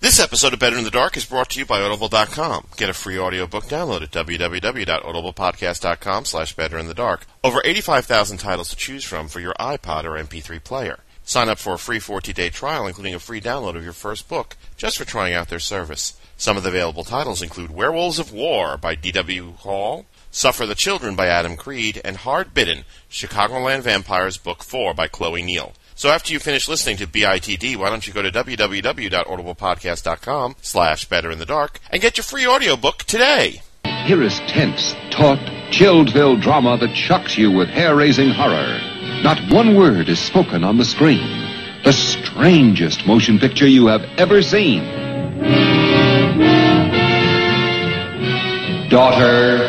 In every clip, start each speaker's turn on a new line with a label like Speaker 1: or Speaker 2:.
Speaker 1: This episode of Better in the Dark is brought to you by Audible.com. Get a free audiobook download at www.audiblepodcast.com slash Better in the Dark. Over 85,000 titles to choose from for your iPod or MP3 player. Sign up for a free 14-day trial, including a free download of your first book, just for trying out their service. Some of the available titles include Werewolves of War by D.W. Hall, Suffer the Children by Adam Creed, and Hard Bidden, Chicagoland Vampires Book 4 by Chloe Neal. So after you finish listening to BITD, why don't you go to www.audiblepodcast.com slash better in the dark and get your free audiobook today.
Speaker 2: Here is tense, taut, Chilledville drama that shocks you with hair-raising horror. Not one word is spoken on the screen. The strangest motion picture you have ever seen. Daughter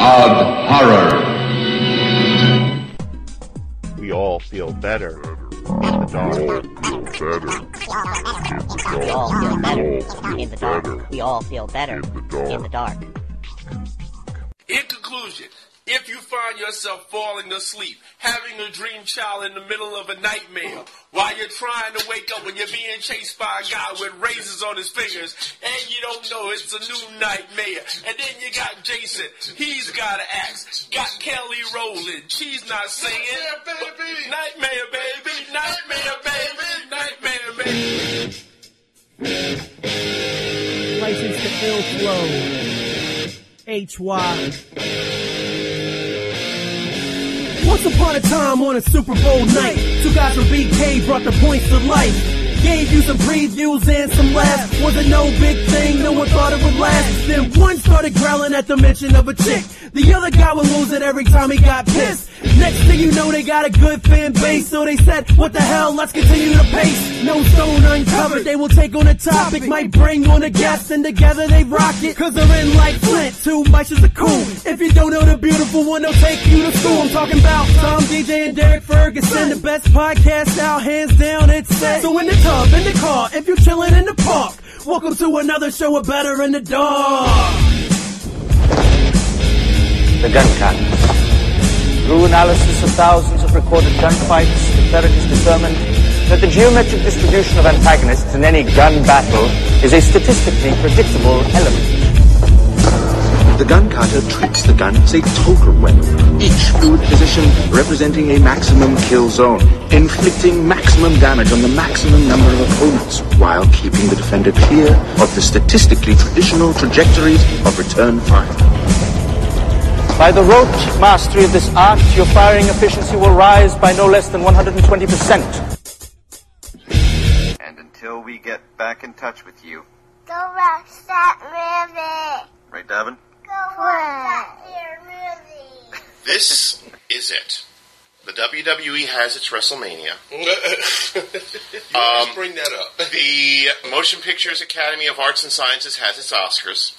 Speaker 2: of Horror.
Speaker 3: we all feel better in the dark.
Speaker 4: We all feel better in the dark. We all feel better in the dark.
Speaker 5: In conclusion, if you find yourself falling asleep, having a dream child in the middle of a nightmare, while you're trying to wake up when you're being chased by a guy with razors on his fingers, and you don't know it's a new nightmare, and then you got Jason, he's got an axe, got Kelly Rowland, she's not singing, but- nightmare baby, nightmare baby, nightmare baby.
Speaker 6: License to ill flow. HY. Once upon a time on a Super Bowl night, two guys from BK brought the points to life. Gave you some previews and some laughs. Was it no big thing? No one thought it would last. Then one started growling at the mention of a chick. The other guy would lose it every time he got pissed. Next thing you know, they got a good fan base. So they said, what the hell, let's continue the pace. No stone uncovered, they will take on a topic. Might bring on a guest and together they rock it. Cause they're in like Flint, two mices are cool. If you don't know the beautiful one, they'll take you to school. I'm talking about Tom, DJ, and Derek Ferguson. The best podcast out, hands down, it's set. So in the tub, in the car, if you're chilling in the park. Welcome to another show of Better in the Dark.
Speaker 7: the gun count. Through analysis of thousands of recorded gunfights, the cleric has determined that the geometric distribution of antagonists in any gun battle is a statistically predictable element.
Speaker 8: The gun cutter treats the gun as a total weapon, each food position representing a maximum kill zone, inflicting maximum damage on the maximum number of opponents, while keeping the defender clear of the statistically traditional trajectories of return fire.
Speaker 7: By the rote mastery of this art, your firing efficiency will rise by no less than 120%.
Speaker 9: And until we get back in touch with you,
Speaker 10: Go watch that movie.
Speaker 9: right, Davin?
Speaker 10: Go watch that here movie.
Speaker 1: This is it. The WWE has its WrestleMania.
Speaker 5: Um, Just bring that up.
Speaker 1: The Motion Pictures Academy of Arts and Sciences has its Oscars.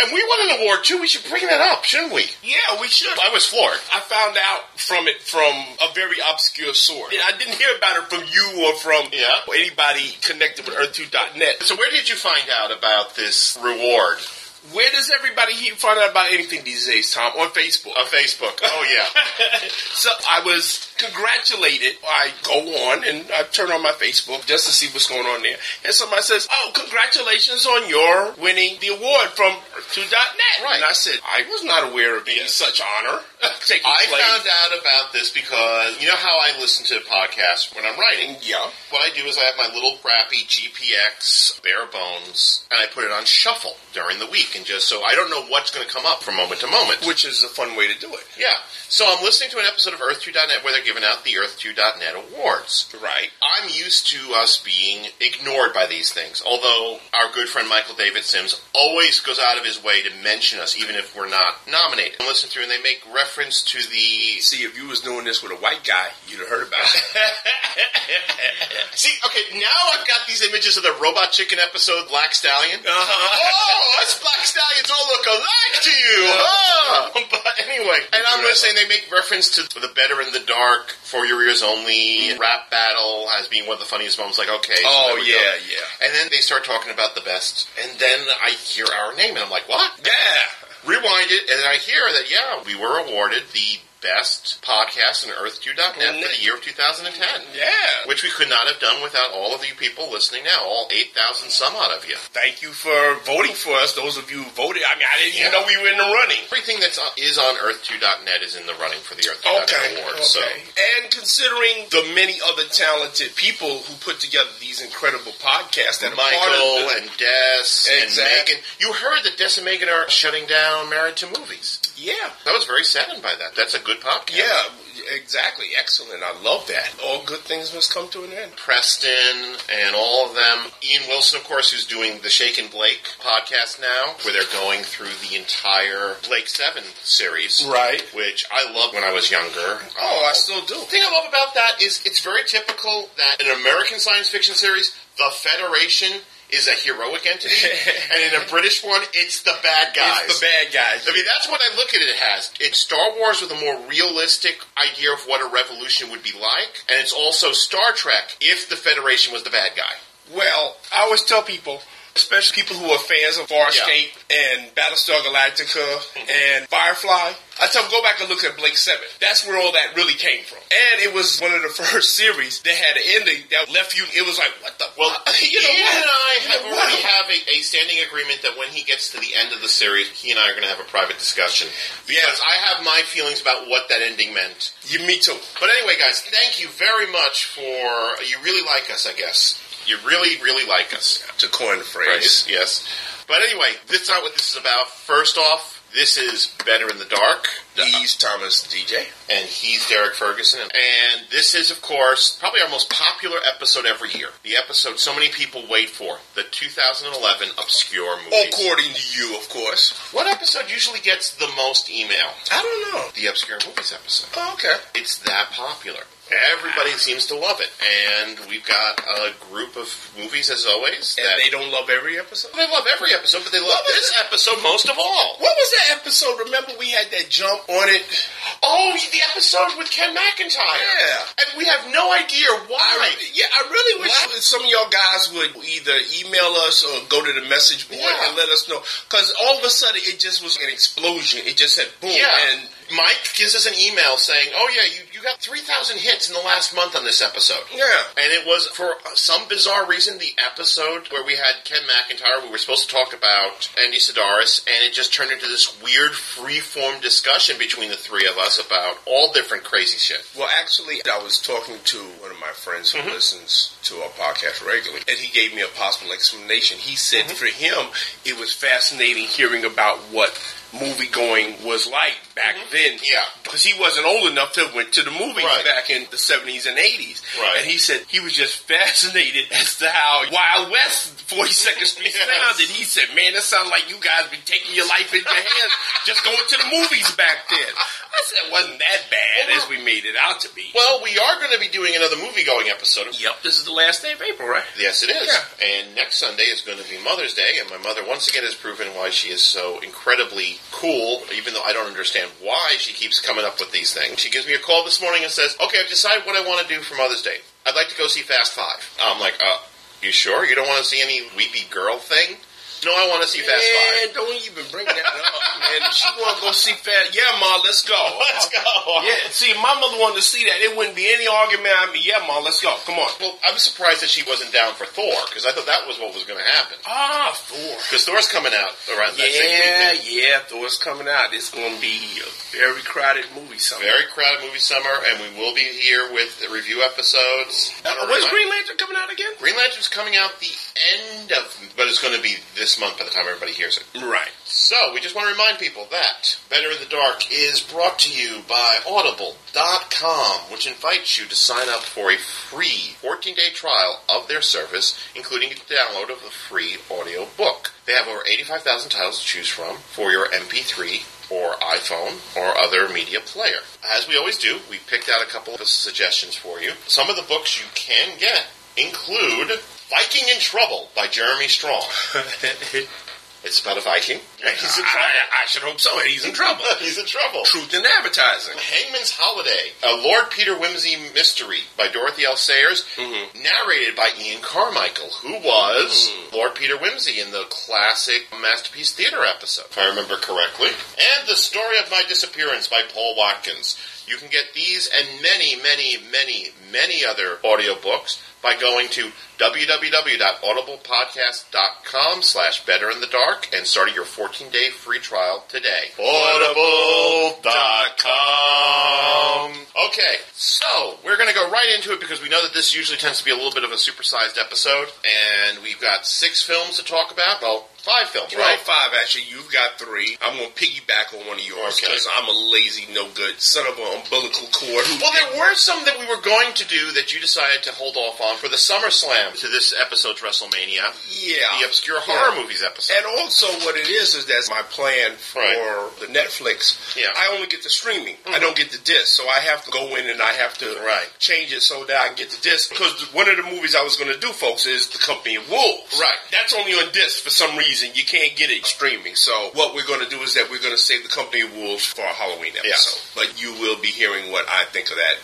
Speaker 1: And we won an award too. We should bring that up, shouldn't we?
Speaker 5: Yeah, we should.
Speaker 1: I was floored.
Speaker 5: I found out from it from a very obscure source. I didn't hear about it from you or from
Speaker 1: Yeah.
Speaker 5: anybody connected with Earth2.net.
Speaker 1: So where did you find out about this reward?
Speaker 5: Where does everybody he find out about anything these days, Tom? On Facebook.
Speaker 1: On Facebook. Oh yeah.
Speaker 5: so I was congratulated. I go on and I turn on my Facebook just to see what's going on there. And somebody says, Oh, congratulations on your winning the award from Earth2.net.
Speaker 1: Right.
Speaker 5: And I said, I was not aware of any
Speaker 1: Yes.
Speaker 5: such honor taking
Speaker 1: I
Speaker 5: place.
Speaker 1: found out about this because you know how I listen to podcasts when I'm writing.
Speaker 5: Yeah.
Speaker 1: What I do is I have my little crappy GPX bare bones, and I put it on shuffle during the week, and just so I don't know what's going to come up from moment to moment.
Speaker 5: Which is a fun way to do it.
Speaker 1: yeah. So I'm listening to an episode of Earth2.net where they're giving out the Earth2.net awards.
Speaker 5: Right.
Speaker 1: I'm used to us being ignored by these things, although our good friend Michael David Sims always goes out of his way to mention us, even if we're not nominated. I listen through, and they make reference to the
Speaker 5: See, if you was doing this with a white guy, you'd have heard about it.
Speaker 1: See, okay, now I've got these images of the Robot Chicken episode, Black Stallion.
Speaker 5: Uh-huh.
Speaker 1: Oh, us Black Stallions all look alike to you. huh? But anyway, and I'm just saying they make reference to the Better in the Dark, For Your Ears Only, Rap Battle as being one of the funniest moments. Like, okay. so
Speaker 5: Mm-hmm. Oh,
Speaker 1: there we go.
Speaker 5: yeah, yeah.
Speaker 1: And then they start talking about the best, and then I hear our name, and I'm like, what?
Speaker 5: yeah.
Speaker 1: Rewind it, and then I hear that, yeah, we were awarded the best podcast on EarthJew.net for the year of 2010.
Speaker 5: Yeah.
Speaker 1: Which we could not have done without all of you people listening now, all 8,000 some odd of you.
Speaker 5: Thank you for voting for us. Those of you who voted, I mean, I didn't even know we were in the running.
Speaker 1: Everything that's on, is on EarthJew.net is in the running for the EarthJew.net award. So
Speaker 5: And considering the many other talented people who put together these incredible podcasts that are
Speaker 1: Michael
Speaker 5: part of
Speaker 1: and Des and Megan.
Speaker 5: Exactly.
Speaker 1: You heard that Des and Megan are shutting down Married to Movies.
Speaker 5: the, yeah,
Speaker 1: I was very saddened by that. That's a good podcast.
Speaker 5: yeah, exactly, excellent. I love that. All good things must come to an end.
Speaker 1: Preston and all of them. Ian Wilson, of course, who's doing the Shake and Blake podcast now, where they're going through the entire Blake Seven series.
Speaker 5: Right.
Speaker 1: Which I loved when I was younger. Uh,
Speaker 5: Oh, I still do.
Speaker 1: The thing I love about that is it's very typical that in American science fiction series, the Federation is a heroic entity, and in a British one, it's the bad guys.
Speaker 5: It's the bad guys.
Speaker 1: I mean, that's what I look at it as. It's Star Wars with a more realistic idea of what a revolution would be like, and it's also Star Trek if the Federation was the bad guy.
Speaker 5: Well, I always tell people, especially people who are fans of Farscape and Battlestar Galactica and Firefly, I tell them go back and look at Blake Seven. That's where all that really came from, and it was one of the first series that had an ending that left you. It was like, what the?
Speaker 1: Well,
Speaker 5: you know
Speaker 1: Ian
Speaker 5: what?
Speaker 1: and I
Speaker 5: You
Speaker 1: have
Speaker 5: know
Speaker 1: already
Speaker 5: what?
Speaker 1: have a, a standing agreement that when he gets to the end of the series, he and I are going to have a private discussion. Because I have my feelings about what that ending meant.
Speaker 5: You, me too.
Speaker 1: But anyway, guys, thank you very much for. You really like us, I guess. You really, really like us.
Speaker 5: To coin the phrase,
Speaker 1: Right, yes. But anyway, that's not what this is about. First off, this is Better in the Dark.
Speaker 5: he's Thomas DJ.
Speaker 1: and he's Derek Ferguson. And this is, of course, probably our most popular episode every year. The episode so many people wait for the 2011 Obscure Movies.
Speaker 5: According to you, of course.
Speaker 1: What episode usually gets the most email?
Speaker 5: I don't know.
Speaker 1: The Obscure Movies episode.
Speaker 5: Oh, okay.
Speaker 1: It's that popular. Everybody seems to love it. And we've got a group of movies, as always,
Speaker 5: And
Speaker 1: that
Speaker 5: they don't love every episode.
Speaker 1: they love every episode, but they love
Speaker 5: What was
Speaker 1: this episode most of all.
Speaker 5: What was that episode? Remember we had that jump on it.
Speaker 1: Oh, the episode with Ken McIntyre.
Speaker 5: Yeah.
Speaker 1: And we have no idea
Speaker 5: I
Speaker 1: why.
Speaker 5: re- yeah, I really wish
Speaker 1: Wow.
Speaker 5: some of y'all guys would either email us or go to the message board
Speaker 1: Yeah.
Speaker 5: and let us know. Because all of a sudden, it just was an explosion. It just said boom.
Speaker 1: Yeah.
Speaker 5: And
Speaker 1: Oh, Mike gives us an email saying, "Oh yeah, you, you got three thousand hits in the last month on this episode."
Speaker 5: yeah.
Speaker 1: And it was for some bizarre reason the episode where we had Ken McIntyre, we were supposed to talk about Andy Sidaris, and it just turned into this weird free-form discussion between the three of us about all different crazy shit.
Speaker 5: Well, actually, I was talking to one of my friends who
Speaker 1: Mm-hmm.
Speaker 5: listens to our podcast regularly, and he gave me a possible explanation. He said
Speaker 1: Mm-hmm.
Speaker 5: for him, it was fascinating hearing about what movie going was like back then.
Speaker 1: Mm-hmm. Yeah.
Speaker 5: because he wasn't old enough to went to the movies
Speaker 1: Right.
Speaker 5: back in the seventies and eighties.
Speaker 1: Right.
Speaker 5: and he said he was just fascinated as to how Wild West Forty Second Street
Speaker 1: Yes.
Speaker 5: sounded. He said, "Man, that sounds like you guys been taking your life in your hands, just going to the movies back then." I said, it "Wasn't that bad as we made it out to be?"
Speaker 1: Well, we are going to be doing another movie-going episode.
Speaker 5: Yep, this is the last day of April, right?
Speaker 1: Yes, it is.
Speaker 5: Yeah.
Speaker 1: And next Sunday is going to be Mother's Day, and my mother once again has proven why she is so incredibly cool, even though I don't understand why she keeps coming up with these things. She gives me a call this morning and says, Okay, I've decided what I want to do for Mother's Day. I'd like to go see Fast Five. I'm like, Uh, you sure? You don't want to see any weepy girl thing? No, I want to see Fast Five.
Speaker 5: Man, don't even bring that up, man. If she want to go see Fast, yeah, ma, let's go.
Speaker 1: Let's go.
Speaker 5: Yeah, Oh, see, my mother wanted to see that. It wouldn't be any argument. I mean, yeah, ma, let's go. Come on.
Speaker 1: Well, I'm surprised that she wasn't down for Thor, because I thought that was what was going to happen.
Speaker 5: Ah, Thor.
Speaker 1: Because Thor's coming out around that same weekend.
Speaker 5: Yeah, yeah, Thor's coming out. It's going to be a very crowded movie. Something.
Speaker 1: Very crowded movie summer, and we will be here with the review episodes.
Speaker 5: Uh, when's Green Lantern coming out again?
Speaker 1: Green Lantern's coming out the end of, but it's going to be this month by the time everybody hears it.
Speaker 5: Right.
Speaker 1: So we just want to remind people that Better in the Dark is brought to you by Audible.com, which invites you to sign up for a free 14-day trial of their service, including a download of the free audio book. They have over 85,000 titles to choose from for your MP3 or iPhone or other media player. As we always do, we picked out a couple of suggestions for you. Some of the books you can get include Viking in Trouble by Jeremy Strong. It's about a Viking. And he's in trouble.
Speaker 5: I, I should hope so. He's in trouble.
Speaker 1: he's in trouble.
Speaker 5: Truth in advertising.
Speaker 1: Hangman's Holiday, a Lord Peter Whimsy mystery by Dorothy L. Sayers, narrated by Ian Carmichael, who was Lord Peter Whimsy in the classic Masterpiece Theater episode, if I remember correctly. And The Story of My Disappearance by Paul Watkins. You can get these and many, many, many, many other audiobooks by going to www.audiblepodcast.com slash better in the dark and starting your 14-day free trial today. Audible.com Okay, so we're going to go right into it because we know that this usually tends to be a little bit of a supersized episode and we've got six films to talk about. Well, five films,
Speaker 5: You
Speaker 1: right?
Speaker 5: got five, actually. You've got three. I'm going to piggyback on one of yours
Speaker 1: Okay.
Speaker 5: because I'm a lazy, no good son of an umbilical cord. who-
Speaker 1: Well, there were some that we were going to do that you decided to hold off on for the SummerSlam Ah. to this episode's WrestleMania,
Speaker 5: yeah.
Speaker 1: the obscure horror
Speaker 5: Yeah.
Speaker 1: movies episode.
Speaker 5: And also, what it is is that's my plan for
Speaker 1: Right.
Speaker 5: the Netflix.
Speaker 1: Yeah. Mm-hmm.
Speaker 5: I only get the streaming. I don't get the disc, so I have to go in and I have to
Speaker 1: Right.
Speaker 5: change it so that I can get the disc. Because one of the movies I was going to do, folks, is The Company of Wolves.
Speaker 1: Right.
Speaker 5: That's only on disc for some reason. You can't get it streaming. So what we're going to do is that we're going to save The Company of Wolves for our Halloween episode.
Speaker 1: Yes.
Speaker 5: But you will be hearing what I think of that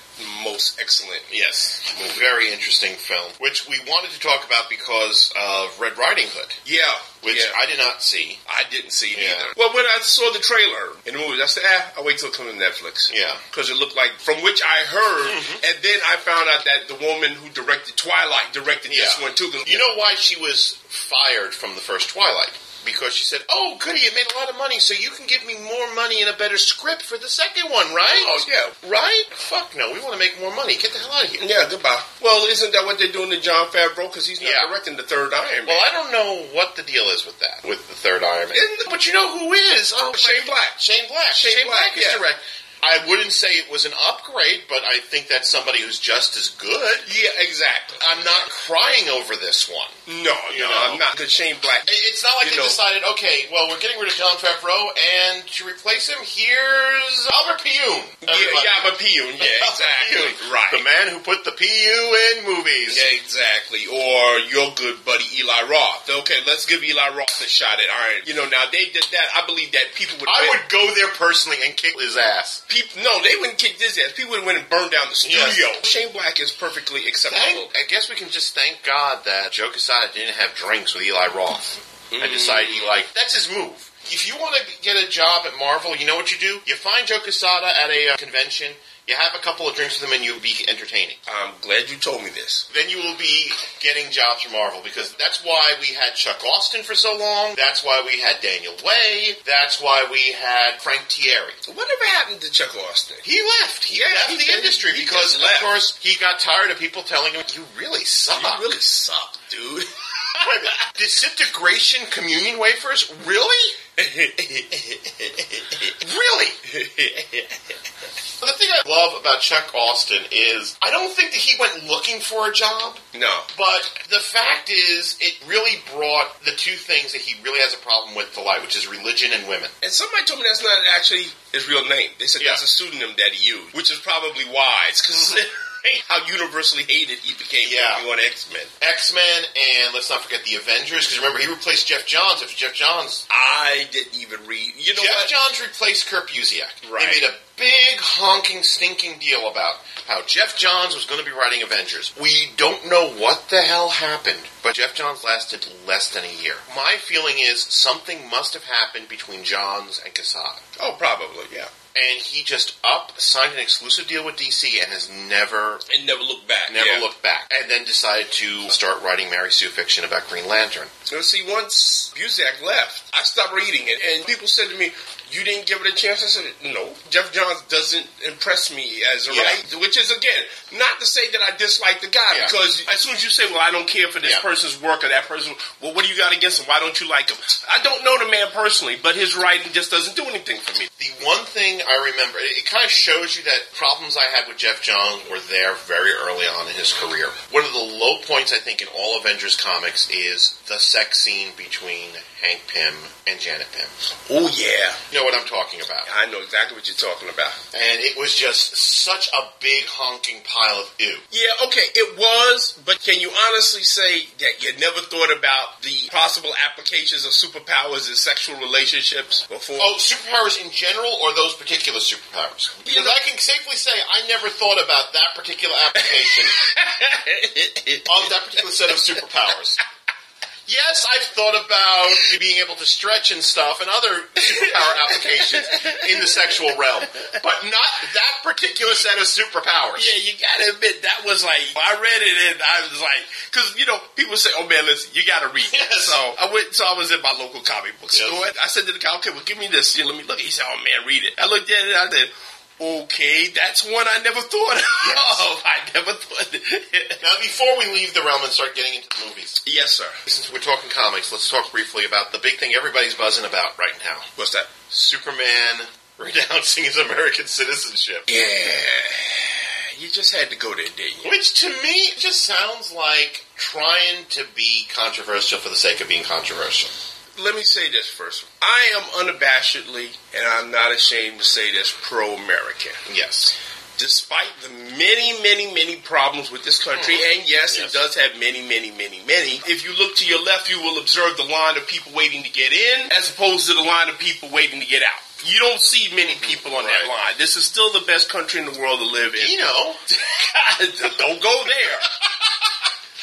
Speaker 5: most excellent.
Speaker 1: Yes, a very interesting film, which we wanted to talk about because of Red Riding Hood,
Speaker 5: Yeah.
Speaker 1: which
Speaker 5: yeah.
Speaker 1: I did not see.
Speaker 5: I didn't see it
Speaker 1: Yeah.
Speaker 5: either. Well, when I saw the trailer in the movie, I said, "Ah, I'll wait till it comes to Netflix."
Speaker 1: Yeah. Mm-hmm.
Speaker 5: because it looked like from which I heard, and then I found out that the woman who directed Twilight directed this
Speaker 1: Yeah.
Speaker 5: one too. 'cause-
Speaker 1: You know why she was fired from the first Twilight? Because she said, "Oh, goody, it made a lot of money, so you can give me more money and a better script for the second one, right?"
Speaker 5: Oh, yeah.
Speaker 1: right. Fuck no, we want to make more money. Get the hell out of here.
Speaker 5: yeah, goodbye. Well, isn't that what they're doing to John Favreau? Because he's not
Speaker 1: Yeah.
Speaker 5: directing the third Iron Man.
Speaker 1: Well, I don't know what the deal is with that, with the third Iron Man.
Speaker 5: Isn't-
Speaker 1: but you know who is? Oh,
Speaker 5: Shane
Speaker 1: my-
Speaker 5: Black.
Speaker 1: Shane Black.
Speaker 5: Shane
Speaker 1: Shane,
Speaker 5: Black,
Speaker 1: Black, is
Speaker 5: yeah.
Speaker 1: direct. I wouldn't say it was an upgrade, but I think that's somebody who's just as good.
Speaker 5: yeah, exactly.
Speaker 1: I'm not crying over this one.
Speaker 5: No,
Speaker 1: You
Speaker 5: no,
Speaker 1: know.
Speaker 5: I'm not. Because Shane Black.
Speaker 1: I- It's not like
Speaker 5: You
Speaker 1: they
Speaker 5: know.
Speaker 1: decided, okay, well, we're getting rid of John Favreau, and to replace him, here's Albert Pune.
Speaker 5: Yeah,
Speaker 1: Everybody-
Speaker 5: yeah, but Pune. Yeah,
Speaker 1: Albert
Speaker 5: exactly.
Speaker 1: Pune,
Speaker 5: Right.
Speaker 1: The man who put the PU in movies.
Speaker 5: Yeah, exactly. Or your good buddy Eli Roth. Okay, let's give Eli Roth a shot at Iron. You know, now they did that. I believe that people would.
Speaker 1: I would go there personally and kick his ass.
Speaker 5: People, no, they wouldn't kick this ass. People would went and burn down the studio.
Speaker 1: Yes.
Speaker 5: Shane Black is perfectly acceptable.
Speaker 1: Thank, I guess we can just thank God that Joe Quesada didn't have drinks with Eli Roth and decided he like that's his move. If you want to get a job at Marvel, you know what you do? You find Joe Quesada at a uh, convention. You have a couple of drinks with him, and you'll be entertaining.
Speaker 5: I'm glad you told me this.
Speaker 1: Then you will be getting jobs from Marvel because that's why we had Chuck Austin for so long. That's why we had Daniel Way. That's why we had Frank Thierry.
Speaker 5: Whatever happened to Chuck Austin?
Speaker 1: He left. He
Speaker 5: Yeah,
Speaker 1: left
Speaker 5: he
Speaker 1: the
Speaker 5: did.
Speaker 1: industry
Speaker 5: He
Speaker 1: because,
Speaker 5: just
Speaker 1: of
Speaker 5: left.
Speaker 1: course, he got tired of people telling him, "You really suck.
Speaker 5: You really suck,
Speaker 1: Wait
Speaker 5: dude.
Speaker 1: a minute. Disintegration communion wafers? Really? really? the thing I love about Chuck Austin is I don't think that he went looking for a job,
Speaker 5: no.
Speaker 1: but the fact is it really brought the two things that he really has a problem with to light, which is religion and women.
Speaker 5: And somebody told me that's not actually his real name. They said
Speaker 1: Yeah. Mm-hmm.
Speaker 5: that's a pseudonym that he used, which is probably wise because how universally hated he became
Speaker 1: Yeah.
Speaker 5: on X Men.
Speaker 1: X Men and let's not forget the Avengers, because remember he replaced Jeff Johns after Jeff Johns
Speaker 5: I didn't even read. You know
Speaker 1: Jeff
Speaker 5: what?
Speaker 1: Johns replaced Kurt Busiek.
Speaker 5: Right.
Speaker 1: They made a big honking stinking deal about how Jeff Johns was going to be writing Avengers. We don't know what the hell happened, but Jeff Johns lasted less than a year. My feeling is something must have happened between Johns and Casada.
Speaker 5: oh, probably yeah.
Speaker 1: And he just up signed an exclusive deal with DC and has never
Speaker 5: And never look back.
Speaker 1: never
Speaker 5: yeah.
Speaker 1: looked back. And then decided to start writing Mary Sue fiction about Green Lantern.
Speaker 5: You see, once Buzak left, I stopped reading it, and people said to me, "You didn't give it a chance." I said, "No, Jeff Johns doesn't impress me as a
Speaker 1: Yeah.
Speaker 5: writer," which is again not to say that I dislike the guy
Speaker 1: Yeah.
Speaker 5: because as soon as you say, "Well, I don't care for this
Speaker 1: Yeah.
Speaker 5: person's work or that person," well, what do you got against him? Why don't you like him? I don't know the man personally, but his writing just doesn't do anything for me.
Speaker 1: The one thing I remember, it, it kind of shows you that problems I had with Jeff Johns were there very early on in his career. One of the low points, I think, in all Avengers comics is the sex scene between Gene, Hank Pym, and Janet Pym.
Speaker 5: Oh, yeah.
Speaker 1: You know what I'm talking about.
Speaker 5: I know exactly what you're talking about.
Speaker 1: And it was just such a big honking pile of ew.
Speaker 5: Yeah, okay, it was, but can you honestly say that you never thought about the possible applications of superpowers in sexual relationships before?
Speaker 1: Oh, superpowers in general or those particular superpowers? Because
Speaker 5: You know-
Speaker 1: I can safely say I never thought about that particular application of that particular set of superpowers. Yes, I've thought about being able to stretch and stuff and other superpower applications in the sexual realm, but not that particular set of superpowers.
Speaker 5: Yeah, you gotta admit that was like I read it and I was like, because you know people say, "Oh man, listen, you gotta read." it."
Speaker 1: Yes.
Speaker 5: So I went, so I was in my local comic book
Speaker 1: Yes.
Speaker 5: store. I said to the guy, "Okay, well, give me this. You know, let me look." He said, "Oh man, read it." I looked at it. I said. Okay, that's one I never thought of. I never thought.
Speaker 1: Now, before we leave the realm and start getting into the movies,
Speaker 5: yes, sir.
Speaker 1: since we're talking comics, let's talk briefly about the big thing everybody's buzzing about right now.
Speaker 5: What's that?
Speaker 1: Superman renouncing his American citizenship.
Speaker 5: Yeah, you just had to go there, didn't you?
Speaker 1: Which to me just sounds like trying to be controversial for the sake of being controversial.
Speaker 5: Let me say this first. I am unabashedly, and I'm not ashamed to say this, pro-American.
Speaker 1: Yes.
Speaker 5: despite the many, many, many problems with this country, and
Speaker 1: Mm-hmm. Yes.
Speaker 5: yes, it does have many, many, many, many. If you look to your left, you will observe the line of people waiting to get in as opposed to the line of people waiting to get out. You don't see many people on that
Speaker 1: Mm-hmm. Right.
Speaker 5: line. This is still the best country in the world to live in.
Speaker 1: You know,
Speaker 5: don't go there.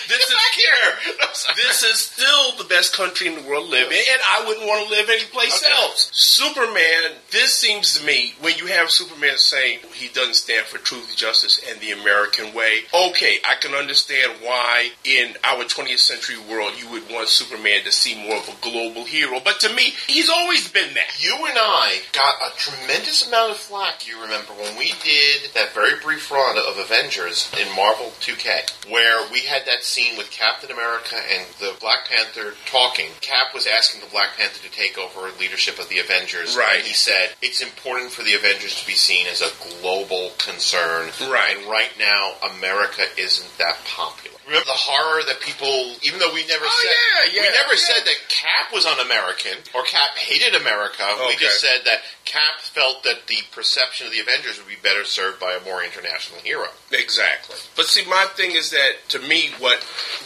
Speaker 5: This is
Speaker 1: here. I'm sorry.
Speaker 5: This is still the best country in the world to live in, and I wouldn't want to live anyplace
Speaker 1: Okay.
Speaker 5: else. Superman, this seems to me, when you have Superman saying he doesn't stand for truth, justice, and the American way, okay, I can understand why in our 20th century world you would want Superman to see more of a global hero. But to me, he's always been that.
Speaker 1: you and I got a tremendous amount of flack, you remember, when we did that very brief run of Avengers in Marvel 2K, where we had that scene with Captain America and the Black Panther talking. Cap was asking the Black Panther to take over leadership of the Avengers.
Speaker 5: Right.
Speaker 1: And he said, it's important for the Avengers to be seen as a global concern.
Speaker 5: Right.
Speaker 1: And right now, America isn't that popular. Remember the horror that people, even though we never
Speaker 5: Oh,
Speaker 1: said,
Speaker 5: yeah,
Speaker 1: we
Speaker 5: yeah,
Speaker 1: never
Speaker 5: yeah.
Speaker 1: said that Cap was un-American or Cap hated America. We
Speaker 5: Okay.
Speaker 1: just said that Cap felt that the perception of the Avengers would be better served by a more international hero.
Speaker 5: Exactly. But see, my thing is that to me, what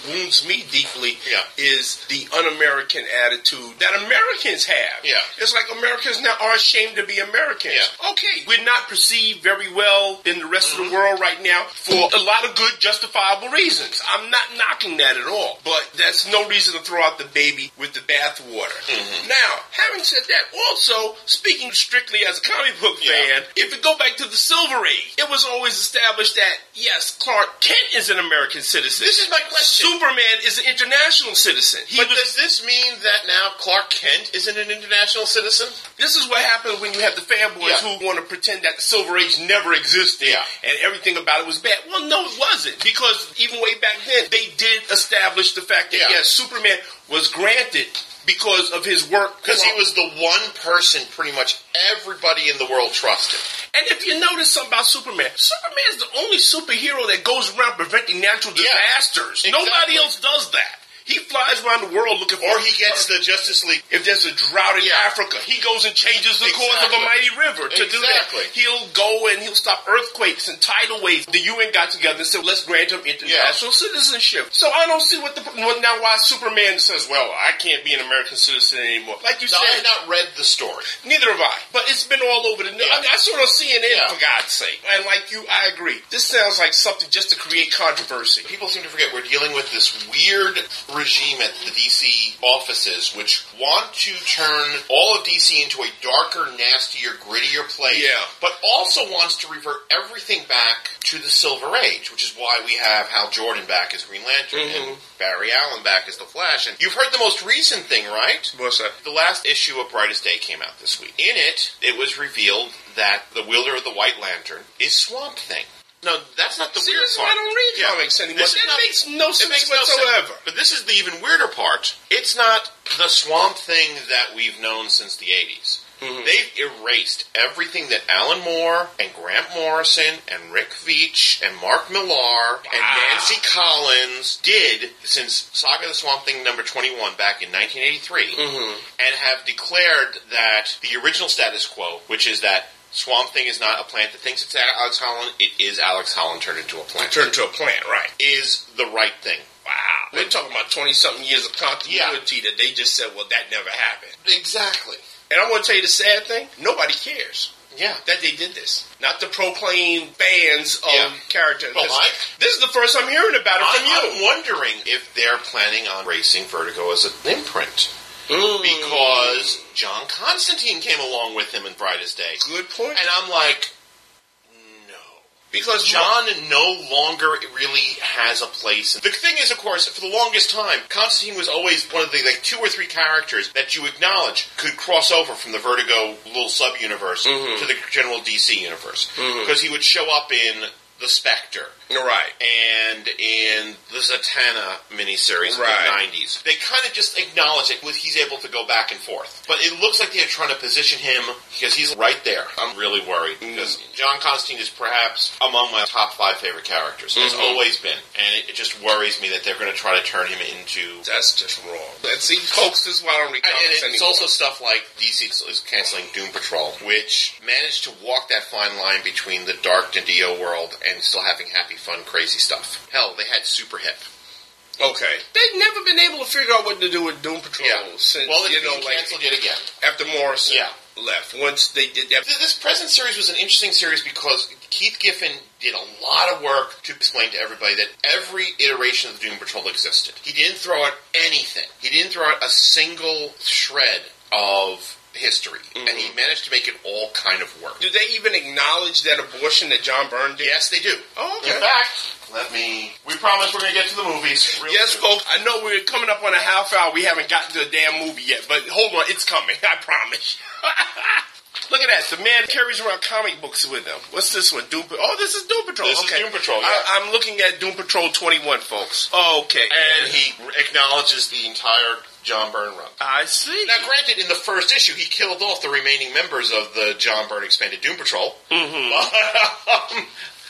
Speaker 5: wounds me deeply
Speaker 1: Yeah.
Speaker 5: is the un-American attitude that Americans have.
Speaker 1: Yeah.
Speaker 5: It's like Americans now are ashamed to be Americans.
Speaker 1: Yeah. Mm-hmm.
Speaker 5: Okay, we're not perceived very well in the rest of the world right now for a lot of good, justifiable reasons. I'm not knocking that at all, but that's no reason to throw out the baby with the bathwater.
Speaker 1: Mm-hmm.
Speaker 5: Now, having said that, also speaking strictly as a comic book
Speaker 1: Yeah.
Speaker 5: fan, if you go back to the Silver Age, it was always established that yes, Clark Kent is an American citizen.
Speaker 1: This is my question.
Speaker 5: Superman is an international citizen. He
Speaker 1: but
Speaker 5: was-
Speaker 1: does this mean that now Clark Kent isn't an international citizen?
Speaker 5: This is what happens when you have the fanboys
Speaker 1: Yeah.
Speaker 5: who want to pretend that the Silver Age never existed
Speaker 1: Yeah.
Speaker 5: and everything about it was bad. Well, no, it wasn't. Because even way back then, they did establish the fact that,
Speaker 1: Yeah.
Speaker 5: yes, Superman was granted because of his work.
Speaker 1: Because he was the one person pretty much everybody in the world trusted.
Speaker 5: And if you notice something about Superman, Superman's the only superhero that goes around preventing natural
Speaker 1: Yeah.
Speaker 5: disasters.
Speaker 1: Exactly.
Speaker 5: Nobody else does that. He flies around the world looking for
Speaker 1: Or he gets the Justice League.
Speaker 5: If there's a drought in Africa, he goes and changes the course of a
Speaker 1: Exactly.
Speaker 5: mighty river to do that.
Speaker 1: Exactly.
Speaker 5: He'll go and he'll stop earthquakes and tidal waves. The UN got together and said, let's grant him international citizenship. So I don't see what the well, now why Superman says, well, I can't be an American citizen anymore. Like you
Speaker 1: Now,
Speaker 5: said,
Speaker 1: I've not read the story.
Speaker 5: Neither have I. But it's been all over the news. I, mean, I saw it on CNN,
Speaker 1: Yeah.
Speaker 5: for God's sake. And like you, I agree. This sounds like something just to create controversy.
Speaker 1: People seem to forget we're dealing with this weird regime at the DC offices, which want to turn all of DC into a darker, nastier, grittier place.
Speaker 5: Yeah.
Speaker 1: But also wants to revert everything back to the Silver Age, which is why we have Hal Jordan back as Green Lantern and
Speaker 5: Mm-hmm.
Speaker 1: Barry Allen back as the Flash. And you've heard the most recent thing, right?
Speaker 5: What's that?
Speaker 1: The last issue of Brightest Day came out this week. In it, it was revealed that the wielder of the White Lantern is Swamp Thing. No, that's not the
Speaker 5: See,
Speaker 1: weird
Speaker 5: this is
Speaker 1: part.
Speaker 5: why I don't read
Speaker 1: Yeah.
Speaker 5: comics anymore.
Speaker 1: This is
Speaker 5: That
Speaker 1: not-
Speaker 5: makes no
Speaker 1: it
Speaker 5: sense
Speaker 1: makes no sense.
Speaker 5: whatsoever.
Speaker 1: But this is the even weirder part. It's not the Swamp Thing that we've known since the 80s. They've erased everything that Alan Moore and Grant Morrison and Rick Veitch and Mark Millar and Nancy Collins did since Saga of the Swamp Thing number 21 back in 1983 and have declared that the original status quo, which is that Swamp Thing is not a plant that thinks it's Alex Holland, it is Alex Holland turned into a plant.
Speaker 5: Turned into a plant, right.
Speaker 1: Is the right thing.
Speaker 5: Wow. We're talking about 20 something years of continuity that they just said, well, that never happened.
Speaker 1: Exactly.
Speaker 5: And I want to tell you the sad thing nobody cares.
Speaker 1: Yeah.
Speaker 5: That they did this. Not the proclaimed fans of
Speaker 1: Yeah.
Speaker 5: characters.
Speaker 1: Well, I-
Speaker 5: this is the first I'm hearing about it
Speaker 1: I'm,
Speaker 5: from you.
Speaker 1: I'm wondering if they're planning on racing Vertigo as an imprint.
Speaker 5: Mm.
Speaker 1: Because John Constantine came along with him in Brightest Day.
Speaker 5: Good point.
Speaker 1: And I'm like, no.
Speaker 5: Because
Speaker 1: John no longer really has a place. The thing is, of course, for the longest time, Constantine was always one of the like two or three characters that you acknowledge could cross over from the Vertigo little sub universe to the general DC universe because he would show up in the Spectre.
Speaker 5: You're right.
Speaker 1: And in the Zatanna miniseries
Speaker 5: Right.
Speaker 1: in the 90s, they kind of just acknowledge it with he's able to go back and forth. But it looks like they're trying to position him because he's right there. I'm really worried because John Constantine is perhaps among my top five favorite characters. Has
Speaker 5: Mhm.
Speaker 1: always been. And it, it just worries me that they're going to try to turn him into.
Speaker 5: That's just wrong. And see, folks, this is why I don't read
Speaker 1: And
Speaker 5: comics
Speaker 1: it's
Speaker 5: anymore.
Speaker 1: also stuff like DC is canceling Doom Patrol, which managed to walk that fine line between the dark Dio world and still having happy, fun, crazy stuff. Hell, they had Super Hip.
Speaker 5: okay. They've never been able to figure out what to do with Doom Patrol
Speaker 1: Yeah.
Speaker 5: since
Speaker 1: well, it's
Speaker 5: you know,
Speaker 1: being
Speaker 5: like
Speaker 1: canceled yet again.
Speaker 5: after Morrison
Speaker 1: Yeah.
Speaker 5: left. Once they did that,
Speaker 1: Th- This present series was an interesting series because Keith Giffen did a lot of work to explain to everybody that every iteration of the Doom Patrol existed. He didn't throw out anything. He didn't throw out a single shred of history, and he managed to make it all kind of work.
Speaker 5: Mm-hmm. do they even acknowledge that abortion that John Byrne did?
Speaker 1: Yes, they do.
Speaker 5: Oh, okay.
Speaker 1: In fact, let me. We promise we're going to get to the movies. Real
Speaker 5: Yes, folks. I know we're coming up on a half hour. We haven't gotten to a damn movie yet, but hold on, it's coming. I promise. Look at that. The man carries around comic books with him. What's this one? Doom. Pa- Oh, this is Doom Patrol.
Speaker 1: This is
Speaker 5: okay.
Speaker 1: Doom Patrol, yeah.
Speaker 5: I, I'm looking at Doom Patrol 21, folks. okay.
Speaker 1: And he acknowledges the entire John Byrne run.
Speaker 5: I see.
Speaker 1: Now, granted, in the first issue, he killed off the remaining members of the John Byrne expanded Doom Patrol. But, um,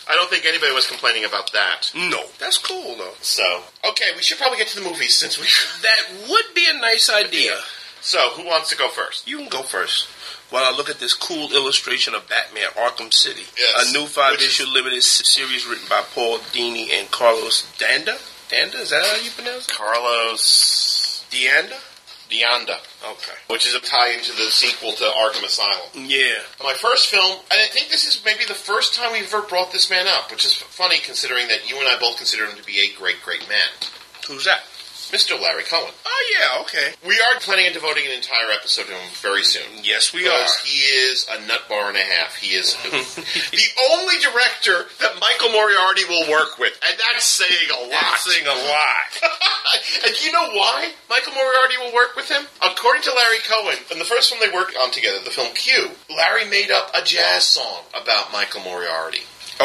Speaker 1: I don't think anybody was complaining about that.
Speaker 5: Mm-hmm. no, that's cool though.
Speaker 1: So, okay, we should probably get to the movies since we.
Speaker 5: That would be a nice idea.
Speaker 1: So, who wants to go first?
Speaker 5: You can go first. While I look at this cool illustration of Batman Arkham City,
Speaker 1: Yes.
Speaker 5: a new five
Speaker 1: Which
Speaker 5: issue limited s- series written by Paul Dini and Carlos Danda. Danda, is that how you pronounce it?
Speaker 1: Carlos
Speaker 5: Deanda?
Speaker 1: Dionda,
Speaker 5: Okay.
Speaker 1: which is a tie into the sequel to Arkham Asylum.
Speaker 5: Yeah.
Speaker 1: My first film, and I think this is maybe the first time we've ever brought this man up, which is funny considering that you and I both consider him to be a great, great man.
Speaker 5: Who's that?
Speaker 1: Mr. Larry Cohen.
Speaker 5: Oh yeah, okay.
Speaker 1: We are planning on devoting an entire episode to him very soon.
Speaker 5: Yes, we are.
Speaker 1: Because he is a nut bar and a half. He is the only director that Michael Moriarty will work with, and that's saying a lot.
Speaker 5: That's saying a lot.
Speaker 1: and do you know why Michael Moriarty will work with him? According to Larry Cohen, in the first film they worked on together, the film Q, Larry made up a jazz song about Michael Moriarty.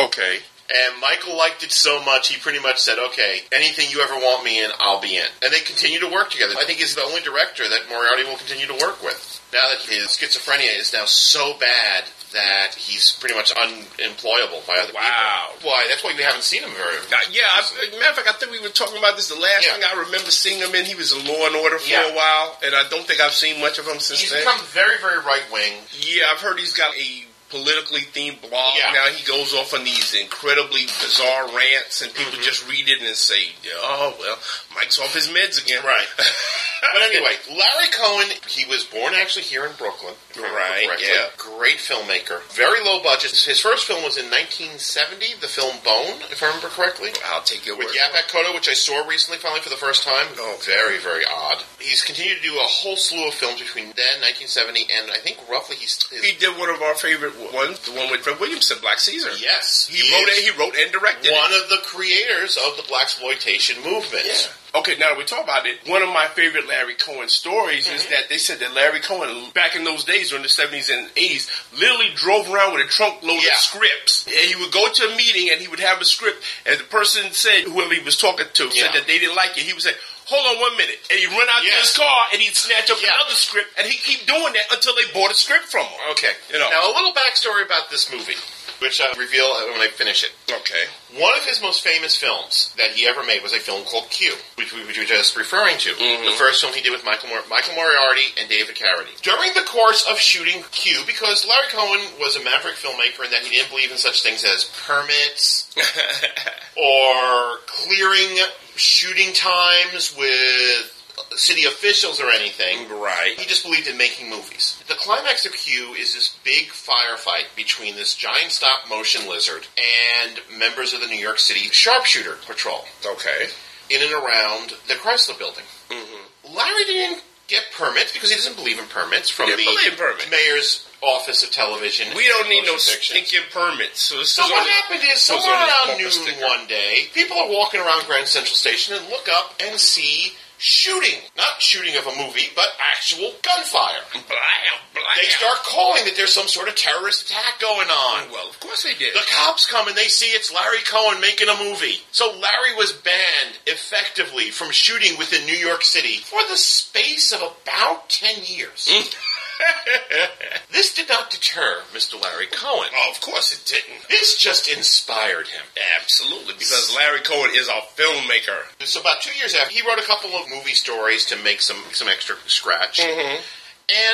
Speaker 5: okay.
Speaker 1: And Michael liked it so much, he pretty much said, okay, anything you ever want me in, I'll be in. And they continue to work together. I think he's the only director that Moriarty will continue to work with. Now that his schizophrenia is now so bad that he's pretty much unemployable by other
Speaker 5: Wow.
Speaker 1: people. Why? That's why we haven't seen him very
Speaker 5: Uh, yeah, I, matter of fact, I think we were talking about this the last
Speaker 1: Yeah.
Speaker 5: thing I remember seeing him in. He was in Law and Order for
Speaker 1: Yeah.
Speaker 5: a while, and I don't think I've seen much of him since
Speaker 1: He's
Speaker 5: then.
Speaker 1: become very, very right wing.
Speaker 5: Yeah, I've heard he's got a politically themed blog
Speaker 1: Yeah.
Speaker 5: now. He goes off on these incredibly bizarre rants, and people
Speaker 1: Mm-hmm.
Speaker 5: just read it and say, "Oh well, Mike's off his meds again."
Speaker 1: Right. But anyway, Larry Cohen, he was born actually here in Brooklyn. if I remember
Speaker 5: Right,
Speaker 1: correctly.
Speaker 5: yeah.
Speaker 1: Great filmmaker. Very low budget. His first film was in 1970, the film Bone, if I remember correctly.
Speaker 5: I'll take your word.
Speaker 1: With Yaphet Kota, which I saw recently, finally for the first time.
Speaker 5: Oh.
Speaker 1: very, very odd. He's continued to do a whole slew of films between then, 1970, and I think roughly he's. His,
Speaker 5: He did one of our favorite ones, the one with Fred Williamson, Black Caesar.
Speaker 1: yes,
Speaker 5: He wrote it.
Speaker 1: is
Speaker 5: He wrote and directed. it.
Speaker 1: One of the creators of the black exploitation movement.
Speaker 5: Yeah. Okay, now that we talk about it, one of my favorite Larry Cohen stories
Speaker 1: Mm-hmm.
Speaker 5: is that they said that Larry Cohen, back in those days during the 70s and 80s, literally drove around with a trunk load
Speaker 1: Yeah.
Speaker 5: of scripts. And he would go to a meeting and he would have a script, and the person said, whoever he was talking to,
Speaker 1: Yeah.
Speaker 5: said that they didn't like it. He would say, Hold on one minute. And he'd run out to his car and he'd snatch up another script and he'd keep doing that until they bought a script from him.
Speaker 1: Okay.
Speaker 5: You know.
Speaker 1: Now, a little backstory about this movie, which I'll reveal when I finish it.
Speaker 5: Okay.
Speaker 1: One of his most famous films that he ever made was a film called Q, which we which you were just referring to.
Speaker 5: Mm-hmm.
Speaker 1: The first film he did with Michael, Mor- Michael Moriarty and David Carradine. During the course of shooting Q, because Larry Cohen was a maverick filmmaker and that he didn't believe in such things as permits or clearing shooting times with city officials or anything.
Speaker 5: Right.
Speaker 1: He just believed in making movies. The climax of Q is this big firefight between this giant stop motion lizard and members of the New York City sharpshooter patrol
Speaker 5: Okay.
Speaker 1: in and around the Chrysler building.
Speaker 5: Mm-hmm.
Speaker 1: Larry didn't get permits because he doesn't believe in permits from
Speaker 5: He
Speaker 1: the
Speaker 5: didn't believe in permits.
Speaker 1: mayor's office of television.
Speaker 5: We don't need no
Speaker 1: Motion pictures.
Speaker 5: stinking permits. So, this
Speaker 1: So
Speaker 5: is
Speaker 1: what
Speaker 5: on-
Speaker 1: happened is
Speaker 5: so it's
Speaker 1: somewhere
Speaker 5: on his
Speaker 1: around
Speaker 5: bumper
Speaker 1: noon
Speaker 5: sticker.
Speaker 1: one day, people are walking around Grand Central Station and look up and see shooting. Not shooting of a movie, but actual gunfire.
Speaker 5: Blam, blam.
Speaker 1: They start calling that there's some sort of terrorist attack going on.
Speaker 5: Oh, Well, of course they did.
Speaker 1: The cops come and they see it's Larry Cohen making a movie. So Larry was banned effectively from shooting within New York City for the space of about 10 years.
Speaker 5: Mm.
Speaker 1: this did not deter Mr. Larry Cohen.
Speaker 5: Oh, of course it didn't.
Speaker 1: This just inspired him.
Speaker 5: Absolutely, because Larry Cohen is a filmmaker.
Speaker 1: So about two years after, he wrote a couple of movie stories to make some some extra scratch.
Speaker 5: Mm-hmm.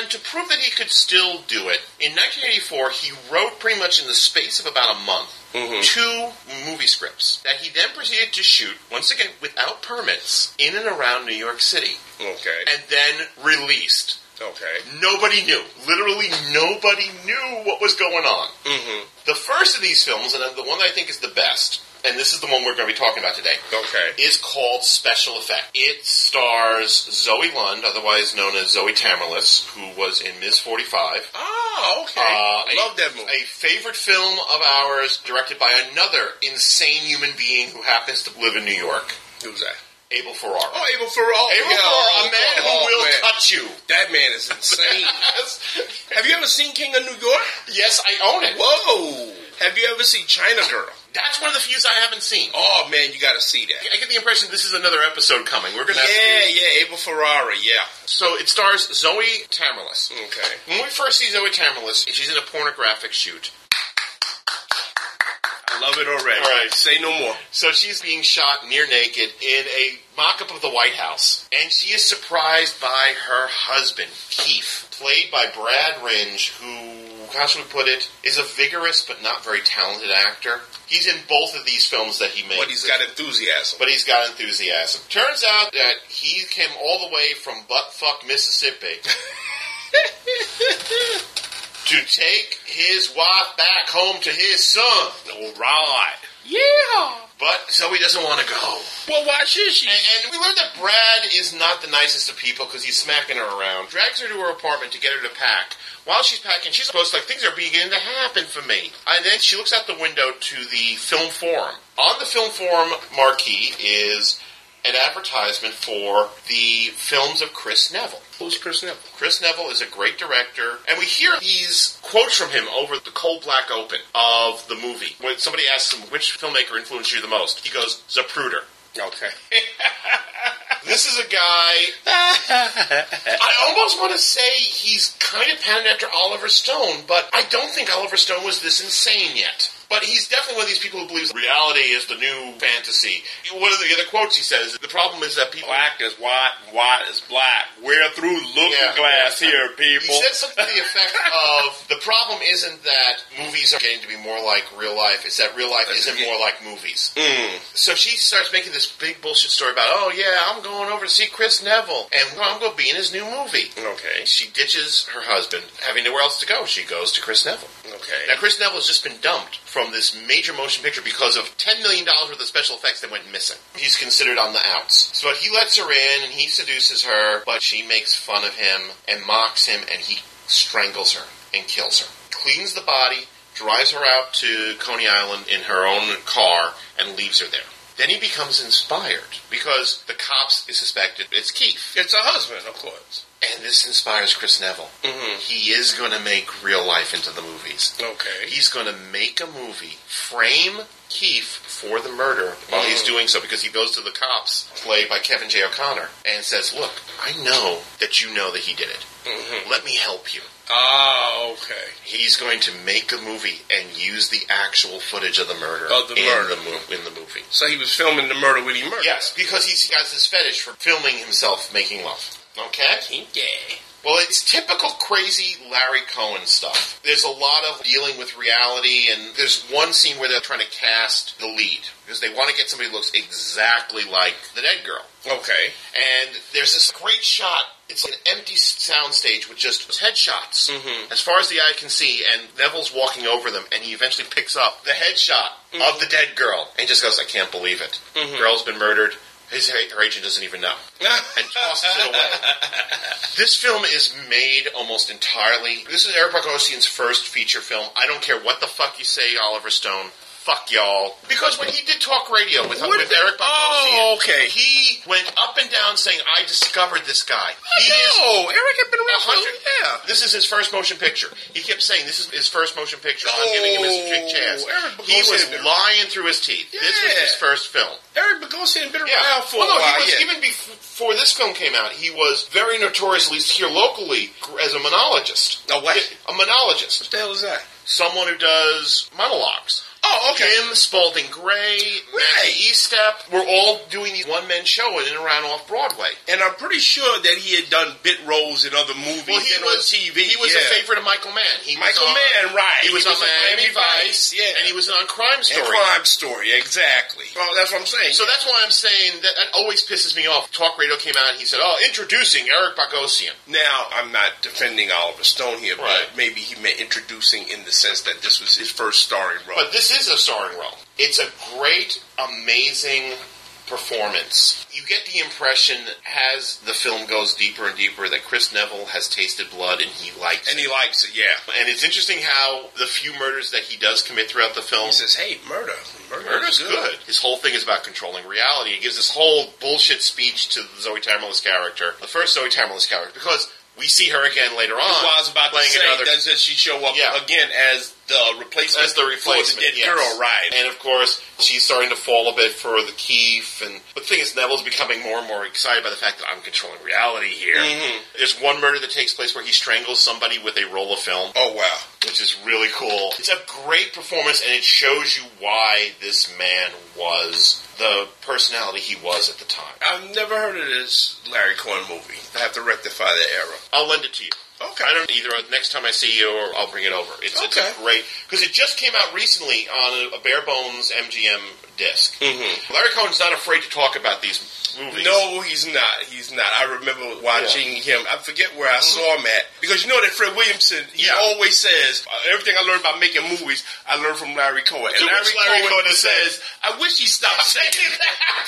Speaker 1: And to prove that he could still do it, in 1984, he wrote pretty much in the space of about a month
Speaker 5: Mm-hmm.
Speaker 1: two movie scripts that he then proceeded to shoot, once again without permits, in and around New York City,
Speaker 5: Okay.
Speaker 1: and then released.
Speaker 5: Okay.
Speaker 1: Nobody knew. Literally, nobody knew what was going on. Mm-hmm. The first of these films, and the one that I think is the best, and this is the one we're going to be talking about today,
Speaker 5: Okay.
Speaker 1: is called Special Effect. It stars Zoe Lund, otherwise known as Zoe Tamerlis, who was in Ms. 45.
Speaker 5: Oh, okay.
Speaker 1: Uh,
Speaker 5: Love
Speaker 1: a-
Speaker 5: that movie.
Speaker 1: A favorite film of ours, directed by another insane human being who happens to live in New York,
Speaker 5: Who's that?
Speaker 1: Abel Ferrara.
Speaker 5: Oh, Abel Ferrara.
Speaker 1: Abel
Speaker 5: Yeah,
Speaker 1: Ferrara, a
Speaker 5: Abel
Speaker 1: man who
Speaker 5: Ferrara,
Speaker 1: will
Speaker 5: man.
Speaker 1: cut you.
Speaker 5: That man is insane. Have you ever seen King of New York?
Speaker 1: yes, I own it.
Speaker 5: Whoa. Have you ever seen China Girl?
Speaker 1: That's one of the fews I haven't seen.
Speaker 5: Oh man, you got to see that.
Speaker 1: I get the impression this is another episode coming. We're gonna have to
Speaker 5: Yeah,
Speaker 1: do-
Speaker 5: yeah. Abel Ferrara. Yeah.
Speaker 1: So it stars Zoe Tamerlis.
Speaker 5: Okay.
Speaker 1: When we first see Zoe Tamerlis, she's in a pornographic shoot.
Speaker 5: I love it already.
Speaker 1: All right.
Speaker 5: Say no more.
Speaker 1: So she's being shot near naked in a mock up of the White House. And she is surprised by her husband, Keith, played by Brad Ringe, who, how should we put it, is a vigorous but not very talented actor. He's in both of these films that he made.
Speaker 5: But he's got enthusiasm.
Speaker 1: But he's got enthusiasm. Turns out that he came all the way from buttfuck Mississippi to take his wife back home to his son.
Speaker 5: All right.
Speaker 1: But Zoe doesn't want to go.
Speaker 5: Well, why should she?
Speaker 1: And, and we learned that Brad is not the nicest of people because he's smacking her around. Drags her to her apartment to get her to pack. While she's packing, she's supposed to like things are beginning to happen for me. And then she looks out the window to the film forum. On the film forum marquee is an advertisement for the films of Chris Neville.
Speaker 5: Who's Chris Neville?
Speaker 1: Chris Neville is a great director, and we hear these quotes from him over the cold black open of the movie. When somebody asks him which filmmaker influenced you the most, he goes Zapruder.
Speaker 5: Okay.
Speaker 1: This is a guy. I almost want to say he's kind of patterned after Oliver Stone, but I don't think Oliver Stone was this insane yet. But he's definitely one of these people who believes reality is the new fantasy. One of the other quotes he says the problem is that people.
Speaker 5: Black is white, white is black. We're through looking
Speaker 1: Yeah.
Speaker 5: glass here, people.
Speaker 1: He said something to the effect of the problem isn't that movies are getting to be more like real life, it's that real life isn't more like movies.
Speaker 5: Mm.
Speaker 1: So she starts making this big bullshit story about, oh yeah, I'm going over to see Chris Neville and I'm going to be in his new movie.
Speaker 5: Okay.
Speaker 1: She ditches her husband, having nowhere else to go. She goes to Chris Neville.
Speaker 5: Okay.
Speaker 1: Now, Chris Neville has just been dumped from this major motion picture because of $10 million worth of special effects that went missing. He's considered on the outs. So he lets her in and he seduces her, but she makes fun of him and mocks him and he strangles her and kills her. Cleans the body, drives her out to Coney Island in her own car, and leaves her there. Then he becomes inspired because the cops is suspected it's Keith.
Speaker 5: It's a husband, of course.
Speaker 1: And this inspires Chris Neville.
Speaker 5: Mhm.
Speaker 1: He is going to make real life into the movies.
Speaker 5: Okay.
Speaker 1: He's going to make a movie, frame Keefe for the murder while he's
Speaker 5: Mm.
Speaker 1: doing so because he goes to the cops, played by Kevin J. O'Connor, and says, Look, I know that you know that he did it. Let me help you.
Speaker 5: Mm-hmm. Ah, okay.
Speaker 1: He's going to make a movie and use the actual footage of the murder,
Speaker 5: Of the
Speaker 1: in,
Speaker 5: murder.
Speaker 1: The mo- in the movie.
Speaker 5: So he was filming the murder when he murdered.
Speaker 1: Yes, because he's got this fetish for filming himself making love. Okay?
Speaker 5: Yeah.
Speaker 1: Well, it's typical crazy Larry Cohen stuff. There's a lot of dealing with reality, and there's one scene where they're trying to cast the lead because they want to get somebody who looks exactly like the dead girl.
Speaker 5: Okay.
Speaker 1: And there's this great shot. It's an empty soundstage with just headshots as far as the eye can see, and Neville's walking over them, and he eventually picks up the headshot of the dead girl and just goes, I can't believe it. Girl's been murdered. His, her agent doesn't even know. and tosses it away. This film is made almost entirely. This is Eric Bogosian's first feature film. I don't care what the fuck you say, Oliver Stone. Fuck y'all. Because when he did talk radio with,
Speaker 5: What
Speaker 1: with
Speaker 5: the-
Speaker 1: Eric Bogosian,
Speaker 5: Oh, okay.
Speaker 1: he went up and down saying, I discovered this guy. He
Speaker 5: No,
Speaker 1: is
Speaker 5: Eric had been
Speaker 1: a
Speaker 5: around for
Speaker 1: hundred.
Speaker 5: yeah.
Speaker 1: This is his first motion picture. He kept saying, This is his first motion picture. I'm giving him his
Speaker 5: Oh,
Speaker 1: ch- chance.
Speaker 5: Eric
Speaker 1: He
Speaker 5: Bogosian
Speaker 1: was
Speaker 5: had been-
Speaker 1: lying through his teeth. This was
Speaker 5: Yeah.
Speaker 1: his first film.
Speaker 5: Eric Bogosian had been around for
Speaker 1: Well,
Speaker 5: a
Speaker 1: no,
Speaker 5: while.
Speaker 1: He was,
Speaker 5: yeah.
Speaker 1: Even bef- before this film came out, he was very notorious, at least here locally, as a monologist.
Speaker 5: A what?
Speaker 1: A monologist.
Speaker 5: What the hell is that?
Speaker 1: Someone who does monologues.
Speaker 5: Oh, okay.
Speaker 1: Jim Spalding Gray,
Speaker 5: Right.
Speaker 1: Matthew Estep, were all doing these one man show in and around off Broadway.
Speaker 5: And I'm pretty sure that he had done bit roles in other movies
Speaker 1: Well, he
Speaker 5: and
Speaker 1: was
Speaker 5: on TV.
Speaker 1: He was
Speaker 5: yeah.
Speaker 1: a favorite of Michael Mann. He
Speaker 5: Michael
Speaker 1: was on,
Speaker 5: Mann, right.
Speaker 1: He was, on Miami Vice,
Speaker 5: yeah.
Speaker 1: and he was on Crime
Speaker 5: And
Speaker 1: Story.
Speaker 5: Crime Story, exactly. Well, that's what I'm saying.
Speaker 1: So that's why I'm saying that, that always pisses me off. Talk radio came out and he said, "Oh, introducing Eric Bogosian."
Speaker 5: Now, I'm not defending Oliver Stone here, but
Speaker 1: Right.
Speaker 5: maybe he meant introducing in the sense that this was his first starring role.
Speaker 1: But this is a starring role. It's a great, amazing performance. You get the impression as the film goes deeper and deeper that Chris Neville has tasted blood and he likes
Speaker 5: and
Speaker 1: it.
Speaker 5: he likes it, yeah.
Speaker 1: And it's interesting how the few murders that he does commit throughout the film
Speaker 5: He says, hey, murder. Murder
Speaker 1: Murder's
Speaker 5: is
Speaker 1: good. His whole thing is about controlling reality. He gives this whole bullshit speech to Zoe Tamerlan's character, the first Zoe Tamerlan's character, because we see her again later on.
Speaker 5: That's what I was about to
Speaker 1: playing
Speaker 5: say.
Speaker 1: another-
Speaker 5: Does that she show up
Speaker 1: Yeah.
Speaker 5: again as the replacement?
Speaker 1: as the
Speaker 5: for the
Speaker 1: replacement,
Speaker 5: dead
Speaker 1: yes.
Speaker 5: girl, right?
Speaker 1: And of course, she's starting to fall a bit for the Keefe. And but the thing is, Neville's becoming more and more excited by the fact that I'm controlling reality here.
Speaker 5: Mm-hmm.
Speaker 1: There's one murder that takes place where he strangles somebody with a roll of film.
Speaker 5: oh wow!
Speaker 1: which is really cool. It's a great performance, and it shows you why this man was the personality he was at the time.
Speaker 5: I've never heard of this Larry Cohen movie. I have to rectify that error.
Speaker 1: I'll lend it to you.
Speaker 5: Okay.
Speaker 1: I don't either. Next time I see you, or I'll bring it over. It's, it's a
Speaker 5: Okay.
Speaker 1: great because it just came out recently on a, a bare bones MGM disc. Mm-hmm. Larry Cohen's not afraid to talk about these movies.
Speaker 5: No, he's not. He's not. I remember watching him. I forget where I saw him at because you know that Fred Williamson. He
Speaker 1: Mm-hmm. Yeah.
Speaker 5: always says "Uh, everything I learned about making movies, I learned from Larry
Speaker 1: To
Speaker 5: Cohen.
Speaker 1: which
Speaker 5: And Larry,
Speaker 1: Larry
Speaker 5: Cohen,
Speaker 1: Cohen
Speaker 5: says,
Speaker 1: said-
Speaker 5: "I wish he stopped saying that."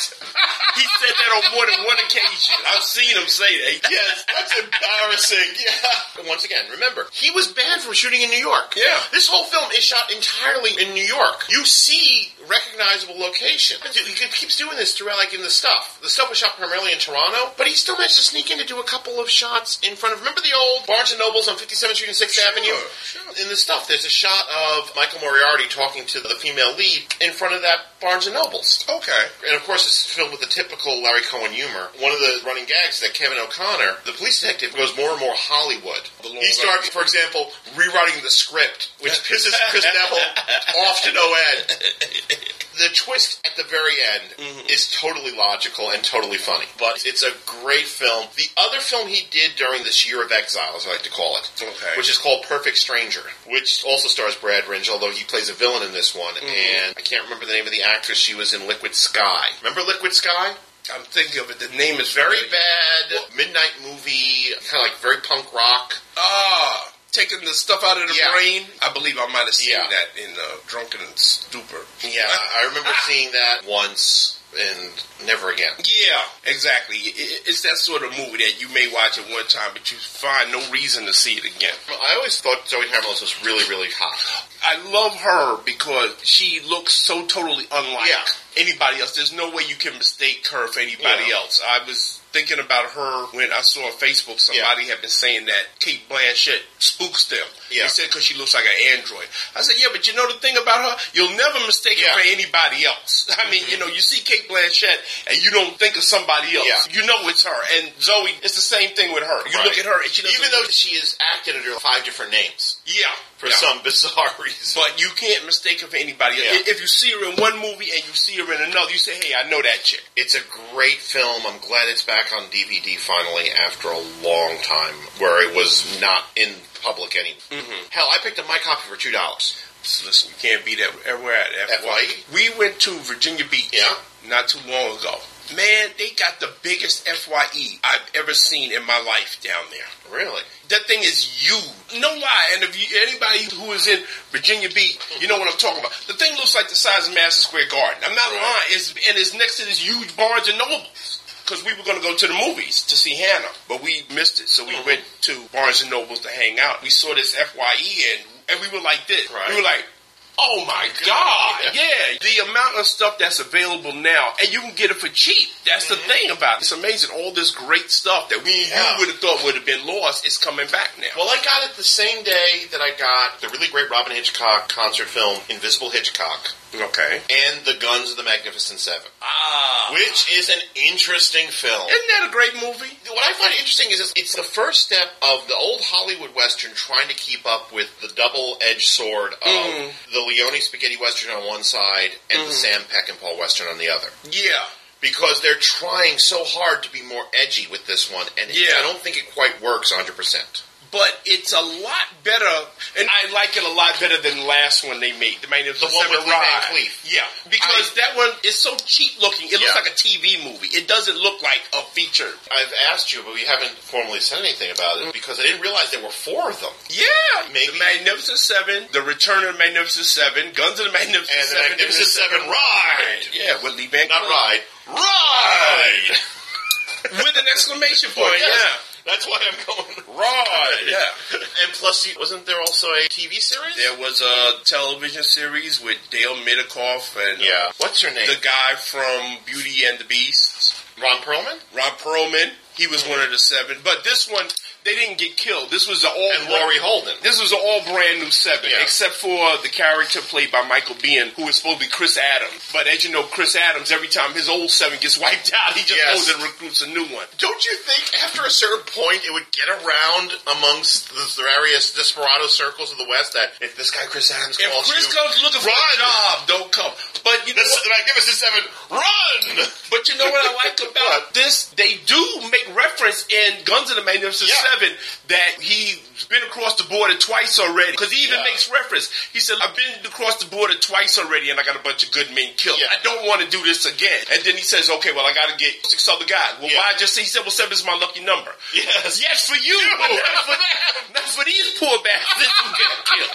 Speaker 5: he said that on more than one occasion. I've seen him say that.
Speaker 1: Yes, that's embarrassing. Yeah. Once again, remember, he was banned from shooting in New York.
Speaker 5: Yeah.
Speaker 1: This whole film is shot entirely in New York. You see recognizable location. He keeps doing this throughout, like in the stuff. The stuff was shot primarily in Toronto, but he still managed to sneak in to do a couple of shots in front of. Remember the old Barnes and Nobles on 57th Street and 6th Avenue? In the stuff, there's a shot of Michael Moriarty talking to the female lead in front of that Barnes and Nobles.
Speaker 5: Okay.
Speaker 1: And of course, it's filled with the typical Larry Cohen humor. One of the running gags is that Kevin O'Connor, the police detective, goes more and more Hollywood.
Speaker 5: The Lord
Speaker 1: He starts, for example, rewriting the script, which pisses Chris Neville off to no end. The twist at the very end is totally logical and totally funny, but it's a great film. The other film he did during this year of exile, as I like to call it,
Speaker 5: Okay.
Speaker 1: which is called Perfect Stranger, which also stars Brad Ringe, although he plays a villain in this one. And I can't remember the name of the actress. She was in Liquid Sky. Remember Liquid Sky?
Speaker 5: I'm thinking of it. The name is
Speaker 1: Very
Speaker 5: very bad.
Speaker 1: bad midnight movie, kind of like very punk rock.
Speaker 5: Ah, taking the stuff out of the
Speaker 1: Yeah.
Speaker 5: brain. I believe I might have seen
Speaker 1: Yeah.
Speaker 5: that in uh, Drunken and Stupor.
Speaker 1: Yeah, I remember seeing that once. and never again.
Speaker 5: Yeah, exactly. It- It's that sort of movie that you may watch it one time, but you find no reason to see it again.
Speaker 1: I always thought Zoe Harris was really, really hot.
Speaker 5: I love her because she looks so totally unlike
Speaker 1: Yeah.
Speaker 5: anybody else. There's no way you can mistake her for anybody
Speaker 1: Yeah.
Speaker 5: else. I was thinking about her when I saw on Facebook somebody had been saying that Kate Blanchett spooks them.
Speaker 1: Yeah.
Speaker 5: They said because she looks like an android. I said, yeah, but you know the thing about her? You'll never mistake her for anybody else. I mean,
Speaker 1: Mm-hmm.
Speaker 5: you know, you see Kate Blanchett and you don't think of somebody else.
Speaker 1: Yeah.
Speaker 5: You know it's her. And Zoe, it's the same thing with her. You
Speaker 1: Right.
Speaker 5: look at her and she doesn't
Speaker 1: Even though she is acted under five different names
Speaker 5: yeah,
Speaker 1: for
Speaker 5: yeah.
Speaker 1: some bizarre reason.
Speaker 5: But you can't mistake her for anybody.
Speaker 1: Yeah.
Speaker 5: If you see her in one movie and you see her in another, you say, "Hey, I know that chick."
Speaker 1: It's a great film. I'm glad it's back on DVD finally after a long time where it was not in public anymore.
Speaker 5: Mm-hmm.
Speaker 1: Hell, I picked up my copy for two dollars.
Speaker 5: So listen, you can't be that everywhere at E.
Speaker 1: FYE?
Speaker 5: FYE. We went to Virginia Beach
Speaker 1: Yeah.
Speaker 5: not too long ago. Man, they got the biggest FYE I've ever seen in my life down there.
Speaker 1: Really?
Speaker 5: That thing is huge. No lie. And if you, anybody who is in Virginia Beach, you know what I'm talking about. The thing looks like the size of Madison Square Garden. I'm not lying. It's, and it's next to this huge Barnes and Nobles. Because we were going to go to the movies to see Hannah, but we missed it. So we
Speaker 1: Mm-hmm.
Speaker 5: went to Barnes and Nobles to hang out. We saw this FYE and, and we were like this.
Speaker 1: Right.
Speaker 5: We were like, Oh my God! Yeah, the amount of stuff that's available now, and you can get it for cheap. That's the thing about it. It's amazing. All this great stuff that we
Speaker 1: Mm-hmm. Yeah.
Speaker 5: you would have thought would have been lost is coming back now.
Speaker 1: Well, I got it the same day that I got the really great Robin Hitchcock concert film, Invisible Hitchcock,
Speaker 5: okay.
Speaker 1: and The Guns of the Magnificent Seven,
Speaker 5: Ah,
Speaker 1: which is an interesting film.
Speaker 5: isn't that a great movie?
Speaker 1: What I find interesting is it's- it's the first step of the old Hollywood Western trying to keep up with the double edged sword of the Leone Spaghetti Western on one side and the Sam Peckinpah Western on the other.
Speaker 5: Yeah.
Speaker 1: Because they're trying so hard to be more edgy with this one, and it-
Speaker 5: Yeah.
Speaker 1: I don't think it quite works 100%.
Speaker 5: But it's a lot better, and I like it a lot better than the last one they made. The main
Speaker 1: The one with Lee Van Cleef.
Speaker 5: Yeah, because that one is so cheap looking. It
Speaker 1: Yeah.
Speaker 5: looks like a TV movie. It doesn't look like a feature.
Speaker 1: I've asked you, but we haven't formally said anything about it because I didn't realize there were four of them.
Speaker 5: Yeah,
Speaker 1: Maybe.
Speaker 5: the Magnificent Seven, the Return of the Magnificent Seven, Guns of the Magnificent
Speaker 1: And the
Speaker 5: Seven,
Speaker 1: Magnificent Mm-hmm. Seven Ride!
Speaker 5: Yeah, with Lee Van
Speaker 1: Not
Speaker 5: Cleef.
Speaker 1: ride, ride!
Speaker 5: with an exclamation point.
Speaker 1: Yes.
Speaker 5: Yeah,
Speaker 1: That's why I'm going
Speaker 5: ride. Yeah.
Speaker 1: And plus, you- wasn't there also a TV series?
Speaker 5: There was a television series with Dale Midikoff and uh,
Speaker 1: Yeah. What's her name?
Speaker 5: the guy from Beauty and the Beast,
Speaker 1: Ron Perlman? Mm-hmm.
Speaker 5: Rob Perlman. He was one of the seven, but this one they didn't get killed. This was the all
Speaker 1: And Laurie Holden.
Speaker 5: This was an all brand new seven,
Speaker 1: Yeah.
Speaker 5: except for the character played by Michael Biehn, who is supposed to be Chris Adams. But as you know, Chris Adams, every time his old seven gets wiped out, he just
Speaker 1: Yes.
Speaker 5: goes and recruits a new one.
Speaker 1: Don't you think after a certain point it would get around amongst the various desperado circles of the West that if this guy Chris Adams
Speaker 5: If
Speaker 1: calls
Speaker 5: Chris
Speaker 1: you,
Speaker 5: comes looking for a job, don't come. But you know,
Speaker 1: this,
Speaker 5: what?
Speaker 1: Magnificent Seven, run!
Speaker 5: But you know what I like about this? They do make reference in Guns of the Magnificent
Speaker 1: Yeah.
Speaker 5: Seven that he's been across the border twice already. Because he even
Speaker 1: Yeah.
Speaker 5: makes reference. He said, I've been across the border twice already and I got a bunch of good men killed.
Speaker 1: Yeah.
Speaker 5: I don't want to do this again. And then he says, okay, well, I got to get six other guys. Well,
Speaker 1: Yeah.
Speaker 5: why just he said, well, seven is my lucky number.
Speaker 1: Yes.
Speaker 5: Yes, for you, but not for them. Not for these poor bastards who got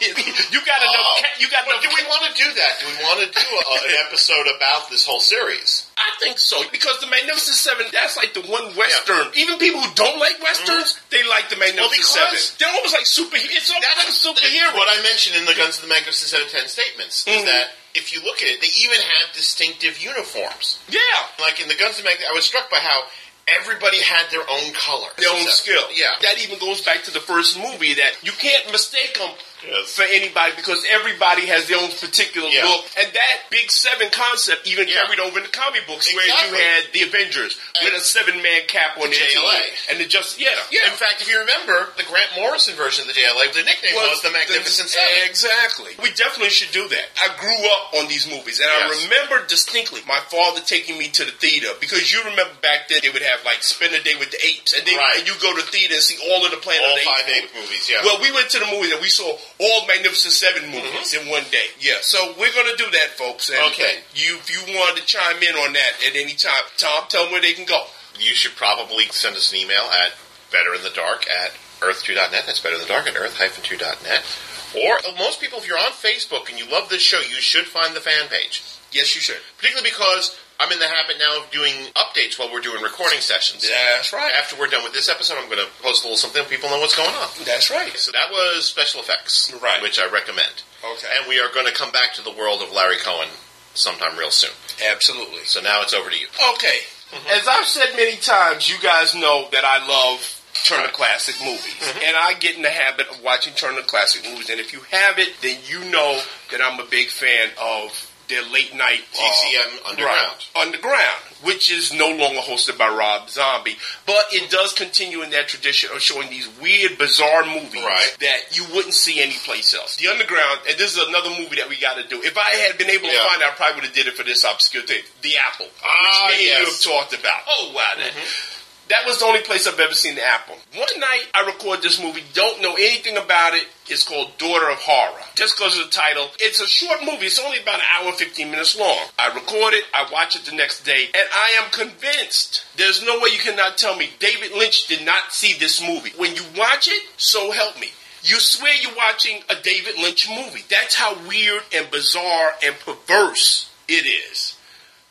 Speaker 5: killed. You got enough.
Speaker 1: Oh.
Speaker 5: ca- you got
Speaker 1: But
Speaker 5: enough.
Speaker 1: do we want to do that? Do we want to do a, an episode about this whole series?
Speaker 5: I think so because the Magnificent Seven. That's like the one western. Even people who don't like westerns, they like the Magnificent
Speaker 1: Mm-hmm. Well, because-
Speaker 5: Seven. They're almost like superheroes. It's almost like a superhero.
Speaker 1: What I mentioned in the Guns of the Magnificent Seven Ten statements is
Speaker 5: Mhm.
Speaker 1: that if you look at it, they even have distinctive uniforms.
Speaker 5: Yeah,
Speaker 1: Like in the Guns of the Magnificent, I was struck by how everybody had their own color,
Speaker 5: their own
Speaker 1: Except-
Speaker 5: skill.
Speaker 1: Yeah,
Speaker 5: that even goes back to the first movie that you can't mistake them.
Speaker 1: Yes.
Speaker 5: For anybody, because everybody has their own particular
Speaker 1: Yeah.
Speaker 5: look, and that Big Seven concept even
Speaker 1: Yeah.
Speaker 5: carried over in the comic books, where
Speaker 1: Exactly.
Speaker 5: you had the Avengers
Speaker 1: And-
Speaker 5: with a seven-man cap on
Speaker 1: The
Speaker 5: their team,
Speaker 1: JLA.
Speaker 5: and the just yeah,
Speaker 1: In fact, if you remember, the Grant Morrison version of the JLA, the nickname was, the Magnificent
Speaker 5: the-
Speaker 1: Seven.
Speaker 5: Exactly. We definitely should do that. I grew up on these movies, and
Speaker 1: Yes.
Speaker 5: I remember distinctly my father taking me to the theater because you remember back then they would have like spend a day with the apes, and then
Speaker 1: Right.
Speaker 5: and you go to the theater and see all of the Planet
Speaker 1: All
Speaker 5: of the
Speaker 1: five
Speaker 5: Apes
Speaker 1: ape movies, yeah.
Speaker 5: Well, we went to the movies and we saw all Magnificent Seven movies in one day. Yeah. So we're gonna do that, folks. And
Speaker 1: Okay.
Speaker 5: You, if you want to chime in on that at any time, Tom, tell them where they can go.
Speaker 1: you should probably send us an email at betterinthedark at earth2.net. That's betterinthedark at earth-2.net. Or uh, most people, if you're on Facebook and you love this show, you should find the fan page.
Speaker 5: Yes, you should.
Speaker 1: Particularly because I'm in the habit now of doing updates while we're doing recording sessions.
Speaker 5: That's right.
Speaker 1: After we're done with this episode, I'm going to post a little something. People know what's going on.
Speaker 5: That's right.
Speaker 1: So that was special effects,
Speaker 5: Right.
Speaker 1: Which I recommend.
Speaker 5: Okay.
Speaker 1: And we are going to come back to the world of Larry Cohen sometime real soon.
Speaker 5: Absolutely.
Speaker 1: So now it's over to you.
Speaker 5: Okay.
Speaker 1: Mm-hmm.
Speaker 5: As I've said many times, you guys know that I love Turner Classic movies.
Speaker 1: Mm-hmm.
Speaker 5: And I get in the habit of watching Turner Classic movies. And if you have it, then you know that I'm a big fan of their late night uh,
Speaker 1: TCM Underground.
Speaker 5: Right, underground, which is no longer hosted by Rob Zombie. But it does continue in that tradition of showing these weird, bizarre movies
Speaker 1: Right.
Speaker 5: that you wouldn't see anyplace else. The Underground, and this is another movie that we got to do. If I had been able
Speaker 1: Yeah.
Speaker 5: to find out, I probably would have did it for this obscure thing. The Apple
Speaker 1: Ah,
Speaker 5: which many of you
Speaker 1: yes.
Speaker 5: have talked about. Oh wow, that. That was the only place I've ever seen the apple. One night I record this movie, don't know anything about it. It's called Daughter of Horror. Just because of the title. It's a short movie. It's only about an hour and 15 minutes long. I record it, I watch it the next day, and I am convinced there's no way you cannot tell me David Lynch did not see this movie. When you watch it, so help me. You swear you're watching a David Lynch movie. That's how weird and bizarre and perverse it is.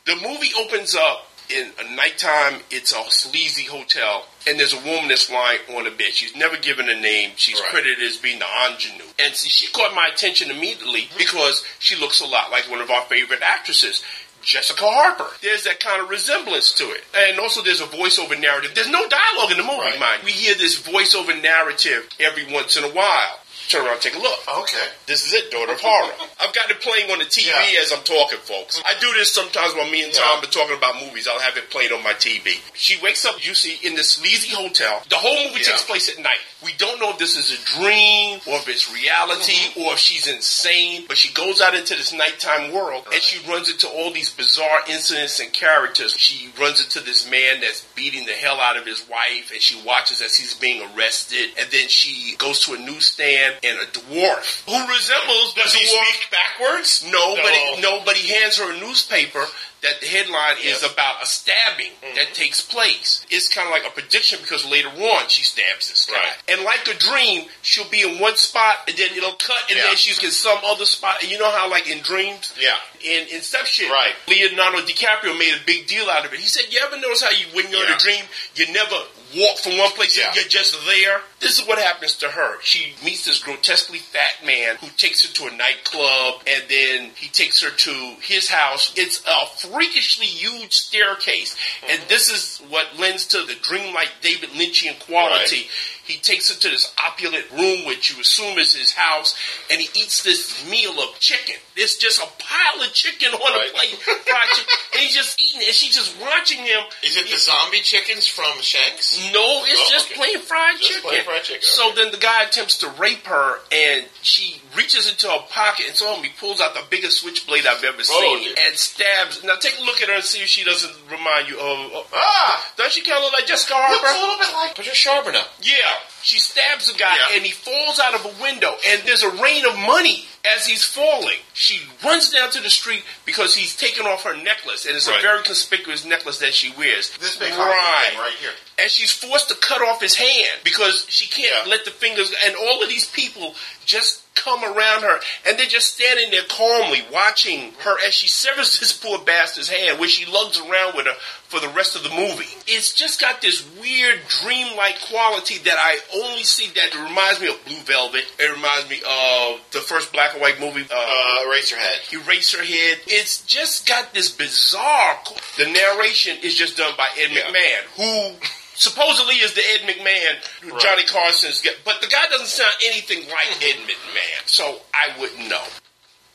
Speaker 5: The movie opens up in a nighttime. It's a sleazy hotel, and there's a woman that's lying on a bed. She's never given a name. She's credited as being the ingenue. And see, she caught my attention immediately because she looks a lot like one of our favorite actresses. Jessica Harper. There's that kind of resemblance to it. And also, there's a voiceover narrative. There's no dialogue in the movie,
Speaker 1: Right.
Speaker 5: mind. We hear this voiceover narrative every once in a while. Turn around, and take a look. Ah,
Speaker 1: Okay.
Speaker 5: This is it, Daughter of Horror. I've got it playing on the TV
Speaker 1: Yeah.
Speaker 5: as I'm talking, folks. I do this sometimes when me and Tom are talking about movies. I'll have it played on my TV. She wakes up, you see, in this sleazy hotel. The whole movie
Speaker 1: Yeah.
Speaker 5: takes place at night. We don't know if this is a dream or if it's reality or if she's insane, but she goes out into this nighttime world and she runs into all these bizarre incidents and characters. She runs into this man that's beating the hell out of his wife and she watches as he's being arrested and then she goes to a newsstand and a dwarf who resembles the
Speaker 1: Does he
Speaker 5: dwarf
Speaker 1: speak backwards?
Speaker 5: no, but
Speaker 1: No.
Speaker 5: it, no, but he hands her a newspaper that the headline is about a stabbing
Speaker 1: Mm-hmm.
Speaker 5: that takes place. It's kind of like a prediction because later on she stabs this guy,
Speaker 1: Right.
Speaker 5: and like a dream, she'll be in one spot and then it'll cut, and
Speaker 1: Yeah.
Speaker 5: then she's in some other spot. And you know how like in dreams,
Speaker 1: Yeah.
Speaker 5: in Inception,
Speaker 1: Right.
Speaker 5: Leonardo DiCaprio made a big deal out of it. He said, "You ever notice how you when you're in
Speaker 1: Yeah.
Speaker 5: a dream, you never." Walk from one place,
Speaker 1: Yeah.
Speaker 5: and you're just there. This is what happens to her. She meets this grotesquely fat man who takes her to a nightclub, and then he takes her to his house. It's a freakishly huge staircase, and this is what lends to the dreamlike David Lynchian quality. He takes her to this opulent room, which you assume is his house, and he eats this meal of chicken. There's just a pile of chicken on
Speaker 1: Right.
Speaker 5: a plate, fried chicken, and he's just eating it, and she's just watching him.
Speaker 1: Is it the zombie chickens from Shanks?
Speaker 5: No, it's
Speaker 1: Oh,
Speaker 5: just
Speaker 1: okay.
Speaker 5: plain fried
Speaker 1: Just
Speaker 5: chicken.
Speaker 1: plain fried chicken,
Speaker 5: So then the guy attempts to rape her, and she reaches into her pocket and so he pulls out the biggest switchblade I've ever seen
Speaker 1: Oh, dear.
Speaker 5: and stabs. Now take a look at her and see if she doesn't remind you of. of
Speaker 1: Ah!
Speaker 5: does she kind of look like Jessica
Speaker 1: Looks a
Speaker 5: Harper?
Speaker 1: little bit like Patricia Charbonneau.
Speaker 5: Yeah. She stabs the guy
Speaker 1: Yeah.
Speaker 5: and he falls out of a window and there's a rain of money as he's falling. She runs down to the street because he's taken off her necklace and it's
Speaker 1: Right.
Speaker 5: a very conspicuous necklace that she wears.
Speaker 1: This big hockey
Speaker 5: right.
Speaker 1: thing right here.
Speaker 5: And she's forced to cut off his hand because she can't
Speaker 1: Yeah.
Speaker 5: let the fingers and all of these people just come around her and they're just standing there calmly watching her as she severs this poor bastard's hand which she lugs around with her for the rest of the movie. It's just got this weird dreamlike quality that I only see that reminds me of Blue Velvet. It reminds me of the first black and white movie uh,
Speaker 1: Uh, Eraserhead.
Speaker 5: Eraserhead. It's just got this bizarre. co- The narration is just done by Ed
Speaker 1: Yeah.
Speaker 5: McMahon, who supposedly is the Ed McMahon
Speaker 1: Right.
Speaker 5: Johnny Carson's guy, but the guy doesn't sound anything like Ed McMahon, so I wouldn't know.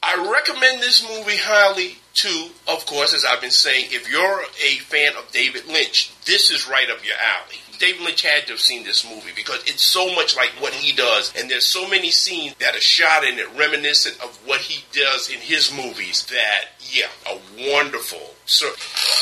Speaker 5: I recommend this movie highly to, of course, as I've been saying, if you're a fan of David Lynch, this is right up your alley. David Lynch had to have seen this movie because it's so much like what he does, and there's so many scenes that are shot in it reminiscent of what he does in his movies that, yeah, a wonderful. Sur-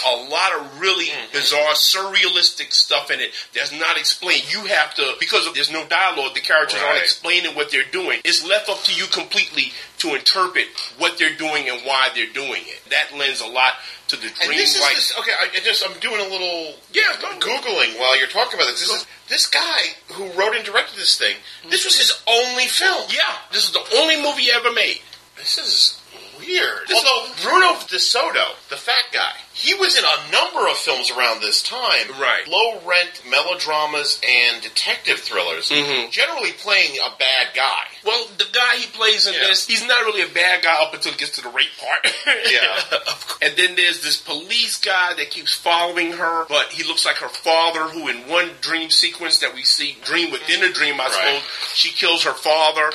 Speaker 5: a lot of really bizarre, surrealistic stuff in it that's not explained. You have to, because there's no dialogue, the characters aren't
Speaker 1: Right.
Speaker 5: explained explaining what they're doing. It's left up to you completely to interpret what they're doing and why they're doing it. That lends a lot to the
Speaker 1: And
Speaker 5: dream
Speaker 1: this is
Speaker 5: like
Speaker 1: this, okay. I I just I'm doing a little
Speaker 5: Yeah, go-
Speaker 1: googling while you're talking about this. This, is, this guy who wrote and directed this thing. This was his only film.
Speaker 5: Yeah, this is the only movie he ever made.
Speaker 1: This is weird.
Speaker 5: This-
Speaker 1: Although Bruno De Soto, the fat guy, He was in a number of films around this time.
Speaker 5: Right.
Speaker 1: Low rent melodramas and detective thrillers,
Speaker 5: Mhm.
Speaker 1: generally playing a bad guy.
Speaker 5: Well, the guy he plays in
Speaker 1: Yeah.
Speaker 5: this, he's not really a bad guy up until it gets to the rape part.
Speaker 1: Yeah.
Speaker 5: Of course. and then there's this police guy that keeps following her, but he looks like her father, who in one dream sequence that we see, dream within a dream, I
Speaker 1: Right. Mm-hmm.
Speaker 5: suppose, she kills her father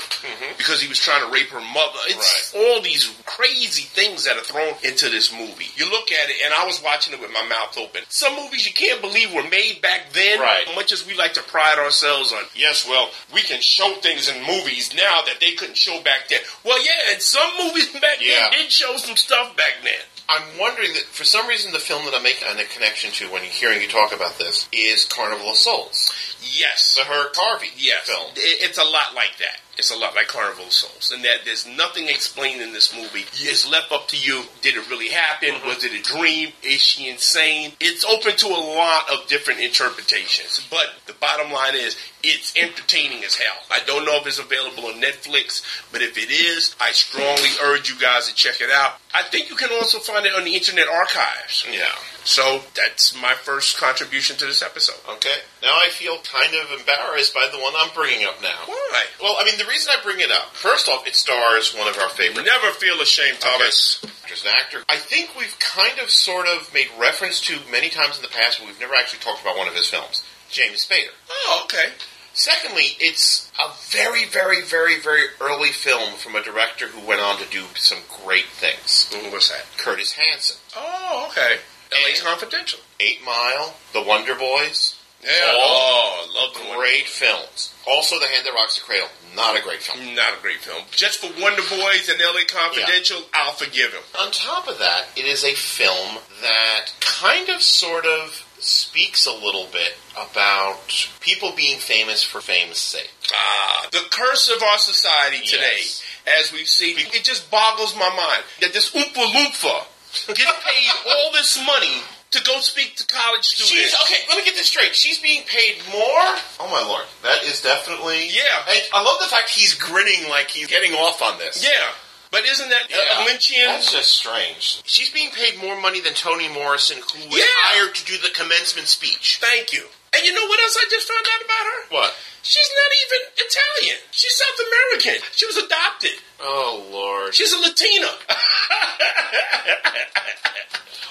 Speaker 5: because he was trying to rape her mother. It's all these crazy things that are thrown into this movie. You look at it, and I was watching it with my mouth open. Some movies you can't believe were made back then.
Speaker 1: Right.
Speaker 5: Much as we like to pride ourselves on, yes, well, we can show things in movies now that they couldn't show back then. Well, yeah, and some movies back
Speaker 1: Yeah.
Speaker 5: then did show some stuff back then.
Speaker 1: I'm wondering that for some reason the film that I'm making a connection to when hearing you talk about this is Carnival of Souls,
Speaker 5: Yes.
Speaker 1: the Herc Harvey
Speaker 5: Yes.
Speaker 1: film.
Speaker 5: It- It's a lot like that. It's a lot like Carnival of Souls, and that there's nothing explained in this movie. It's left up to you. Did it really happen?
Speaker 1: Mm-hmm.
Speaker 5: Was it a dream? Is she insane? It's open to a lot of different interpretations, but the bottom line is it's entertaining as hell. I don't know if it's available on Netflix, but if it is, I strongly urge you guys to check it out. I think you can also find it on the Internet Archives.
Speaker 1: Yeah.
Speaker 5: So that's my first contribution to this episode.
Speaker 1: Okay. Now I feel kind of embarrassed by the one I'm bringing up now.
Speaker 5: Why?
Speaker 1: Well, I mean, the reason I bring it up, first off, it stars one of our favorite
Speaker 5: Never feel ashamed, Thomas.
Speaker 1: actors and actor. I think we've kind of sort of made reference to many times in the past, but we've never actually talked about one of his films, James Spader.
Speaker 5: Oh, okay.
Speaker 1: Secondly, it's a very, very, very, very early film from a director who went on to do some great things.
Speaker 5: What was that?
Speaker 1: Curtis Hanson,
Speaker 5: Oh, okay. LA
Speaker 1: And-
Speaker 5: Confidential.
Speaker 1: Eight Mile, The Wonder Boys,
Speaker 5: Yeah.
Speaker 1: Oh,
Speaker 5: love
Speaker 1: great films. Also, The Hand That Rocks the Cradle, not a great film.
Speaker 5: Not a great film. Just for Wonder Boys and LA Confidential, I'll forgive him.
Speaker 1: On top of that, it is a film that kind of sort of speaks a little bit about people being famous for fame's sake.
Speaker 5: Ah, the curse of our society today,
Speaker 1: Yes.
Speaker 5: as we've seen, it just boggles my mind that this Oompa Loompa gets paid all this money to go speak to college
Speaker 1: She's
Speaker 5: students.
Speaker 1: okay, let me get this straight. She's being paid more? Oh my lord. That is definitely
Speaker 5: Yeah.
Speaker 1: And I love the fact he's grinning like he's getting off on this.
Speaker 5: yeah, but isn't that
Speaker 1: Yeah.
Speaker 5: a Lynchian?
Speaker 1: That's just strange. She's being paid more money than Toni Morrison, who was
Speaker 5: Yeah.
Speaker 1: hired to do the commencement speech.
Speaker 5: Thank you. And you know what else I just found out about her?
Speaker 1: What?
Speaker 5: She's not even Italian. She's South American. She was adopted.
Speaker 1: Oh lord.
Speaker 5: She's a Latina.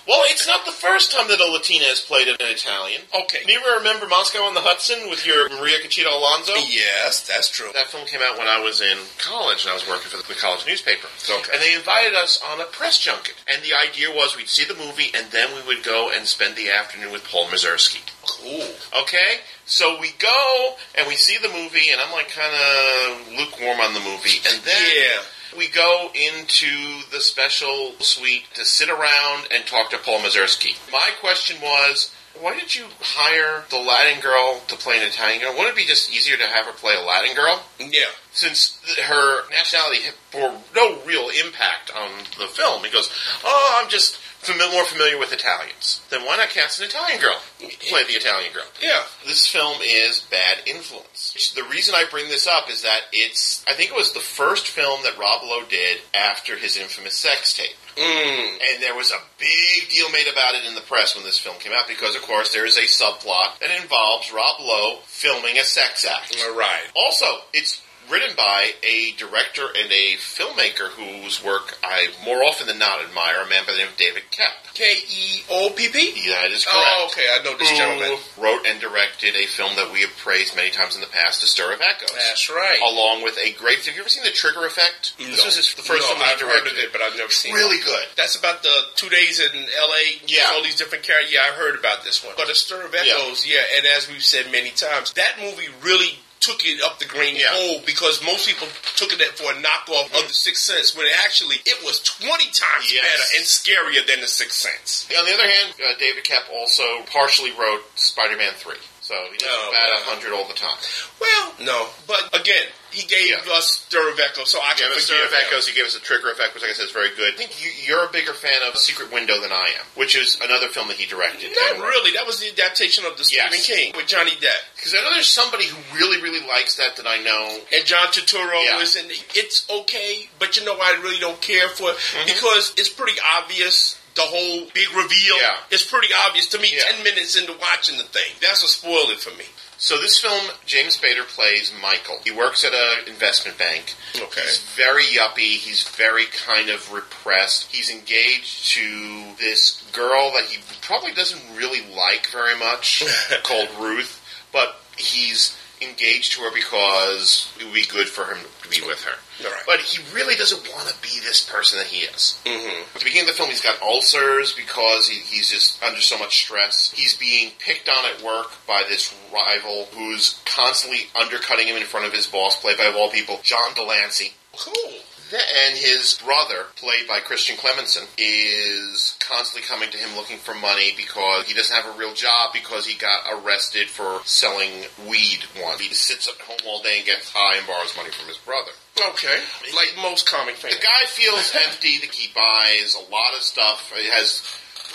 Speaker 1: Well, it's not the first time that a Latina has played an Italian.
Speaker 5: Okay.
Speaker 1: Do you remember Moscow on the Hudson with your Maria Cachita Alonso?
Speaker 5: Yes, that's true.
Speaker 1: That film came out when I was in college and I was working for the college newspaper.
Speaker 5: Okay.
Speaker 1: And they invited us on a press junket. And the idea was we'd see the movie and then we would go and spend the afternoon with Paul Mazursky.
Speaker 5: Cool.
Speaker 1: Okay? So we go and we see the movie and I'm like kind of lukewarm on the movie. And then
Speaker 5: Yeah.
Speaker 1: we go into the special suite to sit around and talk to Paul Mazursky. My question was, why did you hire the Latin girl to play an Italian girl? Wouldn't it be just easier to have her play a Latin girl?
Speaker 5: Yeah.
Speaker 1: Since th- her nationality had- bore no real impact on the film, he goes, "Oh, I'm just fami- more familiar with Italians." Then why not cast an Italian girl? to Play the Italian girl.
Speaker 5: Yeah.
Speaker 1: This film is Bad Influence. The reason I bring this up is that it's, I think it was the first film that Rob Lowe did after his infamous sex tape.
Speaker 5: Mm.
Speaker 1: And there was a big deal made about it in the press when this film came out because, of course, there is a subplot that involves Rob Lowe filming a sex act.
Speaker 5: All right.
Speaker 1: Also, it's written by a director and a filmmaker whose work I more often than not admire, a man by the name of David Koepp.
Speaker 5: K E O P P?
Speaker 1: That is correct
Speaker 5: Oh, okay. I know this
Speaker 1: who
Speaker 5: gentleman.
Speaker 1: wrote and directed a film that we have praised many times in the past, A Stir of Echoes.
Speaker 5: That's right.
Speaker 1: Along with a great. Have you ever seen The Trigger Effect? This was his, the first
Speaker 5: no,
Speaker 1: film he
Speaker 5: I've heard
Speaker 1: directed.
Speaker 5: of it, but I've never seen
Speaker 1: really
Speaker 5: it.
Speaker 1: good.
Speaker 5: That's about the two days in L.A.
Speaker 1: Yeah.
Speaker 5: all these different characters. Yeah, I heard about this one. But a stir of echoes. Yeah. and as we've said many times, that movie really took it up the green
Speaker 1: Yeah. Mm-hmm.
Speaker 5: hole because most people took it for a knockoff of the Sixth Sense when actually it was twenty times
Speaker 1: Yes.
Speaker 5: better and scarier than the Sixth Sense.
Speaker 1: On the other hand, uh, David Koepp also partially wrote Spider-Man 3. So he does
Speaker 5: Oh,
Speaker 1: about
Speaker 5: wow.
Speaker 1: a 100 all the time.
Speaker 5: Well, no, but again, he gave
Speaker 1: Yeah.
Speaker 5: us stir of echoes, so I
Speaker 1: Yeah,
Speaker 5: can
Speaker 1: but
Speaker 5: forgive
Speaker 1: Stir of
Speaker 5: him.
Speaker 1: Echoes, he gave us a Trigger Effect, which, like I said, is very good. I think you, you're a bigger fan of Secret Window than I am, which is another film that he directed.
Speaker 5: Not
Speaker 1: and wrote.
Speaker 5: really. That was the adaptation of the Stephen
Speaker 1: Yes.
Speaker 5: King with Johnny Depp.
Speaker 1: Because I know there's somebody who really, really likes that that I know.
Speaker 5: And John Turturro
Speaker 1: Yeah.
Speaker 5: is in.
Speaker 1: Mm-hmm.
Speaker 5: It's okay, but you know I really don't care for it because it's pretty obvious. the whole big reveal is pretty obvious to me. Ten minutes into watching the thing, that's what spoiled it for me.
Speaker 1: So this film, James Bader plays Michael. He works at an investment bank.
Speaker 5: Okay.
Speaker 1: He's very yuppie. He's very kind of repressed. He's engaged to this girl that he probably doesn't really like very much, called Ruth. But he's engaged to her because it would be good for him to be with her.
Speaker 5: All right.
Speaker 1: But he really doesn't want to be this person that he is.
Speaker 5: Mm-hmm.
Speaker 1: At the beginning of the film, he's got ulcers because he, he's just under so much stress. He's being picked on at work by this rival who's constantly undercutting him in front of his boss, played by, of all people, John Delancey.
Speaker 5: Cool.
Speaker 1: And his brother, played by Christian Clemenson, is constantly coming to him looking for money because he doesn't have a real job because he got arrested for selling weed once. He sits at home all day and gets high and borrows money from his brother.
Speaker 5: Okay. Like most comic fans.
Speaker 1: The guy feels empty. That he buys a lot of stuff. It has.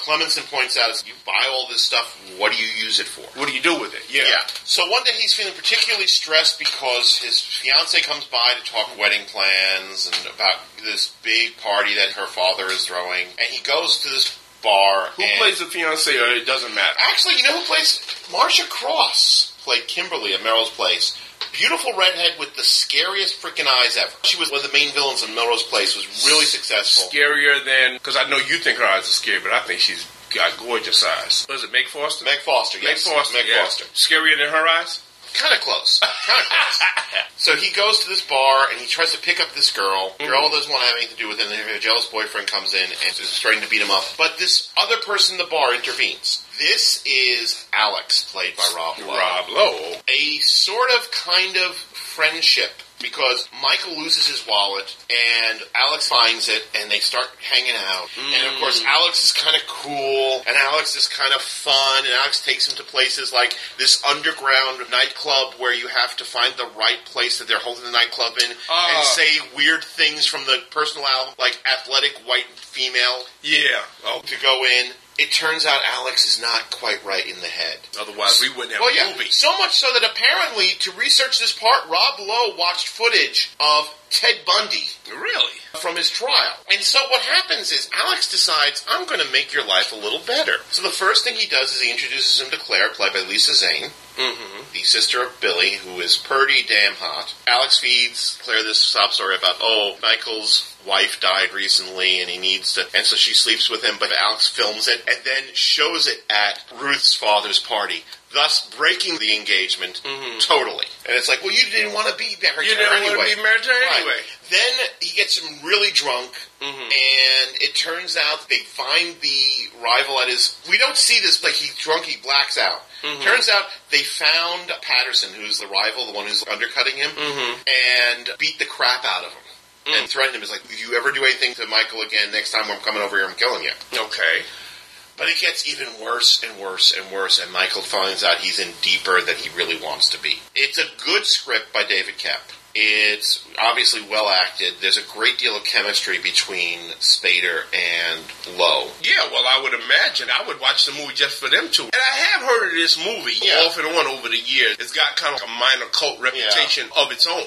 Speaker 1: Clemenson points out, "You buy all this stuff. What do you use it for?"
Speaker 5: What do you do with it? Yeah.
Speaker 1: So one day he's feeling particularly stressed because his fiance comes by to
Speaker 5: Mm-hmm.
Speaker 1: talk wedding plans and about this big party that her father is throwing, and he goes to this bar.
Speaker 5: Who
Speaker 1: and-
Speaker 5: plays the fiance? Or it doesn't matter.
Speaker 1: Actually, you know who plays Marcia Cross? Played Kimberly at Melrose Place. Beautiful redhead with the scariest freaking eyes ever. She was one of the main villains in Melrose Place. Was really successful.
Speaker 5: Scarier than because I know you think her eyes are scary, but I think she's got gorgeous eyes. Was it Meg Foster?
Speaker 1: Meg Foster.
Speaker 5: Meg
Speaker 1: Yes.
Speaker 5: Foster.
Speaker 1: Meg
Speaker 5: yeah.
Speaker 1: Foster.
Speaker 5: Scarier than her eyes.
Speaker 1: Kind of close. Kind of close. so he goes to this bar and he tries to pick up this girl.
Speaker 5: Mm-hmm.
Speaker 1: The girl doesn't want to have anything to do with him. Her jealous boyfriend comes in and is starting to beat him up. But this other person in the bar intervenes. This is Alex, played by Rob Lowe.
Speaker 5: Rob Lowe.
Speaker 1: A sort of kind of friendship. Because Michael loses his wallet and Alex finds it and they start hanging out. And of course,
Speaker 5: Mm.
Speaker 1: Alex is kind of cool and Alex is kind of fun and Alex takes him to places like this underground nightclub where you have to find the right place that they're holding the nightclub in
Speaker 5: Ah.
Speaker 1: and say weird things from the personal al- like athletic white female
Speaker 5: Yeah. Oh,
Speaker 1: to go in. It turns out Alex is not quite right in the head.
Speaker 5: otherwise we wouldn't have
Speaker 1: Well,
Speaker 5: a
Speaker 1: yeah.
Speaker 5: movie.
Speaker 1: So much so that apparently, to research this part, Rob Lowe watched footage of Ted Bundy
Speaker 5: Really?
Speaker 1: from his trial. And so what happens is Alex decides, I'm going to make your life a little better. So the first thing he does is he introduces him to Claire, played by Lisa Zane,
Speaker 5: Mm-hmm.
Speaker 1: the sister of Billy, who is pretty damn hot. Alex feeds Claire this sob story about, oh, Michael's wife died recently and he needs to. And so she sleeps with him, but Alex films it and then shows it at Ruth's father's party. Thus, breaking the engagement totally, and it's like, well, you didn't want to be there.
Speaker 5: Mm-hmm. You didn't
Speaker 1: anyway.
Speaker 5: want to be married to her
Speaker 1: Right.
Speaker 5: anyway.
Speaker 1: Then he gets him really drunk, and it turns out they find the rival at his. We don't see this, like he's drunk, he blacks out.
Speaker 5: Mm-hmm.
Speaker 1: Turns out they found Patterson, who's the rival, the one who's undercutting him, and beat the crap out of him. And threatened him. Is like, if you ever do anything to Michael again, next time I'm coming over here, I'm killing you.
Speaker 5: Okay.
Speaker 1: But it gets even worse and worse and worse, and Michael finds out he's in deeper than he really wants to be. It's a good script by David Kep. It's obviously well acted. There's a great deal of chemistry between Spader and Lowe.
Speaker 5: Yeah, well, I would imagine I would watch the movie just for them two. And I have heard of this movie
Speaker 1: Yeah.
Speaker 5: off and on over the years. It's got kind of a minor cult reputation of its own,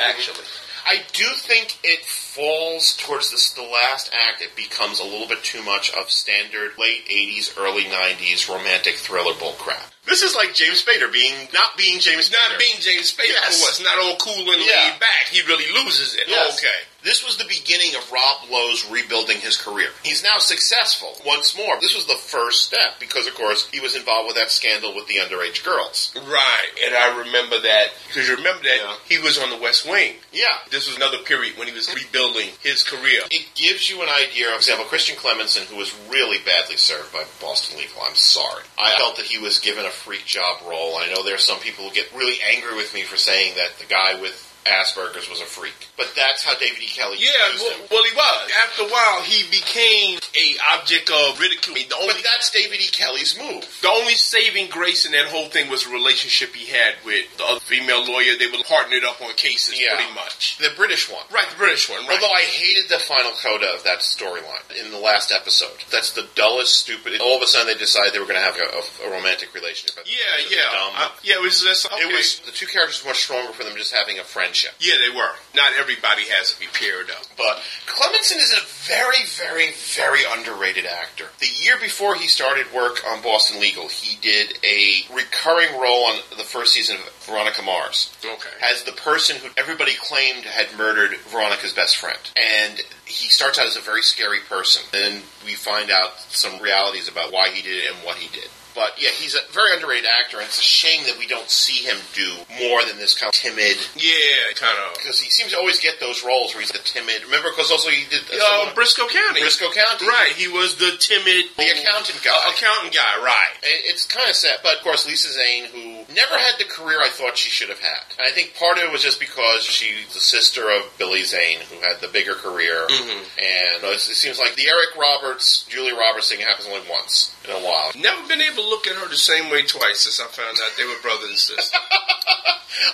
Speaker 5: actually.
Speaker 1: I do think it falls towards this, the last act. It becomes a little bit too much of standard late 80s, early 90s romantic thriller bullcrap. This is like James Spader being not being James
Speaker 5: It's not
Speaker 1: Spader.
Speaker 5: being James Spader
Speaker 1: Yes.
Speaker 5: for us, not all cool and
Speaker 1: Yeah.
Speaker 5: laid back. He really loses it.
Speaker 1: Yes.
Speaker 5: Okay.
Speaker 1: This was the beginning of Rob Lowe's rebuilding his career. He's now successful once more. This was the first step because, of course, he was involved with that scandal with the underage girls.
Speaker 5: Right, and I remember that because you remember that
Speaker 1: Yeah.
Speaker 5: he was on the West Wing.
Speaker 1: Yeah.
Speaker 5: This was another period when he was rebuilding his career.
Speaker 1: It gives you an idea. For example, Christian Clemenson, who was really badly served by Boston Legal. I'm sorry. I felt that he was given a freak job role. I know there are some people who get really angry with me for saying that the guy with Asperger's was a freak, but that's how David E. Kelly
Speaker 5: Yeah,
Speaker 1: used
Speaker 5: well,
Speaker 1: him.
Speaker 5: well, he was. After a while, he became a object of ridicule. The only
Speaker 1: But that's David E. Kelly's move.
Speaker 5: The only saving grace in that whole thing was the relationship he had with the other female lawyer. They were partnered up on cases,
Speaker 1: Yeah.
Speaker 5: pretty much.
Speaker 1: The British one.
Speaker 5: Right, the British one, right?
Speaker 1: Although I hated the final coda of that storyline in the last episode. That's the dullest, stupid. All of a sudden, they decided they were going to have a, a, a romantic relationship.
Speaker 5: yeah, yeah,
Speaker 1: Dumb.
Speaker 5: I- yeah. It was just okay.
Speaker 1: It was the two characters were much stronger for them just having a friend friendship.
Speaker 5: Yeah, they were. Not everybody has to be paired up.
Speaker 1: But Clemenson is a very, very, very underrated actor. The year before he started work on Boston Legal, he did a recurring role on the first season of Veronica Mars.
Speaker 5: Okay.
Speaker 1: As the person who everybody claimed had murdered Veronica's best friend. And he starts out as a very scary person. Then we find out some realities about why he did it and what he did. But yeah, he's a very underrated actor, and it's a shame that we don't see him do more than this kind of timid.
Speaker 5: Yeah, kind of.
Speaker 1: Because he seems to always get those roles where he's the timid. Remember, because also he did
Speaker 5: uh, uh, Briscoe County.
Speaker 1: Briscoe County,
Speaker 5: right? He was the timid,
Speaker 1: the accountant guy.
Speaker 5: Uh, accountant guy, right?
Speaker 1: It, it's kind of sad, but of course, Lisa Zane, who never had the career I thought she should have had, and I think part of it was just because she's the sister of Billy Zane, who had the bigger career,
Speaker 5: mm-hmm.
Speaker 1: and it, it seems like the Eric Roberts, Julie Roberts thing happens only once in a while.
Speaker 5: Never been able look at her the same way twice since I found out they were brother and sister.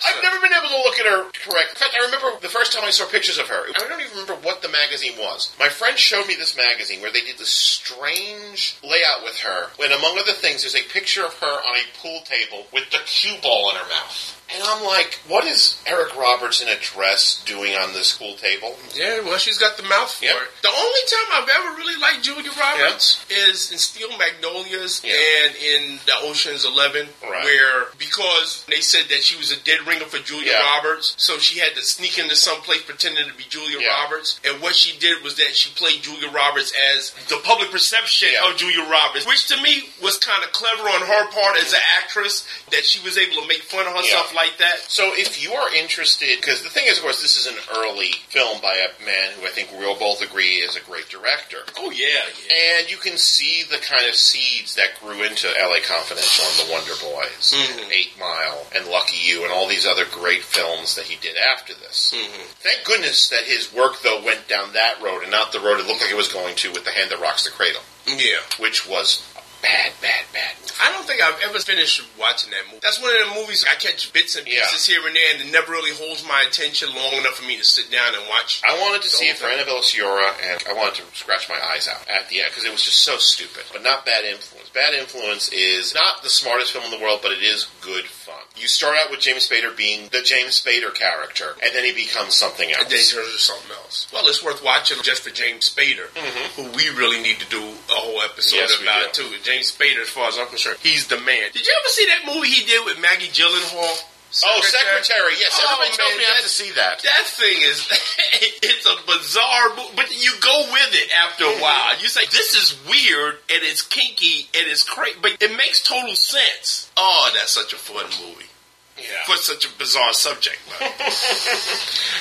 Speaker 1: I've never been able to look at her correctly. In fact, I remember the first time I saw pictures of her. I don't even remember what the magazine was. My friend showed me this magazine where they did this strange layout with her. And among other things, there's a picture of her on a pool table with the cue ball in her mouth. And I'm like, what is Eric Roberts in a dress doing on this pool table?
Speaker 5: Yeah, well, she's got the mouth for yep. it. The only time I've ever really liked Julia Roberts yep. is in Steel Magnolias yep. and in The Ocean's Eleven,
Speaker 1: right.
Speaker 5: where because they said that she was a dead ringer for Julia Roberts, so she had to sneak into some place pretending to be Julia Roberts. And what she did was that she played Julia Roberts as the public perception of Julia Roberts, which to me was kind of clever on her part as an actress that she was able to make fun of herself like that.
Speaker 1: So if you are interested, because the thing is, of course, this is an early film by a man who I think we'll both agree is a great director.
Speaker 5: Oh yeah, yeah.
Speaker 1: and you can see the kind of seeds that grew into L.A. Confidential and The Wonder Boys,
Speaker 5: mm-hmm.
Speaker 1: and Eight Mile, and Lucky You, and all these other great films that he did after this.
Speaker 5: Mm-hmm.
Speaker 1: Thank goodness that his work though went down that road and not the road it looked like it was going to with The Hand That Rocks the Cradle.
Speaker 5: Yeah,
Speaker 1: which was bad, bad, bad.
Speaker 5: I don't think I've ever finished watching that movie. That's one of the movies I catch bits and pieces yeah. here and there, and it never really holds my attention long enough for me to sit down and watch.
Speaker 1: I wanted to see it for Annabelle Ciora, and I wanted to scratch my eyes out at the end because it was just so stupid. But not Bad Influence. Bad Influence is not the smartest film in the world, but it is good fun. You start out with James Spader being the James Spader character, and then he becomes something else.
Speaker 5: And then he turns into something else. Well, it's worth watching just for James Spader,
Speaker 1: mm-hmm.
Speaker 5: who we really need to do a whole episode
Speaker 1: yes,
Speaker 5: about too. James Spader, as far as I'm concerned, he's the man. Did you ever see that movie he did with Maggie Gyllenhaal?
Speaker 1: Secretary? Oh, Secretary! Yes, everybody oh, tells man, me I have to see that.
Speaker 5: That thing is—it's a bizarre movie, but you go with it after
Speaker 1: Mm-hmm.
Speaker 5: a while. You say this is weird and it's kinky and it's crazy, but it makes total sense. Oh, that's such a fun movie.
Speaker 1: Yeah.
Speaker 5: For such a bizarre subject.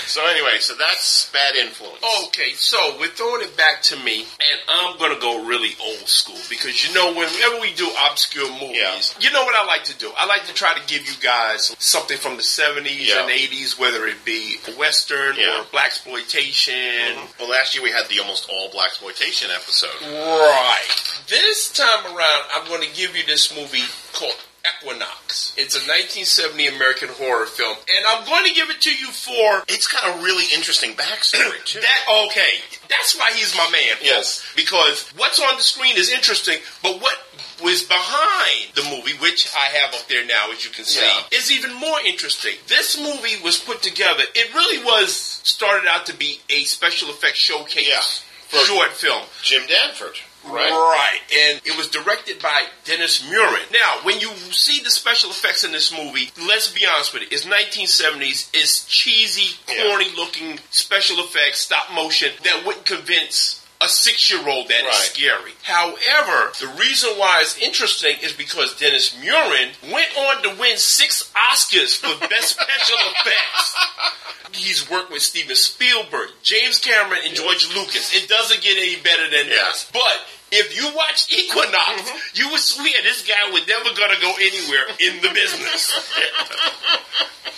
Speaker 1: so anyway, so that's bad influence.
Speaker 5: Okay, so we're throwing it back to me, and I'm gonna go really old school because you know whenever we do obscure movies,
Speaker 1: yeah.
Speaker 5: you know what I like to do? I like to try to give you guys something from the 70s
Speaker 1: yeah.
Speaker 5: and 80s, whether it be western
Speaker 1: yeah.
Speaker 5: or black exploitation.
Speaker 1: Mm-hmm. Well, last year we had the almost all black exploitation episode.
Speaker 5: Right. This time around, I'm gonna give you this movie called Equinox. It's a 1970 American horror film, and I'm going to give it to you for
Speaker 1: it's got a really interesting backstory too.
Speaker 5: that okay, that's why he's my man.
Speaker 1: Yes,
Speaker 5: folks, because what's on the screen is interesting, but what was behind the movie, which I have up there now, as you can see,
Speaker 1: yeah.
Speaker 5: is even more interesting. This movie was put together. It really was started out to be a special effects showcase
Speaker 1: yeah.
Speaker 5: for short film.
Speaker 1: Jim Danford. Right.
Speaker 5: right. And it was directed by Dennis Murin. Now, when you see the special effects in this movie, let's be honest with it. It's 1970s. It's cheesy, corny looking special effects, stop motion that wouldn't convince a six year old that
Speaker 1: right.
Speaker 5: is scary. However, the reason why it's interesting is because Dennis Murin went on to win six Oscars for Best Special Effects. He's worked with Steven Spielberg, James Cameron, and George Lucas. It doesn't get any better than
Speaker 1: Yeah.
Speaker 5: this. But if you watch Equinox,
Speaker 1: Mhm.
Speaker 5: you would swear this guy was never gonna go anywhere in the business.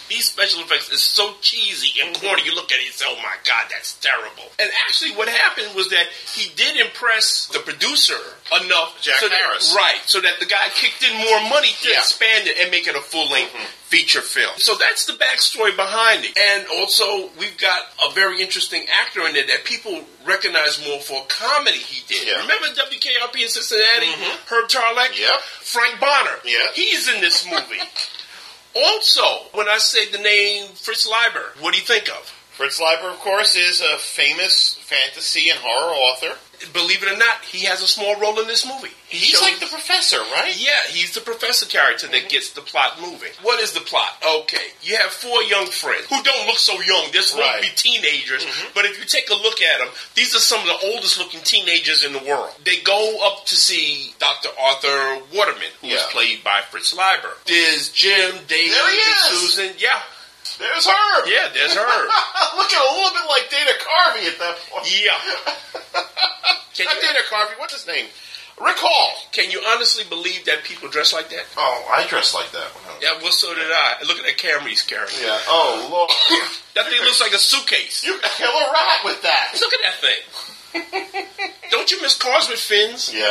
Speaker 5: These special effects is so cheesy and corny. You look at it, and say, "Oh my god, that's terrible." Mm-hmm. And actually, what happened was that he did impress the producer enough,
Speaker 1: Jack
Speaker 5: so that-
Speaker 1: Harris.
Speaker 5: right? So that the guy kicked in more money to
Speaker 1: Yeah.
Speaker 5: expand it and make it a full length
Speaker 1: Mhm.
Speaker 5: feature film. So that's the backstory behind it. And also, we've got a very interesting actor in it that people recognize more for a comedy he did.
Speaker 1: Yeah.
Speaker 5: Remember WKRP in Cincinnati?
Speaker 1: Mhm.
Speaker 5: Herb Tarlek?
Speaker 1: Yep.
Speaker 5: Frank Bonner?
Speaker 1: Yeah.
Speaker 5: He's in this movie. Also, when I say the name Fritz Leiber, what do you think of?
Speaker 1: Fritz Leiber, of course, is a famous fantasy and horror author.
Speaker 5: Believe it or not, he has a small role in this movie.
Speaker 1: He he's shows- like the professor, right? Mm-hmm.
Speaker 5: Yeah, he's the professor character that gets the plot moving. What is the plot? Okay, you have four young friends who don't look so young. They're supposed to be
Speaker 1: Right. Mm-hmm.
Speaker 5: teenagers, but if you take a look at them, these are some of the oldest looking teenagers in the world. They go up to see Dr. Arthur Waterman, who is
Speaker 1: Yeah.
Speaker 5: played by Fritz Leiber. There's Jim, David,
Speaker 1: There he is.
Speaker 5: Susan. Yeah,
Speaker 1: There's her.
Speaker 5: yeah, there's her.
Speaker 1: Looking a little bit like Dana Carvey at that point.
Speaker 5: yeah. Can
Speaker 1: Not
Speaker 5: you,
Speaker 1: Dana Carvey. What's his name? Rick Hall.
Speaker 5: can you honestly believe that people dress like that?
Speaker 1: Oh, I dressed like that. When I was-
Speaker 5: Yeah, well, so did I. Look at that camera he's carrying.
Speaker 1: yeah. Oh lord,
Speaker 5: That thing looks like a suitcase.
Speaker 1: you could kill a rat with that.
Speaker 5: Look at that thing. Don't you miss cars with fins?
Speaker 1: Yeah,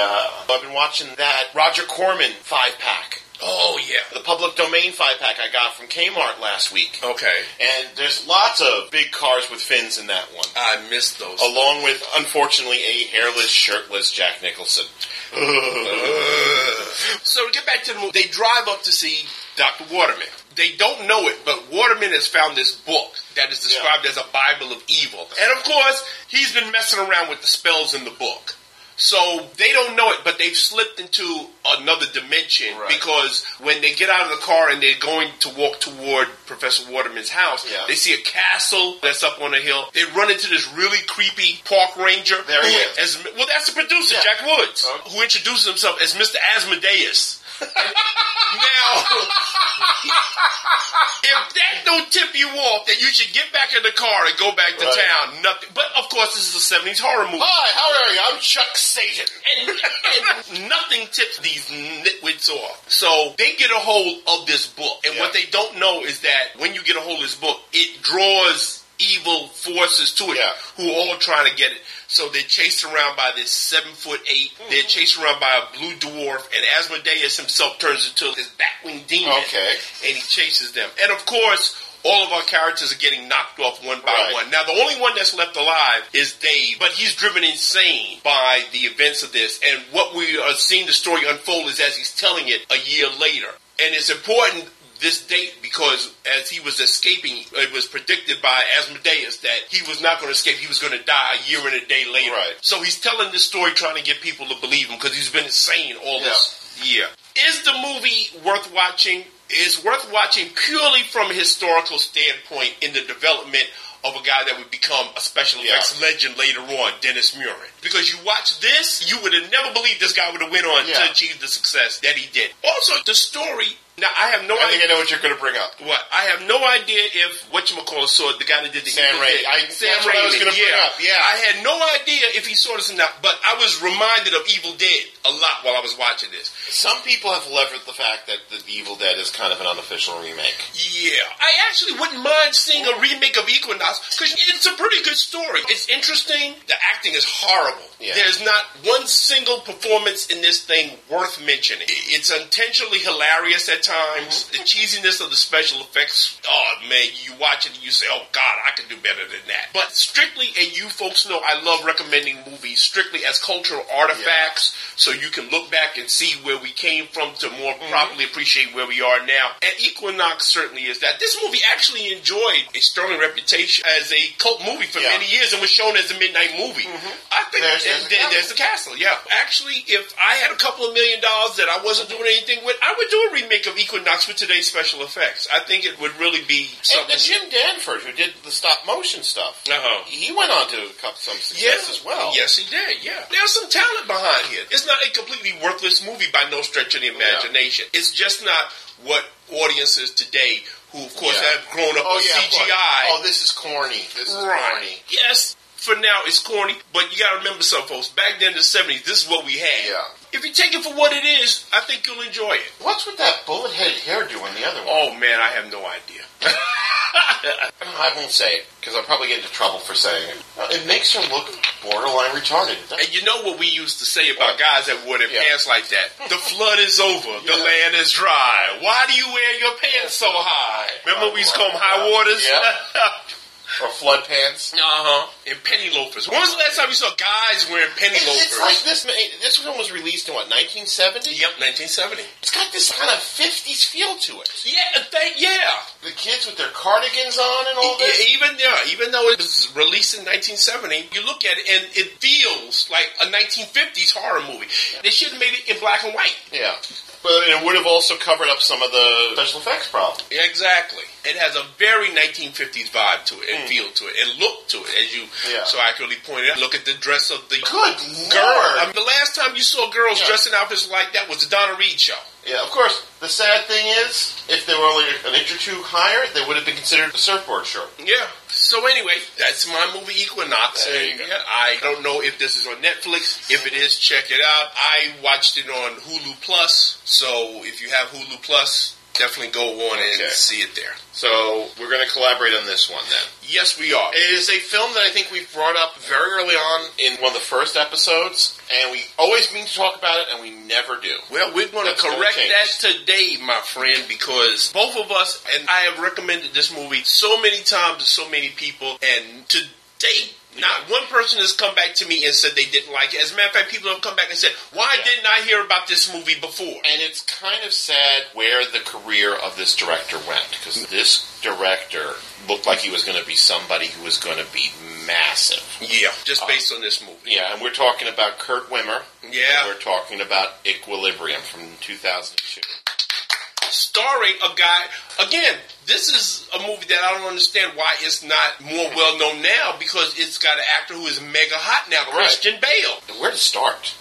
Speaker 1: I've been watching that Roger Corman five pack,
Speaker 5: Oh, yeah.
Speaker 1: the public domain five pack I got from Kmart last week,
Speaker 5: Okay.
Speaker 1: and there's lots of big cars with fins in that one,
Speaker 5: I miss those.
Speaker 1: along with unfortunately a hairless, shirtless Jack Nicholson.
Speaker 5: So to get back to the movie, they drive up to see Dr. Waterman. They don't know it, but Waterman has found this book that is described as a Bible of evil. And of course, he's been messing around with the spells in the book. So they don't know it, but they've slipped into another dimension
Speaker 1: Right.
Speaker 5: because when they get out of the car and they're going to walk toward Professor Waterman's house,
Speaker 1: Yeah.
Speaker 5: they see a castle that's up on a hill. They run into this really creepy park ranger.
Speaker 1: There he
Speaker 5: who
Speaker 1: is.
Speaker 5: as- well, that's the producer,
Speaker 1: Yeah.
Speaker 5: Jack Woods,
Speaker 1: Okay.
Speaker 5: who introduces himself as Mr. Asmodeus. And now, if that don't tip you off that you should get back in the car and go back to
Speaker 1: Right.
Speaker 5: town, nothing. But of course, this is a '70s horror movie.
Speaker 1: Hi, how are you? I'm Chuck Satan.
Speaker 5: And, and nothing tips these nitwits off. So they get a hold of this book. And what
Speaker 1: Yeah.
Speaker 5: they don't know is that when you get a hold of this book, it draws evil forces to it
Speaker 1: Yeah.
Speaker 5: who are all trying to get it. So they're chased around by this seven foot 8
Speaker 1: Hmm.
Speaker 5: they They're chased around by a blue dwarf, and Asmodeus himself turns into this batwing demon.
Speaker 1: Okay.
Speaker 5: And he chases them. And of course, all of our characters are getting knocked off one by
Speaker 1: Right.
Speaker 5: one. Now, the only one that's left alive is Dave, but he's driven insane by the events of this. And what we are seeing the story unfold is as he's telling it a year later. And it's important this date because as he was escaping, it was predicted by Asmodeus that he was not going to escape. He was going to die a year and a day later.
Speaker 1: Right.
Speaker 5: So he's telling this story trying to get people to believe him because he's been insane all this year. Is the movie worth watching? Is worth watching purely from a historical standpoint in the development of a guy that would become a special
Speaker 1: Yeah.
Speaker 5: effects legend later on, Dennis Murin. Because you watch this, you would have never believed this guy would have went on to
Speaker 1: Yeah.
Speaker 5: achieve the success that he did. Also, the story. Now, I have no
Speaker 1: I
Speaker 5: idea.
Speaker 1: think I know what you're going to bring up.
Speaker 5: What I have no idea if whatchamacallit saw it, the guy that did the
Speaker 1: Sam
Speaker 5: Evil
Speaker 1: Raimi.
Speaker 5: Dead.
Speaker 1: I-
Speaker 5: Sam
Speaker 1: that's what I was
Speaker 5: Raimi,
Speaker 1: gonna bring
Speaker 5: yeah.
Speaker 1: up, yeah.
Speaker 5: I had no idea if he saw this or not, but I was reminded of Evil Dead a lot while I was watching this.
Speaker 1: Some people have levered the fact that The Evil Dead is kind of an unofficial remake.
Speaker 5: Yeah, I actually wouldn't mind seeing a remake of Equinox because it's a pretty good story. It's interesting. The acting is horrible.
Speaker 1: Yeah.
Speaker 5: There's not one single performance in this thing worth mentioning. I- It's intentionally hilarious at times. The cheesiness of the special effects. Oh man, you watch it and you say, "Oh God, I could do better than that." But strictly, and you folks know, I love recommending movies strictly as cultural artifacts, so you can look back and see where we came from to more
Speaker 1: Mm-hmm.
Speaker 5: properly appreciate where we are now. And Equinox certainly is that. This movie actually enjoyed a sterling reputation as a cult movie for
Speaker 1: Yeah. Mm-hmm.
Speaker 5: many years and was shown as a midnight movie. I think
Speaker 1: There's- there's
Speaker 5: and
Speaker 1: the
Speaker 5: there-
Speaker 1: castle.
Speaker 5: there's the castle. Yeah, actually, if I had a couple of million dollars that I wasn't doing anything with, I would do a remake of Equinox with today's special effects. I think it would really be
Speaker 1: And,
Speaker 5: something.
Speaker 1: and Jim Danford, who did the stop motion stuff,
Speaker 5: Uh-huh.
Speaker 1: he went on to cup some success as well.
Speaker 5: Yes, he did. Yeah, there's some talent behind here. It's not a completely worthless movie by no stretch of the imagination. It's just not what audiences today, who of course
Speaker 1: Yeah.
Speaker 5: have grown up
Speaker 1: Oh
Speaker 5: with
Speaker 1: yeah. of course.
Speaker 5: CGI,
Speaker 1: Oh, this is corny. This is corny.
Speaker 5: Yes, for now it's corny, but you got to remember some folks. Back then in the seventies, this is what we had.
Speaker 1: Yeah.
Speaker 5: If you take it for what it is, I think you'll enjoy it.
Speaker 1: What's with that bullet headed hairdo on the other one?
Speaker 5: Oh man, I have no idea. Oh.
Speaker 1: I won't say it because I'll probably get into trouble for saying it. It makes her look borderline retarded.
Speaker 5: And you know what we used to say about guys that wore their
Speaker 1: Yeah.
Speaker 5: pants like that? The flood is over. The
Speaker 1: Yeah.
Speaker 5: land is dry. Why do you wear your pants so high? Remember we used to call them high waters?
Speaker 1: Yeah. or flood pants.
Speaker 5: Uh huh. And penny loafers. When was the last time you saw guys wearing penny
Speaker 1: It's,
Speaker 5: loafers?
Speaker 1: it's like this. ma- eh, This one was released in what 1970.
Speaker 5: Yep, 1970.
Speaker 1: It's got this kind of 50s feel to it.
Speaker 5: Yeah, they, yeah.
Speaker 1: The kids with their cardigans on and all
Speaker 5: Yeah,
Speaker 1: this.
Speaker 5: even yeah, even though it was released in 1970, you look at it and it feels like a 1950s horror movie. They should have made it in black and white.
Speaker 1: Yeah. But it would have also covered up some of the special effects problem.
Speaker 5: Exactly. It has a very 1950s vibe to it and feel to it and look to it, as you
Speaker 1: Mm. Yeah.
Speaker 5: so accurately pointed out. Look at the dress of the
Speaker 1: Good
Speaker 5: girl.
Speaker 1: lord.
Speaker 5: I mean, the last time you saw girls
Speaker 1: Yeah.
Speaker 5: dressing outfits like that was the Donna Reed show.
Speaker 1: Yeah, of course. The sad thing is, if they were only an inch or two higher, they would have been considered a surfboard short.
Speaker 5: Yeah. So anyway, that's my movie Equinox.
Speaker 1: There you
Speaker 5: And,
Speaker 1: go.
Speaker 5: yeah, I don't know if this is on Netflix. If it is, check it out. I watched it on Hulu Plus. So if you have Hulu Plus, definitely go on
Speaker 1: Okay.
Speaker 5: and see it there.
Speaker 1: So we're going to collaborate on this one then.
Speaker 5: Yes, we are.
Speaker 1: It is a film that I think we brought up very early on in one of the first episodes, and we always mean to talk about it, and we never do.
Speaker 5: Well, we're going to
Speaker 1: That's gonna
Speaker 5: correct
Speaker 1: change.
Speaker 5: that today, my friend, because both of us and I have recommended this movie so many times to so many people, and to date, not one person has come back to me and said they didn't like it. As a matter of fact, people have come back and said, "Why
Speaker 1: Yeah.
Speaker 5: didn't I hear about this movie before?"
Speaker 1: And it's kind of sad where the career of this director went because this director looked like he was going to be somebody who was going to be massive.
Speaker 5: Yeah,
Speaker 1: uh,
Speaker 5: just based on this movie.
Speaker 1: Yeah, and we're talking about Kurt Wimmer.
Speaker 5: Yeah.
Speaker 1: And we're talking about Equilibrium from 2002.
Speaker 5: starring a guy. Again, this is a movie that I don't understand why it's not more well known now because it's got an actor who is mega hot now, Christian Bale.
Speaker 1: Where to start?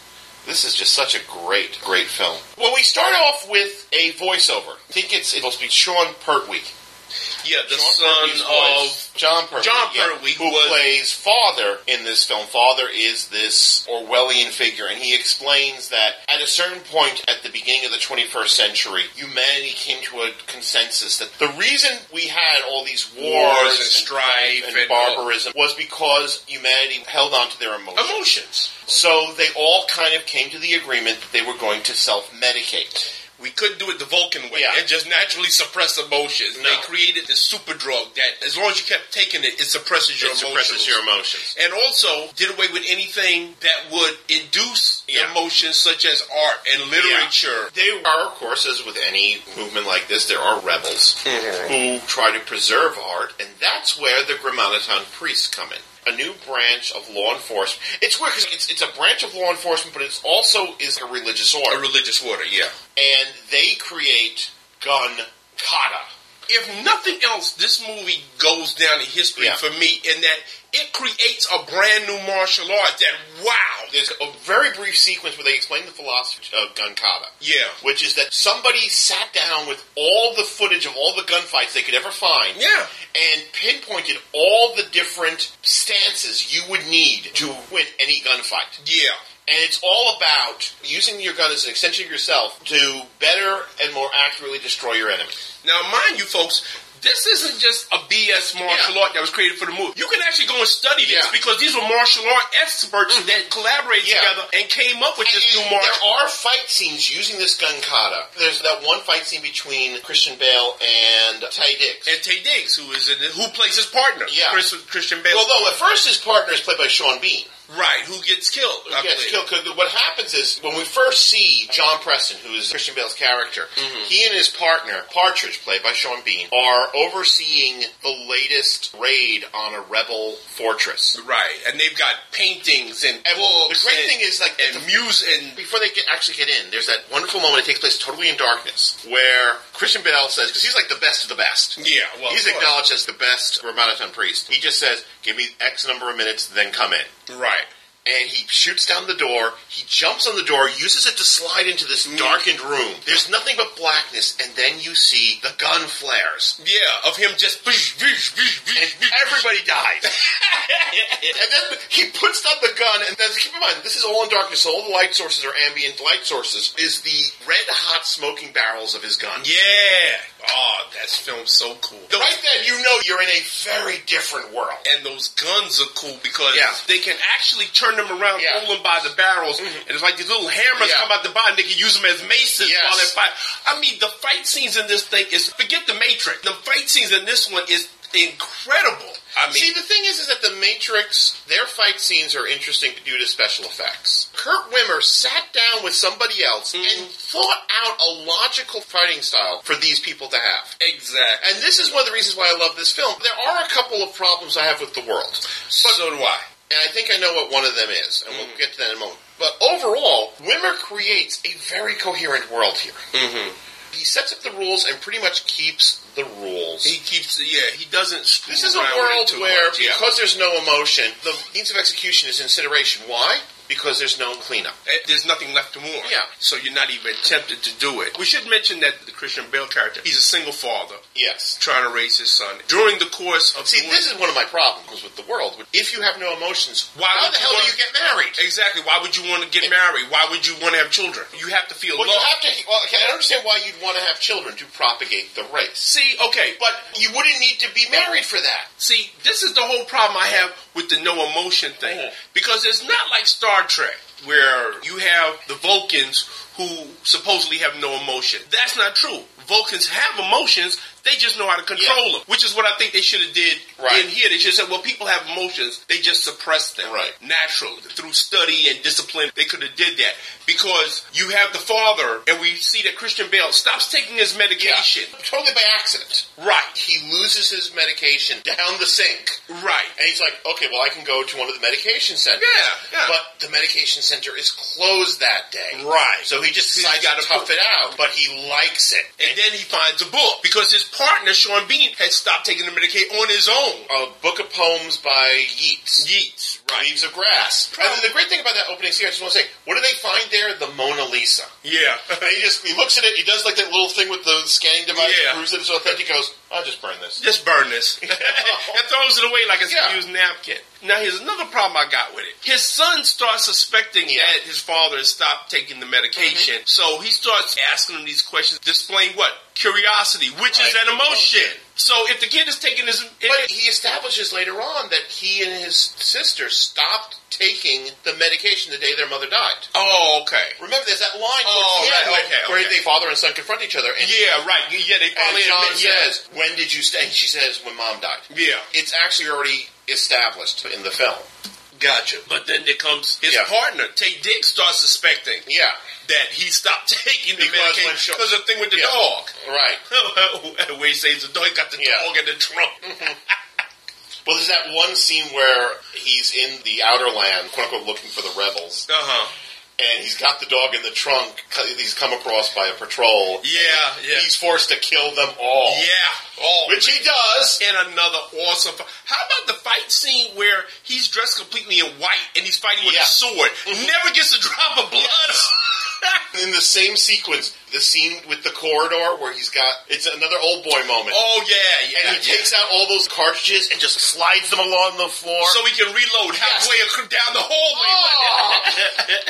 Speaker 1: This is just such a great, great film. Well, we start off with a voiceover. I think it's it'll be Sean Pertwee.
Speaker 5: Yeah, the
Speaker 1: John Pertwee's
Speaker 5: son of
Speaker 1: voice. John Pertwee.
Speaker 5: John
Speaker 1: yeah,
Speaker 5: Pertwee,
Speaker 1: who
Speaker 5: who was-
Speaker 1: plays father in this film. Father is this Orwellian figure, and he explains that at a certain point at the beginning of the 21st century, humanity came to a consensus that the reason we had all these wars,
Speaker 5: wars and strife
Speaker 1: and,
Speaker 5: and,
Speaker 1: barbarism was because humanity held on to their emotions.
Speaker 5: emotions.
Speaker 1: so they all kind of came to the agreement that they were going to self-medicate.
Speaker 5: We couldn't do it the Vulcan way.
Speaker 1: Yeah.
Speaker 5: It just naturally suppressed emotions.
Speaker 1: No.
Speaker 5: They created this super drug that, as long as you kept taking it, it suppresses your
Speaker 1: it
Speaker 5: emotions.
Speaker 1: suppresses your emotions.
Speaker 5: and also did away with anything that would induce
Speaker 1: Yeah.
Speaker 5: emotions such as art and literature.
Speaker 1: They are, of course, as with any movement like this, there are rebels who try to preserve art, and that's where the Grammaton priests come in. A new branch of law enforcement. It's weird because it's, it's a branch of law enforcement, but it's also is a religious
Speaker 5: A
Speaker 1: order,
Speaker 5: religious order, yeah.
Speaker 1: and they create gun kata.
Speaker 5: if nothing else, this movie goes down in history
Speaker 1: Yeah.
Speaker 5: for me in that it creates a brand new martial art that wow.
Speaker 1: There's a very brief sequence where they explain the philosophy of gun kata.
Speaker 5: Yeah.
Speaker 1: which is that somebody sat down with all the footage of all the gunfights they could ever find
Speaker 5: Yeah.
Speaker 1: and pinpointed all the different stances you would need to win any gunfight.
Speaker 5: Yeah.
Speaker 1: And it's all about using your gun as an extension of yourself to better and more accurately destroy your enemy.
Speaker 5: Now mind you folks, this isn't just a BS martial
Speaker 1: Yeah.
Speaker 5: art that was created for the movie. You can actually go and study this
Speaker 1: Yeah.
Speaker 5: because these were martial art experts that collaborated
Speaker 1: Yeah.
Speaker 5: together Mm-hmm. and came up with this
Speaker 1: And
Speaker 5: new martial
Speaker 1: There are fight scenes using this gun kata. There's that one fight scene between Christian Bale and Ty Dix.
Speaker 5: And Tay Diggs, who is in, who plays his partner,
Speaker 1: Yeah.
Speaker 5: Chris, Christian Bale,
Speaker 1: Although at first his partner is played by Sean Bean.
Speaker 5: right? Who gets killed? I
Speaker 1: Yes,
Speaker 5: believe.
Speaker 1: kill, kill. What happens is when we first see John Preston, who is Christian Bale's character,
Speaker 5: Mm-hmm.
Speaker 1: he and his partner Partridge, played by Sean Bean, are overseeing the latest raid on a rebel fortress.
Speaker 5: Right, and they've got paintings and,
Speaker 1: And
Speaker 5: books
Speaker 1: the great
Speaker 5: and-
Speaker 1: thing is, like,
Speaker 5: and music and
Speaker 1: before they get, actually get in, there's that wonderful moment. It takes place totally in darkness, where Christian Bale says, because he's like the best of the best.
Speaker 5: Yeah, well,
Speaker 1: he's
Speaker 5: of course.
Speaker 1: acknowledged as the best Ramadan priest. He just says, "Give me X number of minutes, then come in."
Speaker 5: Right.
Speaker 1: and he shoots down the door. He jumps on the door, uses it to slide into this darkened room. There's nothing but blackness, and then you see the gun flares,
Speaker 5: Yeah, of him just.
Speaker 1: and everybody dies. and then he puts down the gun, and then keep in mind, this is all in darkness, so all the light sources are ambient light sources, is the red hot smoking barrels of his gun.
Speaker 5: Yeah. Oh, that's film so cool. Those-
Speaker 1: Right then, you know you're in a very different world.
Speaker 5: And those guns are cool because
Speaker 1: Yeah.
Speaker 5: they can actually turn them around,
Speaker 1: Yeah.
Speaker 5: pull them by the barrels, and it's like these little hammers
Speaker 1: Yeah.
Speaker 5: come out the bottom. They can use them as maces
Speaker 1: Yes.
Speaker 5: while they fight. I mean, the fight scenes in this thing is forget the Matrix. The fight scenes in this one is incredible. I mean,
Speaker 1: See, the thing is, is that the Matrix, their fight scenes are interesting due to special effects. Kurt Wimmer sat down with somebody else
Speaker 5: Mm-hmm.
Speaker 1: and thought out a logical fighting style for these people to have.
Speaker 5: exactly.
Speaker 1: And this is one of the reasons why I love this film. There are a couple of problems I have with the world.
Speaker 5: so do I. Mm-hmm.
Speaker 1: And I think I know what one of them is, and we'll get to that in a moment. But overall, Wimmer creates a very coherent world here.
Speaker 5: Mm-hmm.
Speaker 1: He sets up the rules and pretty much keeps the rules.
Speaker 5: He keeps, yeah, he doesn't. screw
Speaker 1: This is a
Speaker 5: around with it
Speaker 1: world
Speaker 5: too
Speaker 1: where,
Speaker 5: much, yeah.
Speaker 1: because there's no emotion, the means of execution is incineration. Why? Because there's no cleanup.
Speaker 5: Eh, There's nothing left to mourn.
Speaker 1: Yeah.
Speaker 5: So you're not even tempted to do it. We should mention that the Christian Bale character, he's a single father
Speaker 1: Yes.
Speaker 5: trying to raise his son. During the course of
Speaker 1: See,
Speaker 5: doing-
Speaker 1: this is one of my problems with the world. If you have no emotions,
Speaker 5: Why
Speaker 1: how
Speaker 5: would
Speaker 1: the
Speaker 5: you
Speaker 1: hell do
Speaker 5: want-
Speaker 1: you get married?
Speaker 5: Exactly. Why would you want to get married? Why would you want to have children? You have to feel
Speaker 1: Well, you
Speaker 5: love.
Speaker 1: have to. Well, okay, I understand why you'd want to have children to propagate the race,
Speaker 5: See, okay, but
Speaker 1: but you wouldn't need to be married for that.
Speaker 5: see, this is the whole problem I have with the no emotion thing.
Speaker 1: Mhm.
Speaker 5: Because it's not like Star Trek, where you have the Vulcans who supposedly have no emotion. That's not true. Vulcans have emotions, they just know how to control
Speaker 1: Yeah.
Speaker 5: them, which is what I think they should have did
Speaker 1: Right.
Speaker 5: in here. They should have said, well, people have emotions, they just suppress them
Speaker 1: Right.
Speaker 5: naturally. Through study and discipline, they could have did that. Because you have the father, and we see that Christian Bale stops taking his medication.
Speaker 1: totally by accident.
Speaker 5: Right,
Speaker 1: He loses his medication down the sink.
Speaker 5: right.
Speaker 1: And he's like, okay, well, I can go to one of the medication centers.
Speaker 5: Yeah, yeah.
Speaker 1: But the medication center is closed that day.
Speaker 5: Right.
Speaker 1: So he just
Speaker 5: He's
Speaker 1: decides
Speaker 5: gotta
Speaker 1: to tough it out, but he likes it.
Speaker 5: And then he finds a book because his partner, Sean Bean, had stopped taking the Medicaid on his own.
Speaker 1: a book of poems by Yeats.
Speaker 5: Yeats,
Speaker 1: Leaves of Grass. And then the great thing about that opening scene, I just want to say, what do they find there? The Mona Lisa.
Speaker 5: Yeah.
Speaker 1: And he just he looks at it, he does like that little thing with the scanning device,
Speaker 5: Yeah.
Speaker 1: proves it, so he goes, I'll just burn this. Oh,
Speaker 5: Just burn this. and throws it away like it's
Speaker 1: Yeah.
Speaker 5: a used napkin. Now, here's another problem I got with it. His son starts suspecting
Speaker 1: Yeah. Mm-hmm.
Speaker 5: that his father has stopped taking the medication. So he starts asking him these questions, displaying what? Curiosity, which is
Speaker 1: Right.
Speaker 5: an emotion.
Speaker 1: Emotion.
Speaker 5: So if the kid is taking his.
Speaker 1: But he establishes later on that he and his sister stopped taking the medication the day their mother died.
Speaker 5: oh, okay.
Speaker 1: Remember, there's that line towards
Speaker 5: Oh,
Speaker 1: the end
Speaker 5: right, okay,
Speaker 1: where
Speaker 5: okay.
Speaker 1: they father and son confront each other, and,
Speaker 5: Yeah, right. Yeah, they
Speaker 1: and
Speaker 5: probably
Speaker 1: John
Speaker 5: admit
Speaker 1: says, "When did you stay?" And she says, "When mom died."
Speaker 5: Yeah.
Speaker 1: It's actually already established in the film.
Speaker 5: Gotcha. But then there comes his
Speaker 1: Yeah.
Speaker 5: partner, Tay Dick, starts suspecting
Speaker 1: Yeah,
Speaker 5: that he stopped taking the
Speaker 1: Because
Speaker 5: medication
Speaker 1: when Sha-
Speaker 5: because of the thing with the
Speaker 1: Yeah.
Speaker 5: dog.
Speaker 1: right.
Speaker 5: Where he saves the dog, he got the
Speaker 1: Yeah.
Speaker 5: dog in the trunk.
Speaker 1: Well, there's that one scene where he's in the outer land, quote unquote, looking for the rebels,
Speaker 5: Uh-huh.
Speaker 1: and he's got the dog in the trunk. 'cause He's come across by a patrol.
Speaker 5: Yeah, yeah.
Speaker 1: He's forced to kill them all.
Speaker 5: yeah. Oh,
Speaker 1: Which he does.
Speaker 5: and another awesome. fi- How about the fight scene where he's dressed completely in white and he's fighting with
Speaker 1: Yeah.
Speaker 5: a sword? Never gets a drop of blood.
Speaker 1: In the same sequence, the scene with the corridor where he's got it's another old boy moment.
Speaker 5: oh yeah, yeah.
Speaker 1: and he
Speaker 5: yeah.
Speaker 1: takes out all those cartridges and just slides them along the floor. Oh,
Speaker 5: so he can reload halfway Oh. ac- down the hallway.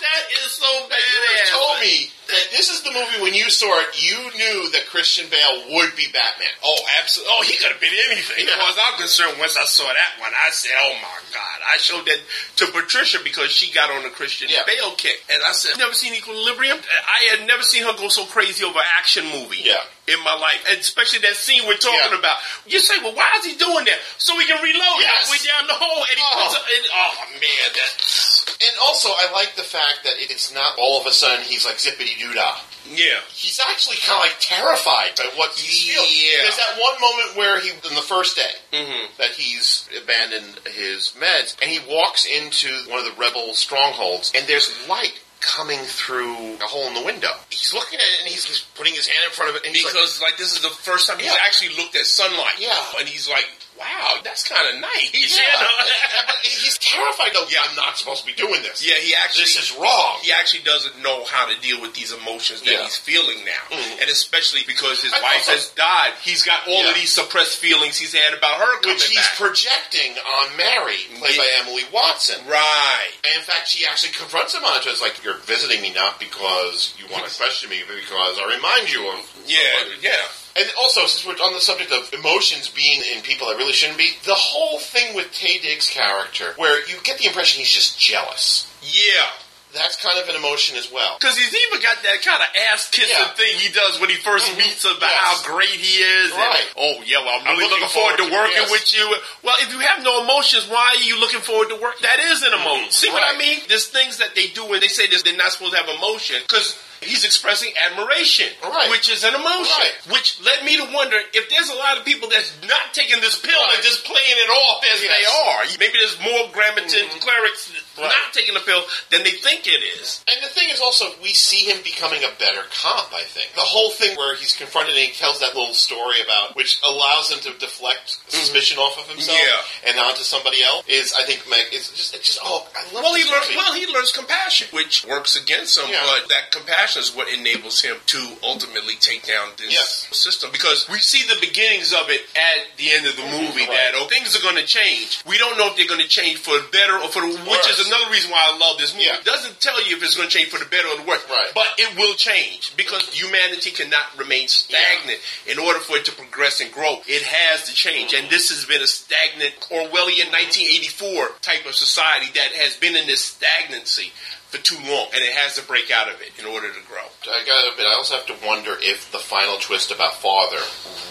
Speaker 5: that is so
Speaker 1: you
Speaker 5: badass.
Speaker 1: told me that this is the movie when you saw it, you knew that Christian Bale would be Batman.
Speaker 5: Oh, absolutely. Oh, he could have been anything.
Speaker 1: Yeah.
Speaker 5: As far as I'm concerned, once I saw that one, I said, oh my God. I showed that to Patricia because she got on the Christian
Speaker 1: Yeah.
Speaker 5: Bale kick. And I said, never seen Equilibrium? I had never seen her go so crazy over an action movie
Speaker 1: Yeah.
Speaker 5: in my life. And especially that scene we're talking
Speaker 1: Yeah.
Speaker 5: about. You say, well, why is he doing that? So we can reload
Speaker 1: Yes.
Speaker 5: halfway down the hole. And he
Speaker 1: Oh.
Speaker 5: puts up, and, oh man, that.
Speaker 1: And also, I like the fact that it's not all of a sudden he's like zippity doo dah.
Speaker 5: Yeah.
Speaker 1: He's actually kind of like terrified by what he's feeling.
Speaker 5: Yeah.
Speaker 1: There's that one moment where he, in the first day,
Speaker 5: Mm-hmm.
Speaker 1: that he's abandoned his meds, and he walks into one of the rebel strongholds, and there's light coming through a hole in the window. He's looking at it, and he's, he's putting his hand in front of it, and he's like,
Speaker 5: Because, like, this is the first time he's
Speaker 1: Yeah.
Speaker 5: actually looked at sunlight.
Speaker 1: Yeah.
Speaker 5: And he's like, wow, that's kind of nice.
Speaker 1: yeah.
Speaker 5: You know?
Speaker 1: But he's terrified. Though, yeah, I'm not supposed to be doing this.
Speaker 5: Yeah, he actually
Speaker 1: This is wrong.
Speaker 5: he actually doesn't know how to deal with these emotions that
Speaker 1: Yeah.
Speaker 5: he's feeling now,
Speaker 1: Mhm.
Speaker 5: and especially because his
Speaker 1: And
Speaker 5: wife
Speaker 1: also-
Speaker 5: has died, he's got all
Speaker 1: Yeah.
Speaker 5: of these suppressed feelings he's had about her coming
Speaker 1: Which he's
Speaker 5: back.
Speaker 1: projecting on Mary, played
Speaker 5: Yeah.
Speaker 1: by Emily Watson.
Speaker 5: right.
Speaker 1: And in fact, she actually confronts him on it. It's like, you're visiting me not because you want to question me, but because I remind you of.
Speaker 5: Yeah,
Speaker 1: of-
Speaker 5: yeah.
Speaker 1: And also, since we're on the subject of emotions being in people that really shouldn't be, the whole thing with Tay Diggs' character, where you get the impression he's just jealous.
Speaker 5: Yeah.
Speaker 1: That's kind of an emotion as well.
Speaker 5: Because he's even got that kind of ass kissing
Speaker 1: Yeah. Mm-hmm.
Speaker 5: thing he does when he first meets him about
Speaker 1: Yes.
Speaker 5: how great he is. and,
Speaker 1: Right.
Speaker 5: oh, yeah, well, I'm really looking, forward, to working
Speaker 1: yes.
Speaker 5: with you. Well, if you have no emotions, why are you looking forward to work? That is an emotion. See what I
Speaker 1: Mm-hmm. Right.
Speaker 5: mean? There's things that they do when they say this, they're not supposed to have emotion because. He's expressing admiration,
Speaker 1: Right.
Speaker 5: which is an emotion,
Speaker 1: Right.
Speaker 5: which led me to wonder if there's a lot of people that's not taking this pill
Speaker 1: Right.
Speaker 5: and just playing it off as
Speaker 1: Yes. Mm-hmm.
Speaker 5: they are. Maybe there's more Grammaton clerics not taking the pill than they think it is.
Speaker 1: And the thing is also, we see him becoming a better cop, I think. The whole thing where he's confronted and he tells that little story about, which allows him to deflect suspicion off of himself
Speaker 5: Mm-hmm. Yeah.
Speaker 1: and onto somebody else, is, I think, Meg, it's just, it's just, oh, I love
Speaker 5: Well, he
Speaker 1: this
Speaker 5: learns.
Speaker 1: movie.
Speaker 5: Well, he learns compassion, which works against him.
Speaker 1: Yeah.
Speaker 5: But that compassion is what enables him to ultimately take down this
Speaker 1: Yes.
Speaker 5: system. Because we see the beginnings of it at the end of the movie.
Speaker 1: Right.
Speaker 5: That oh, things are going to change. We don't know if they're going to change for the better or for the which
Speaker 1: Worse.
Speaker 5: is another reason why I love this movie.
Speaker 1: Yeah.
Speaker 5: It doesn't tell you if it's going to change for the better or the worse.
Speaker 1: Right.
Speaker 5: But it will change because humanity cannot remain stagnant. In order for it to progress and grow, it has to change. And this has been a stagnant Orwellian 1984 type of society that has been in this stagnancy for too long, and it has to break out of it in order to grow.
Speaker 1: I gotta admit, I also have to wonder if the final twist about father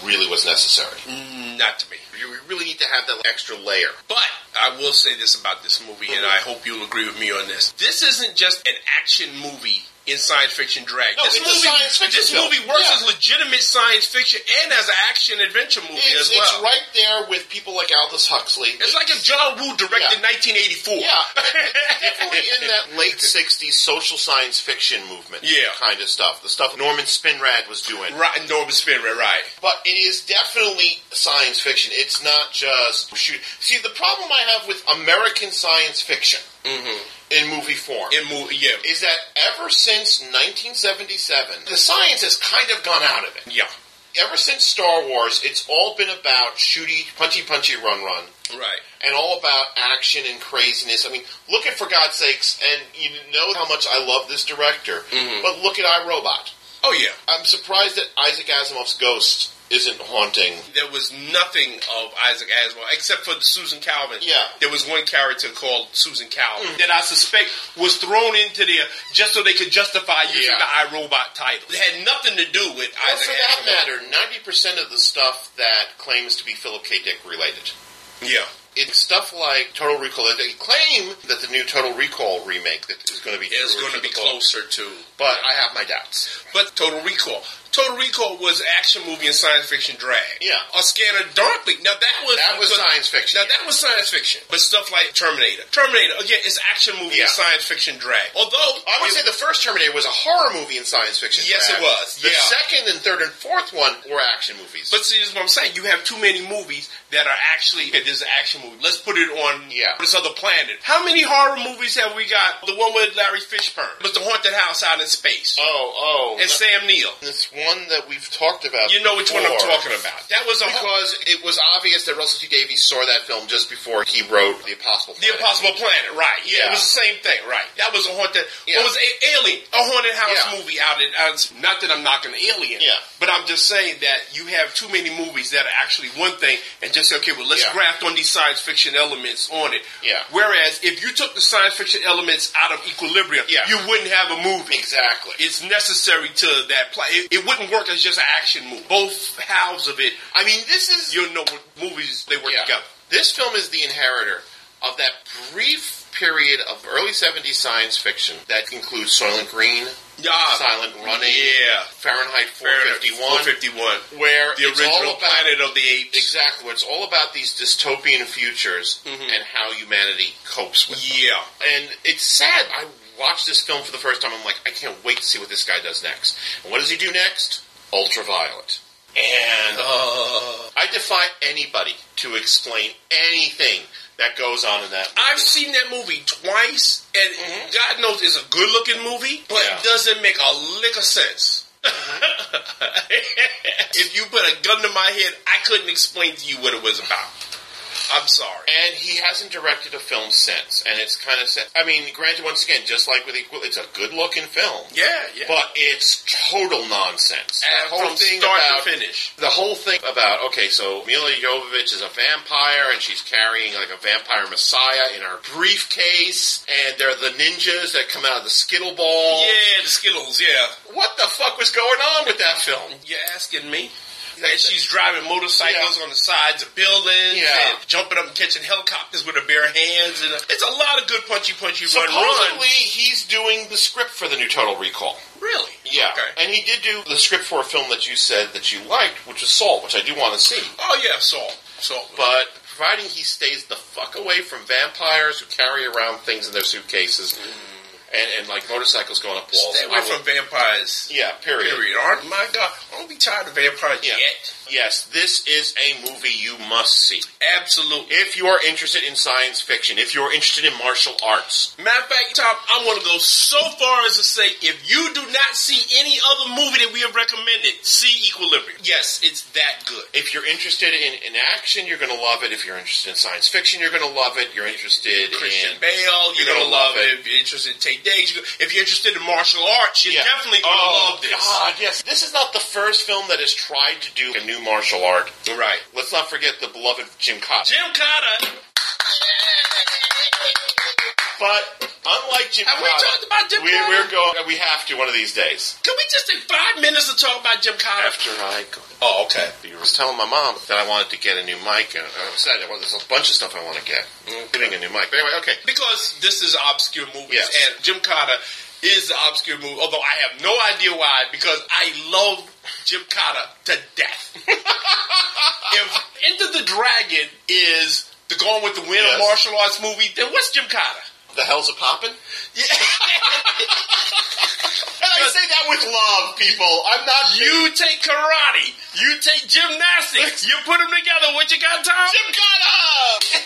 Speaker 1: really was necessary.
Speaker 5: Not to me.
Speaker 1: You really need to have that extra layer.
Speaker 5: But I will say this about this movie, and I hope you'll agree with me on this. This isn't just an action movie in science fiction drag.
Speaker 1: No,
Speaker 5: this
Speaker 1: it's a
Speaker 5: movie,
Speaker 1: science fiction
Speaker 5: this
Speaker 1: film.
Speaker 5: movie works
Speaker 1: Yeah.
Speaker 5: as legitimate science fiction and as an action adventure movie
Speaker 1: It's,
Speaker 5: as well.
Speaker 1: it's right there with people like Aldous Huxley.
Speaker 5: It's like if John Woo directed 1984.
Speaker 1: Yeah, definitely in that late '60s social science fiction movement,
Speaker 5: Yeah.
Speaker 1: kind of stuff. The stuff Norman Spinrad was doing,
Speaker 5: Right, Norman Spinrad, right.
Speaker 1: but it is definitely science fiction. It's not just shoot. See, the problem I have with American science fiction in movie form
Speaker 5: Mm-hmm. In movie, yeah.
Speaker 1: is that ever since 1977, the science has kind of gone out of it.
Speaker 5: yeah.
Speaker 1: Ever since Star Wars, it's all been about shooty, punchy, punchy, run, run
Speaker 5: Right.
Speaker 1: and all about action and craziness. I mean, look at for God's sakes, and you know how much I love this director.
Speaker 5: Mm-hmm.
Speaker 1: But look at iRobot.
Speaker 5: Oh, yeah.
Speaker 1: I'm surprised that Isaac Asimov's Ghost isn't haunting.
Speaker 5: There was nothing of Isaac Asimov except for the Susan Calvin.
Speaker 1: Yeah. Mm.
Speaker 5: There was one character called Susan Calvin that I suspect was thrown into there just so they could justify using
Speaker 1: Yeah.
Speaker 5: the iRobot title. It had nothing to do with
Speaker 1: Or
Speaker 5: Isaac
Speaker 1: for that
Speaker 5: Asimov.
Speaker 1: matter, ninety percent of the stuff that claims to be Philip K. Dick related.
Speaker 5: Yeah.
Speaker 1: It's stuff like Total Recall. They claim that the new Total Recall remake that is going to be
Speaker 5: It's
Speaker 1: truer
Speaker 5: going to
Speaker 1: the
Speaker 5: be
Speaker 1: book.
Speaker 5: closer to.
Speaker 1: but I have my doubts.
Speaker 5: But Total Recall. Total Recall was action movie and science fiction drag.
Speaker 1: Yeah.
Speaker 5: A Scanner Darkly. Now that was
Speaker 1: That was
Speaker 5: because-
Speaker 1: science fiction.
Speaker 5: Now that was science fiction. But stuff like Terminator. Terminator again is action movie
Speaker 1: Yeah.
Speaker 5: and science fiction drag. Although
Speaker 1: I would
Speaker 5: it-
Speaker 1: say the first Terminator was a horror movie in science fiction.
Speaker 5: Yes, it
Speaker 1: Brad.
Speaker 5: was.
Speaker 1: The
Speaker 5: Yeah.
Speaker 1: second and third and fourth one were action movies.
Speaker 5: But see, this is what I'm saying. You have too many movies that are actually okay, this is an action movie. Let's put it on
Speaker 1: Yeah.
Speaker 5: this other planet. How many horror movies have we got? The one with Larry Fishburne, was the haunted house out in space,
Speaker 1: oh, oh,
Speaker 5: and Sam Neill.
Speaker 1: this one that we've talked about.
Speaker 5: You know which one I'm
Speaker 1: before.
Speaker 5: talking about. That was a
Speaker 1: Because it was obvious that Russell T Davies saw that film just before he wrote The Impossible.
Speaker 5: The
Speaker 1: Planet.
Speaker 5: Impossible Planet, right? Yeah,
Speaker 1: Yeah.
Speaker 5: it was the same thing, right? That was a haunted.
Speaker 1: Yeah.
Speaker 5: It was a Alien, a haunted house
Speaker 1: Yeah.
Speaker 5: movie out in. Out in- not that I'm knocking Alien,
Speaker 1: Yeah.
Speaker 5: but I'm just saying that you have too many movies that are actually one thing and just say, okay, well, let's
Speaker 1: Yeah.
Speaker 5: graft on these science fiction elements on it.
Speaker 1: Yeah.
Speaker 5: Whereas if you took the science fiction elements out of equilibrium,
Speaker 1: Yeah.
Speaker 5: you wouldn't have a movie.
Speaker 1: Exactly.
Speaker 5: It's necessary to that play. It, it wouldn't work as just an action movie. Both halves of it,
Speaker 1: I mean, this is
Speaker 5: you know, what movies they work
Speaker 1: Yeah.
Speaker 5: together.
Speaker 1: This film is the inheritor of that brief period of early '70s science fiction that includes Soylent Green,
Speaker 5: Yeah.
Speaker 1: Silent Running,
Speaker 5: Ah, Yeah.
Speaker 1: Fahrenheit
Speaker 5: Fahrenheit
Speaker 1: 451,
Speaker 5: 451.
Speaker 1: where
Speaker 5: the
Speaker 1: it's all
Speaker 5: original
Speaker 1: about-
Speaker 5: Planet of the Apes.
Speaker 1: Exactly, where it's all about these dystopian futures and how humanity copes with them.
Speaker 5: Mm-hmm. Yeah.
Speaker 1: And it's sad. I watched this film for the first time. I'm like, I can't wait to see what this guy does next. And what does he do next? Ultraviolet. And I defy anybody to explain anything that goes on in that. Mm-hmm.
Speaker 5: I've seen that movie twice, and God knows it's a good looking movie, but
Speaker 1: Yeah.
Speaker 5: it doesn't make a lick of sense. Mm-hmm. if you put a gun to my head, I couldn't explain to you what it was about. I'm sorry.
Speaker 1: And he hasn't directed a film since, and it's kind of sad. I mean, granted, once again, just like with Equal, it's a good looking film.
Speaker 5: Yeah, yeah.
Speaker 1: But it's total nonsense.
Speaker 5: And from start to finish.
Speaker 1: The whole thing about okay, so Mila Jovovich is a vampire, and she's carrying like a vampire messiah in her briefcase, and they're the ninjas that come out of the Skittle ball.
Speaker 5: Yeah, the Skittles. Yeah.
Speaker 1: What the fuck was going on with that film?
Speaker 5: You asking me? And she's driving motorcycles yeah. on the sides of buildings yeah. and jumping up and catching helicopters with her bare hands. And it's a lot of good punchy, punchy
Speaker 1: Supposedly,
Speaker 5: run, run.
Speaker 1: he's doing the script for the new Total Recall.
Speaker 5: Really?
Speaker 1: Yeah. Okay. And he did do the script for a film that you said that you liked, which was Salt, which I do want to see.
Speaker 5: Oh yeah, Salt. Salt.
Speaker 1: But providing he stays the fuck away from vampires who carry around things in their suitcases. Mm. And, and, like motorcycles going up walls.
Speaker 5: Stay away from vampires.
Speaker 1: Yeah, period.
Speaker 5: Period. Aren't my God, don't be tired of vampires yeah. yet.
Speaker 1: Yes, this is a movie you must see.
Speaker 5: Absolutely.
Speaker 1: If you are interested in science fiction, if you are interested in martial arts.
Speaker 5: Matter of fact, Tom, I want to go so far as to say, if you do not see any other movie that we have recommended, see Equilibrium. Yes, it's that good.
Speaker 1: If you're interested in, in action, you're going to love it. If you're interested in science fiction, you're going to love it. You're interested
Speaker 5: Christian
Speaker 1: in
Speaker 5: Bale, you're, you're going to love it. it. If you're interested in taking days. If you're interested in martial arts, you're yeah. definitely going to
Speaker 1: oh,
Speaker 5: love this.
Speaker 1: God, yes. This is not the first film that has tried to do a new martial art.
Speaker 5: Right.
Speaker 1: Let's not forget the beloved Jim Cotta.
Speaker 5: Jim Cotta!
Speaker 1: But unlike Jim
Speaker 5: have
Speaker 1: Cotta,
Speaker 5: we talked about Jim
Speaker 1: we,
Speaker 5: Cotta?
Speaker 1: We're going. We have to one of these days.
Speaker 5: Can we just take five minutes to talk about Jim Cotta?
Speaker 1: After I go.
Speaker 5: Oh, okay.
Speaker 1: I was telling my mom that I wanted to get a new mic, and I said well, there's a bunch of stuff I want to get, including a new mic. But anyway, okay.
Speaker 5: Because this is obscure movies,
Speaker 1: Yes.
Speaker 5: and Jim Cotta is the obscure movie. Although I have no idea why, because I love Jim Cotta to death. if Into the Dragon is the Gone with the Wind
Speaker 1: Yes.
Speaker 5: of martial arts movie, then what's Jim Cotta?
Speaker 1: The hell's a poppin'?
Speaker 5: Yeah.
Speaker 1: And I say that with love, people. I'm not.
Speaker 5: You take karate. You take gymnastics. You put them together. What you got, Tom?
Speaker 1: Jim Cotta!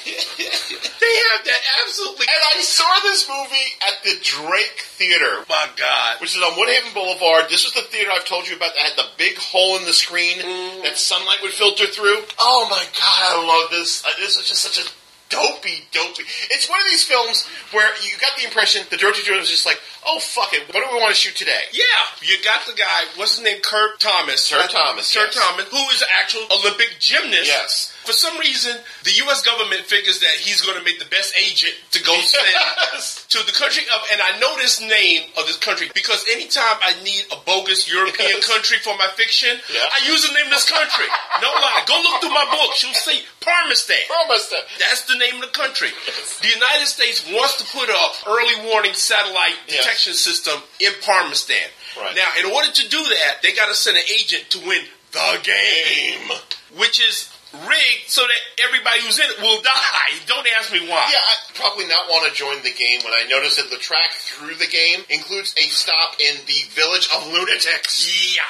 Speaker 5: They have that absolutely.
Speaker 1: And I saw this movie at the Drake Theater,
Speaker 5: my God.
Speaker 1: which is on Woodhaven Boulevard. This was the theater I've told you about that had the big hole in the screen
Speaker 5: Mm.
Speaker 1: that sunlight would filter through. Oh my God, I love this. Uh, This is just such a dopey, dopey. It's one of these films where you got the impression the director was just like, oh fuck it, what do we want to shoot today?
Speaker 5: Yeah, you got the guy. What's his name? Kirk Thomas.
Speaker 1: Kirk Thomas,
Speaker 5: Kirk
Speaker 1: yes.
Speaker 5: Thomas, who is an actual Olympic gymnast.
Speaker 1: Yes.
Speaker 5: For some reason, the U.S. government figures that he's going to make the best agent to go send
Speaker 1: Yes.
Speaker 5: to the country of, and I know this name of this country because anytime I need a bogus European
Speaker 1: Yes.
Speaker 5: country for my fiction,
Speaker 1: Yeah.
Speaker 5: I use the name of this country. no lie. Go look through my books. You'll see Parmistan.
Speaker 1: Promise that.
Speaker 5: That's the name of the country. The United States wants to put a early warning satellite
Speaker 1: Yes.
Speaker 5: detection system in Parmistan.
Speaker 1: Right.
Speaker 5: Now, in order to do that, they got to send an agent to win the game, which is rigged so that everybody who's in it will die. Don't ask me why.
Speaker 1: Yeah, I probably not want to join the game when I notice that the track through the game includes a stop in the village of lunatics.
Speaker 5: Yeah.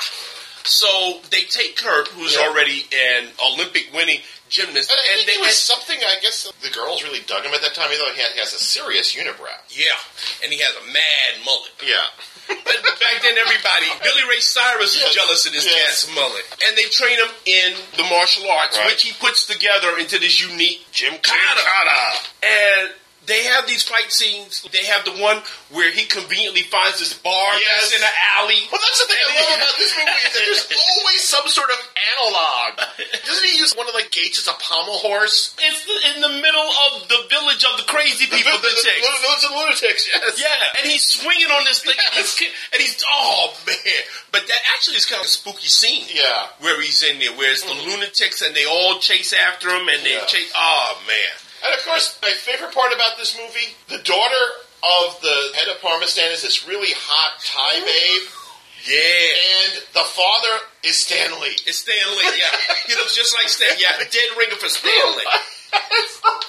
Speaker 5: So they take Kirk, who's
Speaker 1: Yeah.
Speaker 5: already an Olympic winning gymnast,
Speaker 1: And I
Speaker 5: and,
Speaker 1: think
Speaker 5: they
Speaker 1: it was something. I guess the girls really dug him at that time. Even though he, had, he has a serious unibrow.
Speaker 5: yeah, and he has a mad mullet.
Speaker 1: Yeah,
Speaker 5: But back then, everybody, Billy Ray Cyrus
Speaker 1: Yes.
Speaker 5: is jealous of this
Speaker 1: Yes.
Speaker 5: cat's mullet. And they train him in the martial arts,
Speaker 1: Right.
Speaker 5: which he puts together into this unique Jim
Speaker 1: Gymkhana.
Speaker 5: And they have these fight scenes. They have the one where he conveniently finds this bar
Speaker 1: Yes.
Speaker 5: that's in an alley.
Speaker 1: Well, that's the thing I love about this movie is that there's always some sort of analog. Doesn't he use one of like Gates as a pommel horse?
Speaker 5: It's the, in the middle of the village of the crazy people, the, chicks.
Speaker 1: Village of lunatics. Yes.
Speaker 5: Yeah, and he's swinging on this thing, and he's- and he's oh man! But that actually is kind of a spooky scene.
Speaker 1: Yeah. Mm-hmm.
Speaker 5: where he's in there, where it's the lunatics and they all chase after him, and they
Speaker 1: Yeah.
Speaker 5: chase. Oh man!
Speaker 1: And of course, my favorite part about this movie, the daughter of the head of Parmistan is this really hot Thai babe,
Speaker 5: Yeah,
Speaker 1: and the father is Stanley.
Speaker 5: it's Stan Lee. Yeah, he looks just like Stan. Yeah, dead ringer for Stan Lee.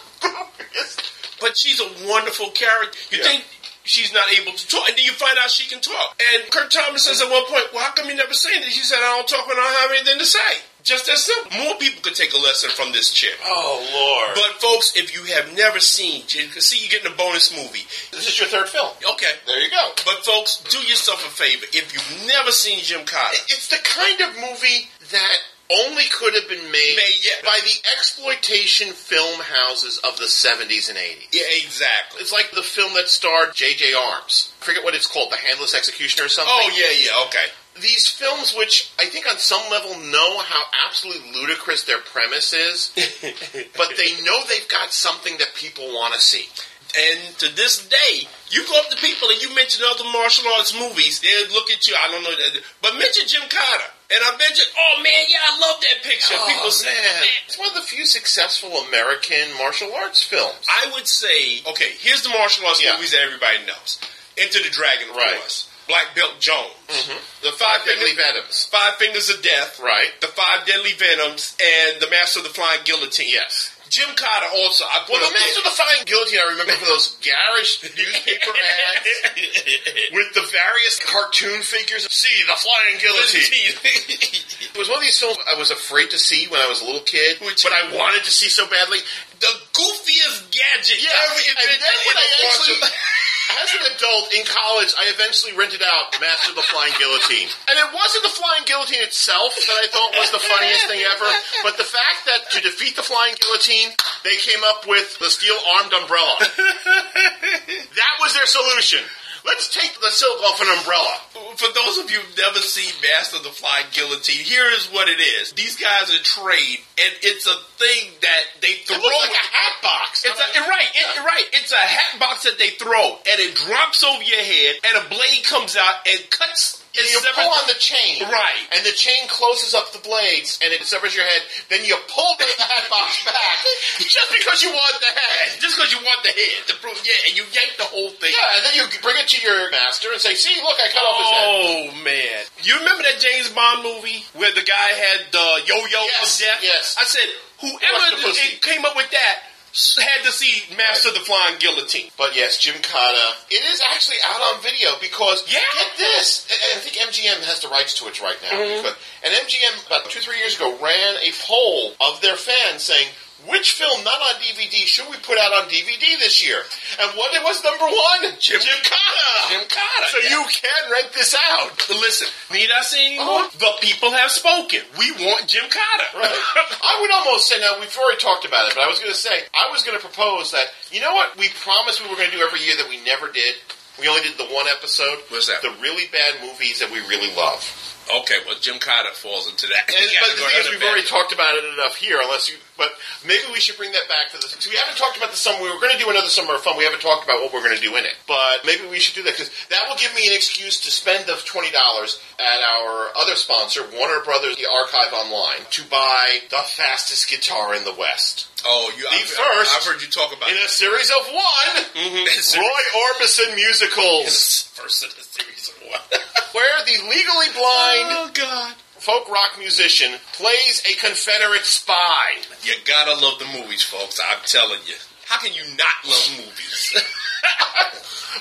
Speaker 5: But she's a wonderful character. You
Speaker 1: Yeah.
Speaker 5: think she's not able to talk, and then you find out she can talk. And Kirk Thomas says at one point, "Well, how come you never say anything?" She said, "I don't talk when I don't have anything to say." Just that simple. More people could take a lesson from this chick.
Speaker 1: Oh lord!
Speaker 5: But folks, if you have never seen, you can see you getting a bonus movie.
Speaker 1: this is your third film.
Speaker 5: Okay.
Speaker 1: There you go.
Speaker 5: But folks, do yourself a favor. If you've never seen Jim Cotter,
Speaker 1: It's the kind of movie that only could have been made, by the exploitation film houses of the 70s and 80s.
Speaker 5: Yeah, exactly.
Speaker 1: It's like the film that starred J.J. Arms. Forget what it's called, The Handless Executioner or something.
Speaker 5: Oh, yeah, yeah, okay.
Speaker 1: These films, which I think on some level know how absolutely ludicrous their premise is, but they know they've got something that people want to see.
Speaker 5: And to this day, you go up to people and you mention other martial arts movies, they look at you. I don't know, but mention Jim Cotter, and I mention, oh man, yeah, I love that picture.
Speaker 1: Oh,
Speaker 5: people say,
Speaker 1: man. It's one of the few successful American martial arts films.
Speaker 5: I would say, okay, here's the martial arts
Speaker 1: Yeah.
Speaker 5: movies that everybody knows: Enter the Dragon, of
Speaker 1: Right.
Speaker 5: course. Black Belt Jones,
Speaker 1: The Five Deadly Venoms.
Speaker 5: Five Fingers of Death,
Speaker 1: Right.
Speaker 5: The Five Deadly Venoms, and The Master of the Flying Guillotine.
Speaker 1: Yes.
Speaker 5: Jim Cotter also. I put
Speaker 1: Well,
Speaker 5: up
Speaker 1: the Master of
Speaker 5: there.
Speaker 1: the Fine Guillotine, I remember for those garish newspaper ads with the various cartoon figures. See the Flying Guillotine. It was one of these films I was afraid to see when I was a little kid,
Speaker 5: Which-
Speaker 1: but I wanted to see so badly.
Speaker 5: the goofiest gadget.
Speaker 1: Yeah,
Speaker 5: ever
Speaker 1: and
Speaker 5: invented
Speaker 1: then when I
Speaker 5: in a martial-
Speaker 1: actually, as an adult in college, I eventually rented out Master of the Flying Guillotine, and it wasn't the Flying Guillotine itself that I thought was the funniest thing ever, but the fact that to defeat the Flying Guillotine, they came up with the steel armed umbrella. that was their solution. Let's take the silk off an umbrella.
Speaker 5: For those of you who've never seen Master of the Flying Guillotine, here is what it is. These guys are trained, and it's a thing that they throw.
Speaker 1: It looks like a hat box.
Speaker 5: It's a, it- right, it- right. It's a hat box that they throw, and it drops over your head, and a blade comes out and cuts.
Speaker 1: And you
Speaker 5: severs-
Speaker 1: pull on the chain.
Speaker 5: Right.
Speaker 1: And the chain closes up the blades and it severs your head. Then you pull the hat box back just because you want the head.
Speaker 5: just because you want the head to prove, yeah, and you yank the whole thing.
Speaker 1: Yeah, and then you bring it to your master and say, see, look, I cut off his head.
Speaker 5: Oh man! You remember that James Bond movie where the guy had the yo-yo
Speaker 1: Yes,
Speaker 5: of death?
Speaker 1: yes.
Speaker 5: I said,
Speaker 1: Watch the
Speaker 5: whoever th-
Speaker 1: pussy.
Speaker 5: it came up with that s- had to see Master of the Flying Guillotine.
Speaker 1: But yes, Jim Cotta. It is actually out on video because
Speaker 5: Yeah.
Speaker 1: get this. I I think MGM has the rights to it right now.
Speaker 5: Mm-hmm.
Speaker 1: Because, and MGM about two, three years ago ran a poll of their fans saying, which film not on DVD should we put out on DVD this year? And what it was number one? Jim, Cotta.
Speaker 5: Jim Cotta,
Speaker 1: So
Speaker 5: yeah.
Speaker 1: you can rent this out.
Speaker 5: Listen, need I say anymore?
Speaker 1: Uh-huh.
Speaker 5: The people have spoken. We want Jim Cotter.
Speaker 1: Right. I would almost say now we've already talked about it, but I was going to say I was going to propose that you know what we promised we were going to do every year that we never did. We only did the one episode.
Speaker 5: What's that?
Speaker 1: The really bad movies that we really love.
Speaker 5: okay, well, Jim Cotter falls into that.
Speaker 1: And, but the thing is, we've already talked about it enough here. Unless you, but maybe we should bring that back for this because we haven't talked about the summer. We were going to do another summer of fun. We haven't talked about what we're going to do in it. But maybe we should do that because that will give me an excuse to spend the twenty dollars at our other sponsor, Warner Brothers, the Archive Online, to buy the fastest guitar in the West.
Speaker 5: Oh, you
Speaker 1: The
Speaker 5: I've,
Speaker 1: first-
Speaker 5: I've heard you talk about
Speaker 1: In a series of one,
Speaker 5: Mm-hmm.
Speaker 1: Roy Orbison musicals,
Speaker 5: First in the series of one.
Speaker 1: where the legally blind
Speaker 5: oh God!
Speaker 1: folk rock musician plays a Confederate spy.
Speaker 5: You gotta love the movies, folks. I'm telling you. How can you not love movies?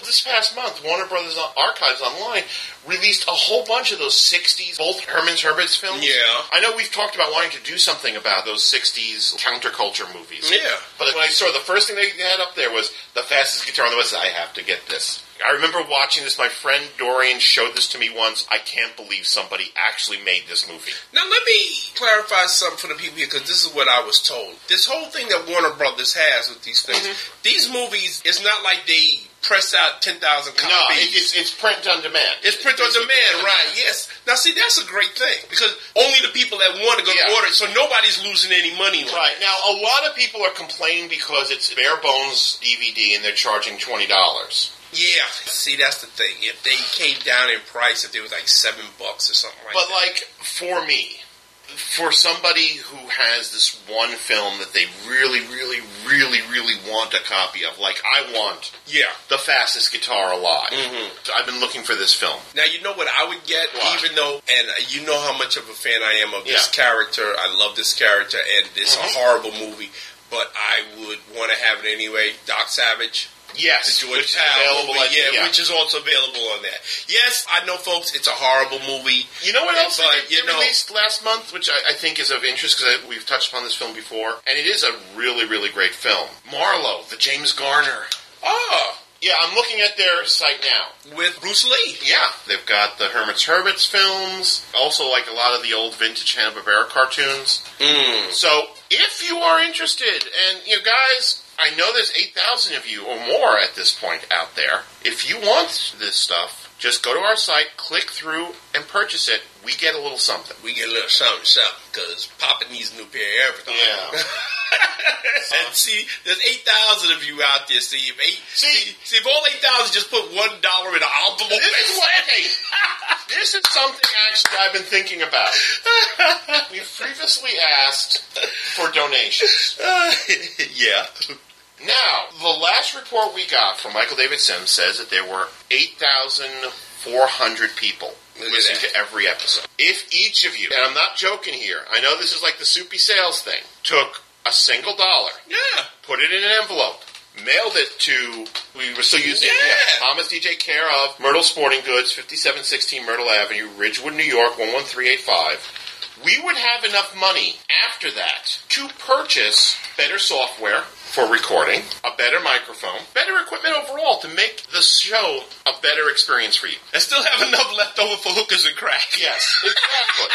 Speaker 1: This past month, Warner Brothers Archives Online released a whole bunch of those 60s, both Herman's Herbert's films.
Speaker 5: Yeah.
Speaker 1: I know we've talked about wanting to do something about those 60s counterculture movies.
Speaker 5: Yeah.
Speaker 1: But when I saw the first thing they had up there was the fastest guitar in the West, I have to get this. I remember watching this. My friend Dorian showed this to me once. I can't believe somebody actually made this movie.
Speaker 5: now let me clarify something for the people here because this is what I was told. This whole thing that Warner Brothers has with these things,
Speaker 1: Mm-hmm.
Speaker 5: these movies, it's not like they press out ten thousand copies.
Speaker 1: No, it, it's, it's print on demand.
Speaker 5: It's print on demand, right? Yes. Now, see, that's a great thing because only the people that want to go
Speaker 1: Yeah.
Speaker 5: order it, so nobody's losing any money. on it.
Speaker 1: Right now, a lot of people are complaining because it's bare bones DVD and they're charging twenty dollars.
Speaker 5: Yeah. See, that's the thing. If they came down in price, if they was like seven bucks or something like
Speaker 1: But
Speaker 5: that.
Speaker 1: like for me, for somebody who has this one film that they really, really, really, really want a copy of, like I want
Speaker 5: yeah. Mm-hmm.
Speaker 1: the fastest guitar alive. So I've been looking for this film.
Speaker 5: Now you know what I would get,
Speaker 1: What?
Speaker 5: even though, and you know how much of a fan I am of this
Speaker 1: Yeah.
Speaker 5: character. I love this character, and this
Speaker 1: Mhm.
Speaker 5: horrible movie, but I would want to have it anyway. Doc Savage,
Speaker 1: Yes,
Speaker 5: the George
Speaker 1: which is
Speaker 5: Pal
Speaker 1: available
Speaker 5: movie,
Speaker 1: at-
Speaker 5: yeah,
Speaker 1: yeah.
Speaker 5: which is also available on that. Yes, I know, folks, it's a horrible movie.
Speaker 1: You know what else
Speaker 5: But,
Speaker 1: they,
Speaker 5: you know-
Speaker 1: released last month, which I, I think is of interest because we've touched upon this film before, and it is a really, really great film. Marlowe, the James Garner.
Speaker 5: Oh,
Speaker 1: Yeah, I'm looking at their site now.
Speaker 5: With Bruce Lee.
Speaker 1: Yeah, they've got the Hermits Hermits films, also like a lot of the old vintage Hanna-Barbera cartoons.
Speaker 5: Mm.
Speaker 1: So if you are interested, and you know, guys, I know there's 8,000 of you or more at this point out there. If you want this stuff, just go to our site, click through, and purchase it. We get a little something.
Speaker 5: We get a little something, something, because Papa needs a new pair of everything.
Speaker 1: Yeah.
Speaker 5: and see, there's 8,000 of you out there, see if eight, see, see if all 8,000 just put $1 in an envelope.
Speaker 1: This is what, hey, this is something actually I've been thinking about. We previously asked for donations.
Speaker 5: yeah.
Speaker 1: Now, the last report we got from Michael David Sims says that there were 8,400 people
Speaker 5: Look at
Speaker 1: listening
Speaker 5: that.
Speaker 1: to every episode. If each of you, and I'm not joking here, I know this is like the soupy sales thing, took a single dollar,
Speaker 5: Yeah.
Speaker 1: put it in an envelope, mailed it to, we were still using
Speaker 5: Yeah.
Speaker 1: Thomas DJ Care of Myrtle Sporting Goods, 5716 Myrtle Avenue, Ridgewood, New York, 11385. We would have enough money after that to purchase better software for recording, a better microphone, better equipment overall to make the show a better experience for you.
Speaker 5: And still have enough left over for hookers and crack.
Speaker 1: Yes, exactly.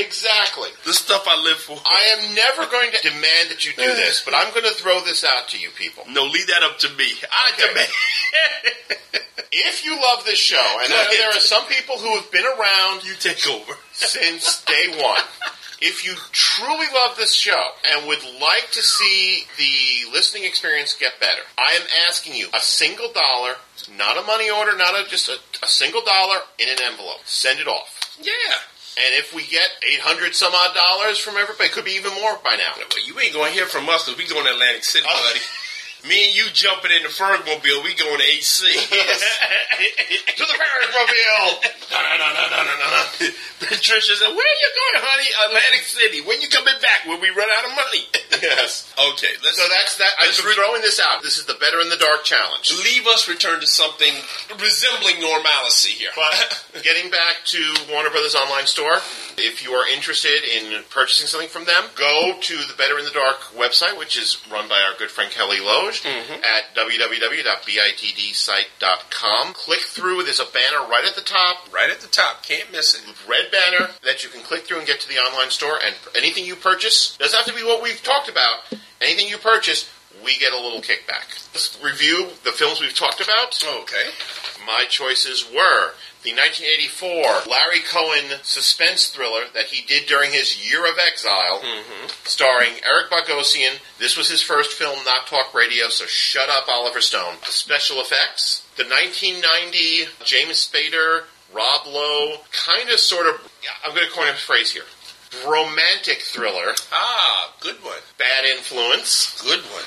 Speaker 1: exactly.
Speaker 5: The stuff I live for.
Speaker 1: I am never going to demand that you do this, but I'm going to throw this out to you people.
Speaker 5: no, leave that up to me. I
Speaker 1: Okay.
Speaker 5: demand.
Speaker 1: If you love this show, and I know there are some people who have been around
Speaker 5: You take over.
Speaker 1: since day one. If you truly love this show and would like to see the listening experience get better, I am asking you a single dollar, not a money order, not a, just a, a single dollar in an envelope. Send it off.
Speaker 5: Yeah.
Speaker 1: And if we get 800 some odd dollars from everybody, it could be even more by now.
Speaker 5: Well, you ain't going to hear from us because we going to Atlantic City,
Speaker 1: Oh.
Speaker 5: buddy. Me and you jumping in the Fergmobile, we going to AC.
Speaker 1: to the parent reveal!
Speaker 5: Patricia said, Where are you going, honey? Atlantic City. When you coming back? When we run out of money.
Speaker 1: Yes.
Speaker 5: Okay, let's,
Speaker 1: So that's that. I'm
Speaker 5: Let's re-
Speaker 1: throwing this out. This is the Better in the Dark challenge.
Speaker 5: leave us return to something resembling normalcy here.
Speaker 1: But getting back to Warner Brothers Online Store, if you are interested in purchasing something from them, go to the Better in the Dark website, which is run by our good friend Kelly Loge
Speaker 5: Mm-hmm.
Speaker 1: at www.bitdsite.com. Click through. There's a banner right at the top.
Speaker 5: right at the top, can't miss it.
Speaker 1: Red banner that you can click through and get to the online store, and anything you purchase doesn't have to be what we've talked about. Anything you purchase, we get a little kickback. Let's review the films we've talked about.
Speaker 5: Okay.
Speaker 1: My choices were the 1984 Larry Cohen suspense thriller that he did during his year of
Speaker 5: Hmm.
Speaker 1: exile, starring Eric Bogosian. This was his first film, not talk radio, so shut up, Oliver Stone. Special effects. The 1990 James Spader, Rob Lowe, kind of sort of, I'm going to coin a phrase here, romantic thriller,
Speaker 5: Ah, good one.
Speaker 1: Bad Influence.
Speaker 5: Good one.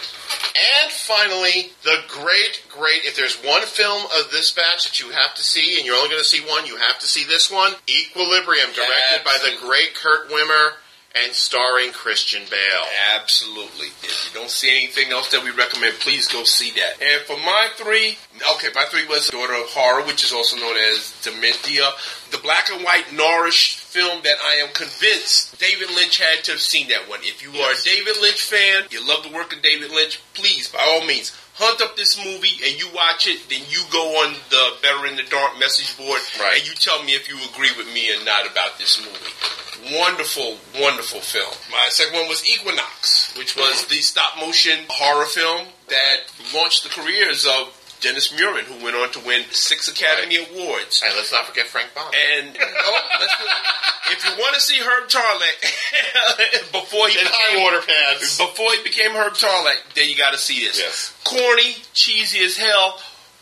Speaker 1: And finally, the great, great. If there's one film of this batch that you have to see, and you're only going to see one, you have to see this one Equilibrium, directed by the
Speaker 5: Absolutely.
Speaker 1: great Kurt Wimmer and starring Christian Bale.
Speaker 5: Absolutely. If you don't see anything else that we recommend, please go see that. And for my three, okay, my three was Daughter of Horror, which is also known as Dementia, the black and white Norrish film that I am convinced David Lynch had to have seen that one. If you are a
Speaker 1: Yes.
Speaker 5: David Lynch fan, you love the work of David Lynch, please, by all means, hunt up this movie and you watch it, then you go on the Better in the Dark message board
Speaker 1: Right.
Speaker 5: and you tell me if you agree with me or not about this movie. Wonderful, wonderful film. My second one was Equinox, which was the stop motion horror film that launched the careers of Dennis Murin, who went on to win six Academy Awards.
Speaker 1: And let's not forget Frank Bond.
Speaker 5: And you know, let's do- if you want to see Herb Tarlick before he
Speaker 1: in high
Speaker 5: became
Speaker 1: water pants.
Speaker 5: before he became Herb Tarlick, then you got to see this.
Speaker 1: Yes.
Speaker 5: Corny, cheesy as hell,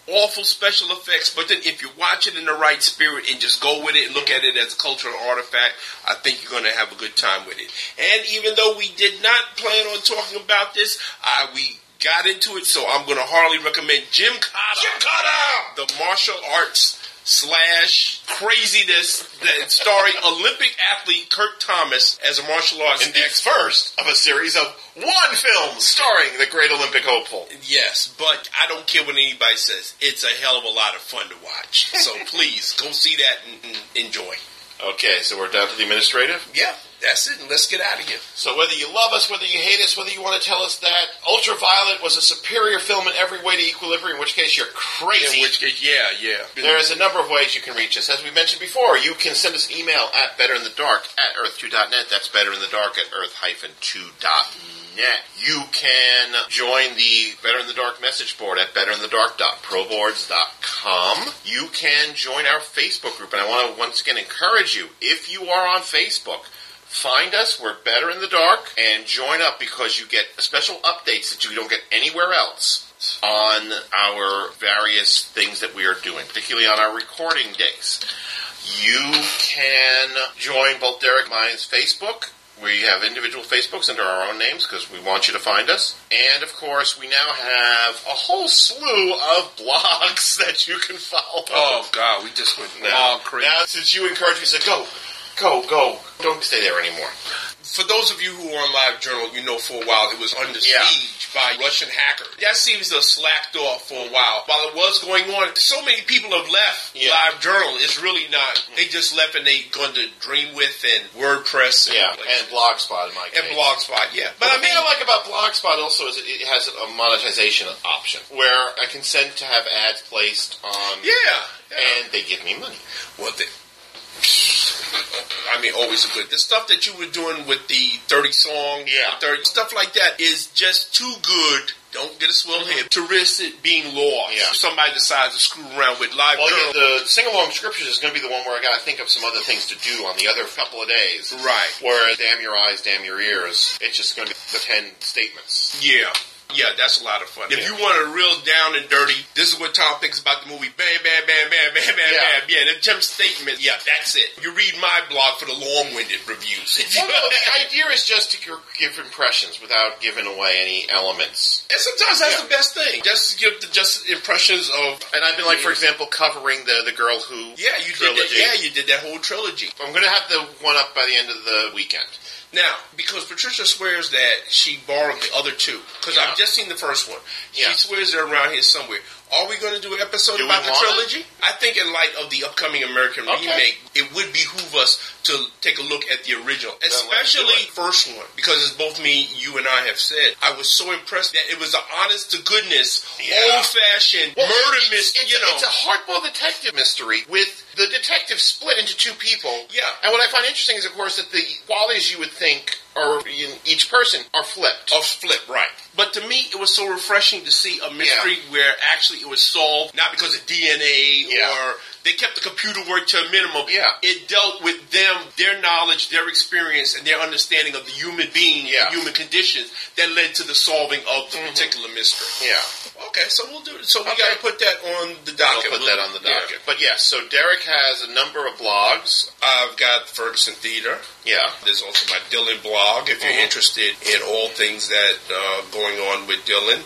Speaker 5: awful special effects. But then if you watch it in the right spirit and just go with it and look
Speaker 1: Mm-hmm.
Speaker 5: at it as a cultural artifact, I think you're going to have a good time with it. And even though we did not plan on talking about this, I we got into it, so I'm going to hardly recommend Jim Cotta. Jim Cotta, the martial arts. Slash craziness that starring Olympic athlete Kurt Thomas as a martial arts
Speaker 1: And the first of a series of one film starring the great Olympic hopeful.
Speaker 5: Yes, but I don't care what anybody says. It's a hell of a lot of fun to watch. So please go see that and, and enjoy.
Speaker 1: Okay, so we're down to the administrative.
Speaker 5: Yeah. That's it, and let's get out of here.
Speaker 1: So whether you love us, whether you hate us, whether you want to tell us that Ultraviolet was a superior film in every way to Equilibrium, in which case you're crazy.
Speaker 5: In which case, yeah, yeah.
Speaker 1: There's a number of ways you can reach us. As we mentioned before, you can send us an email at betterinthedark at earth2.net. That's betterinthedark at earth-2.net. You can join the Better in the Dark message board at betterinthedark.proboards.com. You can join our Facebook group, and I want to once again encourage you, if you are on Facebook, Find us, we're Better in the Dark, and join up because you get special updates that you don't get anywhere else on our various things that we are doing, particularly on our recording days. You can join both Derek and mine's Facebook. We have individual Facebooks under our own names because we want you to find us. And of course, we now have a whole slew of blogs that you can follow.
Speaker 5: Oh, God, we just went
Speaker 1: now,
Speaker 5: all crazy.
Speaker 1: Now, since you encouraged me, said, go, go, go. Don't stay there anymore.
Speaker 5: For those of you who were on Live Journal, you know for a while it was under
Speaker 1: Yeah.
Speaker 5: siege by Russian hackers. That seems to have slacked off for a while. While it was going on, so many people have left
Speaker 1: Yeah.
Speaker 5: Live Journal. It's really not. They just left and they gone to Dreamwidth and WordPress and,
Speaker 1: Yeah,
Speaker 5: like,
Speaker 1: and Blogspot in my case.
Speaker 5: and Blogspot, yeah.
Speaker 1: But I mean, I like about Blogspot also is it- it has a monetization option where I consent to have ads placed on,
Speaker 5: yeah. yeah.
Speaker 1: and they give me money.
Speaker 5: Well, the, I mean, always a good. The stuff that you were doing with the 30 song,
Speaker 1: Yeah.
Speaker 5: the 30, stuff like that is just too good. Don't get a swivel head to risk it being lost.
Speaker 1: Mm-hmm. Yeah.
Speaker 5: If somebody decides to screw around with live
Speaker 1: Well,
Speaker 5: Journal.
Speaker 1: yeah, the sing along scriptures is going to be the one where I got to think of some other things to do on the other couple of days.
Speaker 5: Right.
Speaker 1: Where damn your eyes, damn your ears, it's just going to be the ten statements.
Speaker 5: Yeah. Yeah, that's a lot of fun. If
Speaker 1: Yeah.
Speaker 5: you want a real down and dirty, this is what Tom thinks about the movie. Bam, bam, bam, bam, bam, bam,
Speaker 1: Yeah.
Speaker 5: bam. Yeah, the Jim statement. Yeah, that's it. You read my blog for the long-winded reviews.
Speaker 1: Well, no, the idea is just to gi- give impressions without giving away any elements.
Speaker 5: and sometimes that's
Speaker 1: Yeah.
Speaker 5: the best thing. Just to give the just impressions of.
Speaker 1: And I've been like, for example, covering the the girl who
Speaker 5: Yeah, you did.
Speaker 1: trilogy.
Speaker 5: That, yeah, you did that whole trilogy.
Speaker 1: I'm going to have the one up by the end of the weekend.
Speaker 5: Now, because Patricia swears that she borrowed the other two, because
Speaker 1: Yeah.
Speaker 5: I've just seen the first one.
Speaker 1: Yeah.
Speaker 5: She swears they're around here somewhere. Are we going to do an episode
Speaker 1: Do we
Speaker 5: about the
Speaker 1: wanna?
Speaker 5: trilogy? I think, in light of the upcoming American
Speaker 1: Okay.
Speaker 5: remake, it would behoove us to take a look at the original,
Speaker 1: let's do
Speaker 5: especially
Speaker 1: it.
Speaker 5: first one, because as both me, you, and I have said, I was so impressed that it was an honest to goodness,
Speaker 1: Yeah.
Speaker 5: old fashioned
Speaker 1: Well,
Speaker 5: murder
Speaker 1: it's-
Speaker 5: mystery.
Speaker 1: it's-
Speaker 5: You know,
Speaker 1: it's a hardball detective mystery with the detective split into two people.
Speaker 5: Yeah.
Speaker 1: and what I find interesting is, of course, that the qualities you would think are in each person are flipped.
Speaker 5: Of flip, right. But to me, it was so refreshing to see a mystery where actually it was solved not because of DNA
Speaker 1: Yeah.
Speaker 5: or they kept the computer work to a minimum.
Speaker 1: Yeah.
Speaker 5: It dealt with them, their knowledge, their experience, and their understanding of the human being,
Speaker 1: Yeah. Mm-hmm.
Speaker 5: the human conditions that led to the solving of the particular mystery.
Speaker 1: Yeah,
Speaker 5: Okay, so we'll do it. So we
Speaker 1: Okay.
Speaker 5: got to put that on the
Speaker 1: I'll
Speaker 5: docket.
Speaker 1: put
Speaker 5: We'll-
Speaker 1: that on the
Speaker 5: yeah.
Speaker 1: docket. But yes, so Derek has a number of blogs.
Speaker 5: I've got Ferguson Theater.
Speaker 1: Yeah,
Speaker 5: There's also my Dylan blog if you're
Speaker 1: Mhm.
Speaker 5: interested in all things that uh, going on with Dylan.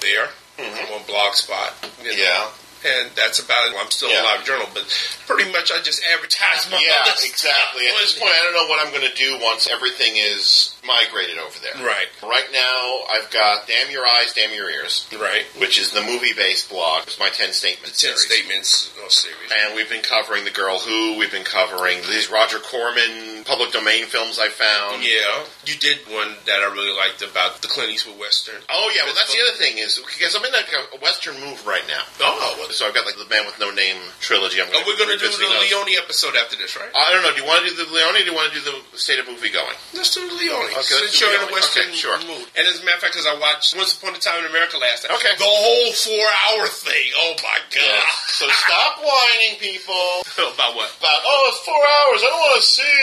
Speaker 5: There, I'm on Blogspot. you know.
Speaker 1: Mm-hmm. Yeah.
Speaker 5: And that's about it. I'm still
Speaker 1: Yeah.
Speaker 5: a live journal, but pretty much I just advertise my
Speaker 1: yeah,
Speaker 5: other stuff.
Speaker 1: exactly. At this point, I don't know what I'm going to do once everything is migrated over there.
Speaker 5: Right.
Speaker 1: Right now, I've got "Damn Your Eyes, Damn Your Ears,"
Speaker 5: Right.
Speaker 1: which is the movie-based blog. It's my ten statements.
Speaker 5: Ten
Speaker 1: series.
Speaker 5: statements of series.
Speaker 1: And we've been covering The Girl Who, we've been covering these Roger Corman public domain films I found.
Speaker 5: Yeah, you did one that I really liked about the Clint Eastwood Western.
Speaker 1: Oh yeah, well that's the other thing is because I'm in like a western move right now.
Speaker 5: Oh, well,
Speaker 1: So I've got like the Man with No Name trilogy. I'm
Speaker 5: oh,
Speaker 1: gonna
Speaker 5: we're going to do
Speaker 1: revisiting
Speaker 5: the
Speaker 1: those.
Speaker 5: Leone episode after this, right?
Speaker 1: I don't know. Do you want to do the Leone? Or do you want to do the state of movie going?
Speaker 5: Let's do the Leone.
Speaker 1: Okay, let's
Speaker 5: Since
Speaker 1: do
Speaker 5: you're in
Speaker 1: Leone.
Speaker 5: a Western
Speaker 1: Okay, sure.
Speaker 5: mood. And as a matter of fact, because I watched Once Upon a Time in America last night.
Speaker 1: Okay.
Speaker 5: The whole four hour thing. Oh my God.
Speaker 1: so stop whining, people.
Speaker 5: About what?
Speaker 1: About oh, it's four hours. I don't want to see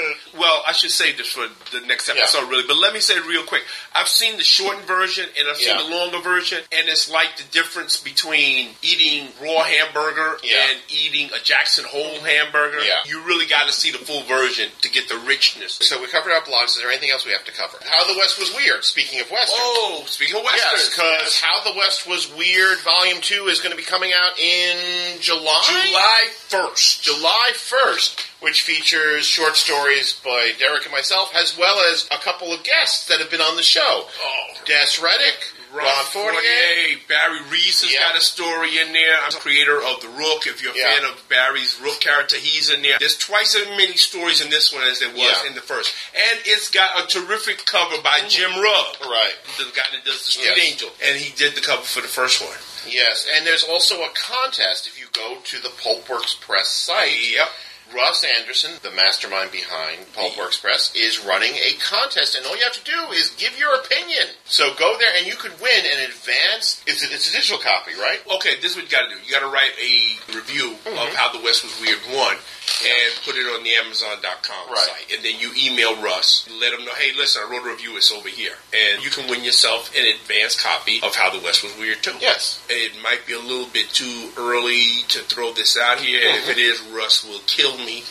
Speaker 1: it.
Speaker 5: Well, I should save this for the next episode, really. But let me say it real quick. I've seen the shortened version and I've seen
Speaker 1: Yeah.
Speaker 5: the longer version, and it's like the difference between eating raw hamburger
Speaker 1: Yeah.
Speaker 5: and eating a Jackson Hole hamburger.
Speaker 1: Yeah.
Speaker 5: You really got to see the full version to get the richness.
Speaker 1: So we covered our blogs. Is there anything else we have to cover? How the West was weird. Speaking of Western.
Speaker 5: oh, speaking of
Speaker 1: Yes,
Speaker 5: westerns,
Speaker 1: because How the West Was Weird Volume 2 is going to be coming out in July?
Speaker 5: July
Speaker 1: first. July first, which features short stories by Derek and myself, as well as a couple of guests that have been on the show.
Speaker 5: Oh.
Speaker 1: Des Reddick,
Speaker 5: Ron, Ron Fournier. Fournier. Barry Reese has
Speaker 1: Yeah.
Speaker 5: got a story in there. I'm creator of the Rook. If you're a
Speaker 1: Yeah.
Speaker 5: fan of Barry's Rook character, he's in there. There's twice as many stories in this one as there was
Speaker 1: Yeah. Mm.
Speaker 5: in the first, and it's got a terrific cover by Jim Rubb,
Speaker 1: Right.
Speaker 5: the guy that does the Street
Speaker 1: Yes.
Speaker 5: Angel, and he did the cover for the first one.
Speaker 1: Yes, and there's also a contest if you go to the Pulpworks Press site.
Speaker 5: Yep.
Speaker 1: Russ Anderson, the mastermind behind Pulpworks Press, is running a contest, and all you have to do is give your opinion. So go there, and you could win an advanced. It's a, it's a digital copy, right? Mm-hmm.
Speaker 5: okay, this is what you got to do. You got to write a review of how the West was weird one, and put it on the Amazon.com
Speaker 1: Right.
Speaker 5: site, and then you email Russ, let him know, hey, listen, I wrote a review. It's over here, and you can win yourself an advanced copy of How the West Was Weird too.
Speaker 1: Yes.
Speaker 5: It might be a little bit too early to throw this out here. and If it is, Russ will kill me,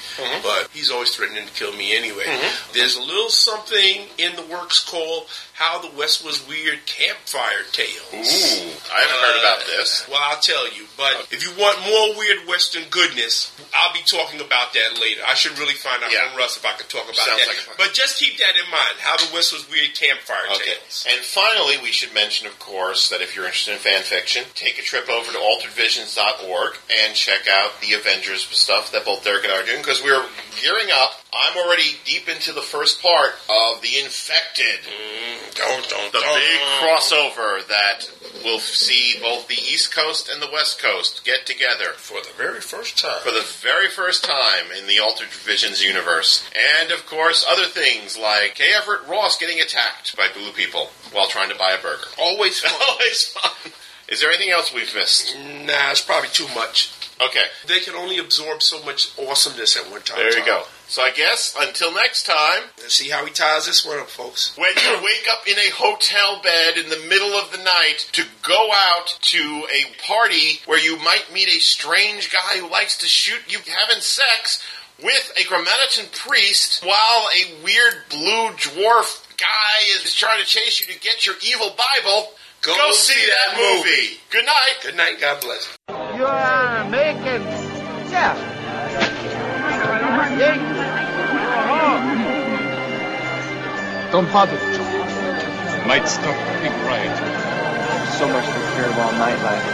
Speaker 5: but he's always threatening to kill me anyway. There's a little something in the works called How the West Was Weird Campfire Tales.
Speaker 1: I haven't heard about
Speaker 5: Uh,
Speaker 1: this.
Speaker 5: Well, I'll tell you. But if you want more weird Western goodness, I'll be talking about that later. I should really find out
Speaker 1: Yeah.
Speaker 5: from Russ if I could talk about
Speaker 1: Sounds
Speaker 5: that.
Speaker 1: like a plan.
Speaker 5: but just keep that in mind. How the West was weird campfire
Speaker 1: Okay.
Speaker 5: tales.
Speaker 1: And finally, we should mention, of course, that if you're interested in fan fiction, take a trip over to alteredvisions.org and check out the Avengers stuff that both Derek and I are doing because we're gearing up. I'm already deep into the first part of The Infected,
Speaker 5: Don't don't
Speaker 1: the big crossover that will see both the East Coast and the West Coast get together
Speaker 5: for the very first time.
Speaker 1: for the very first time in the Altered Visions universe. And of course, other things like K. Everett Ross getting attacked by blue people while trying to buy a burger. Always fun. Always fun. Is there anything else we've missed?
Speaker 5: nah, it's probably too much.
Speaker 1: Okay,
Speaker 5: They can only absorb so much awesomeness at one time.
Speaker 1: there you
Speaker 5: Tom.
Speaker 1: go. So I guess until next time,
Speaker 5: Let's see how he ties this one up, folks.
Speaker 1: when you wake up in a hotel bed in the middle of the night to go out to a party where you might meet a strange guy who likes to shoot you having sex with a Grammatitan priest while a weird blue dwarf guy is trying to chase you to get your evil Bible, go, see, that, movie. Good night.
Speaker 5: Good night. God bless.
Speaker 11: You are making stuff.
Speaker 8: Don't bother. Night stuff, be quiet.
Speaker 12: So much to care about nightlife.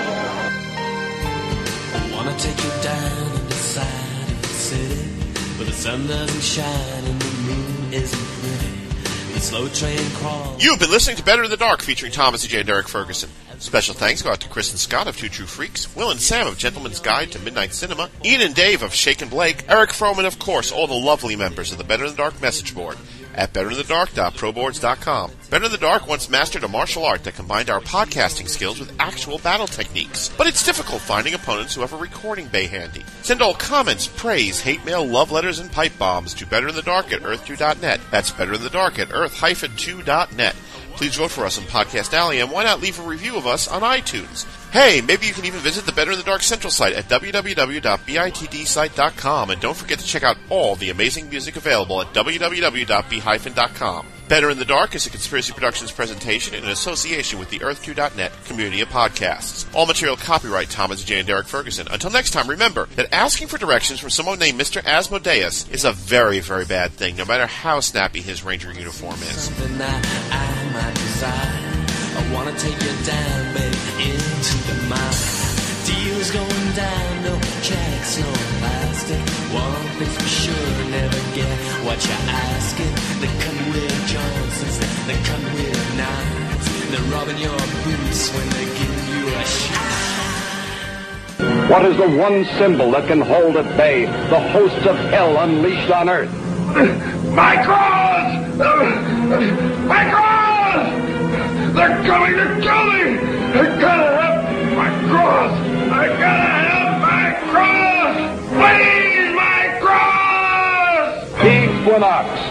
Speaker 7: Wanna take you down to the side of the city Where the sun doesn't shine and the moon isn't pretty The slow train crawls
Speaker 3: You've been listening to Better in the Dark featuring Thomas E. J. and Derek Ferguson. Special thanks go out to Chris and Scott of Two True Freaks, Will and Sam of Gentleman's Guide to Midnight Cinema, Ian and Dave of Shake and Blake, Eric Froman, of course, all the lovely members of the Better in the Dark message board at betterinthedark.proboards.com. Better in the Dark once mastered a martial art that combined our podcasting skills with actual battle techniques, but it's difficult finding opponents who have a recording bay handy. Send all comments, praise, hate mail, love letters, and pipe bombs to betterinthedark at earth2.net. That's betterinthedark at earth-2.net. Please vote for us on Podcast Alley, and why not leave a review of us on iTunes? Hey, maybe you can even visit the Better in the Dark Central site at www.bitdsite.com, and don't forget to check out all the amazing music available at www.b-dot.com. Better in the Dark is a Conspiracy Productions presentation in association with the Earth2.net community of podcasts. All material copyright Thomas J. and Derek Ferguson. Until next time, remember that asking for directions from someone named Mr. Asmodeus is a very, very bad thing, no matter how snappy his ranger uniform is.
Speaker 7: Something that I might desire I wanna take you down, babe, into the mire Deals going down, no checks, no plastic One thing's for sure, never get what you're asking They're coming with Johnsons, they're coming with knives They're robbing your boots when they give you a shot
Speaker 2: What is the one symbol that can hold at bay the hosts of hell unleashed on earth?
Speaker 13: My cross! My cross! They're coming to kill me! I gotta have my cross! I gotta have my cross! Please, my cross!
Speaker 2: Equinox.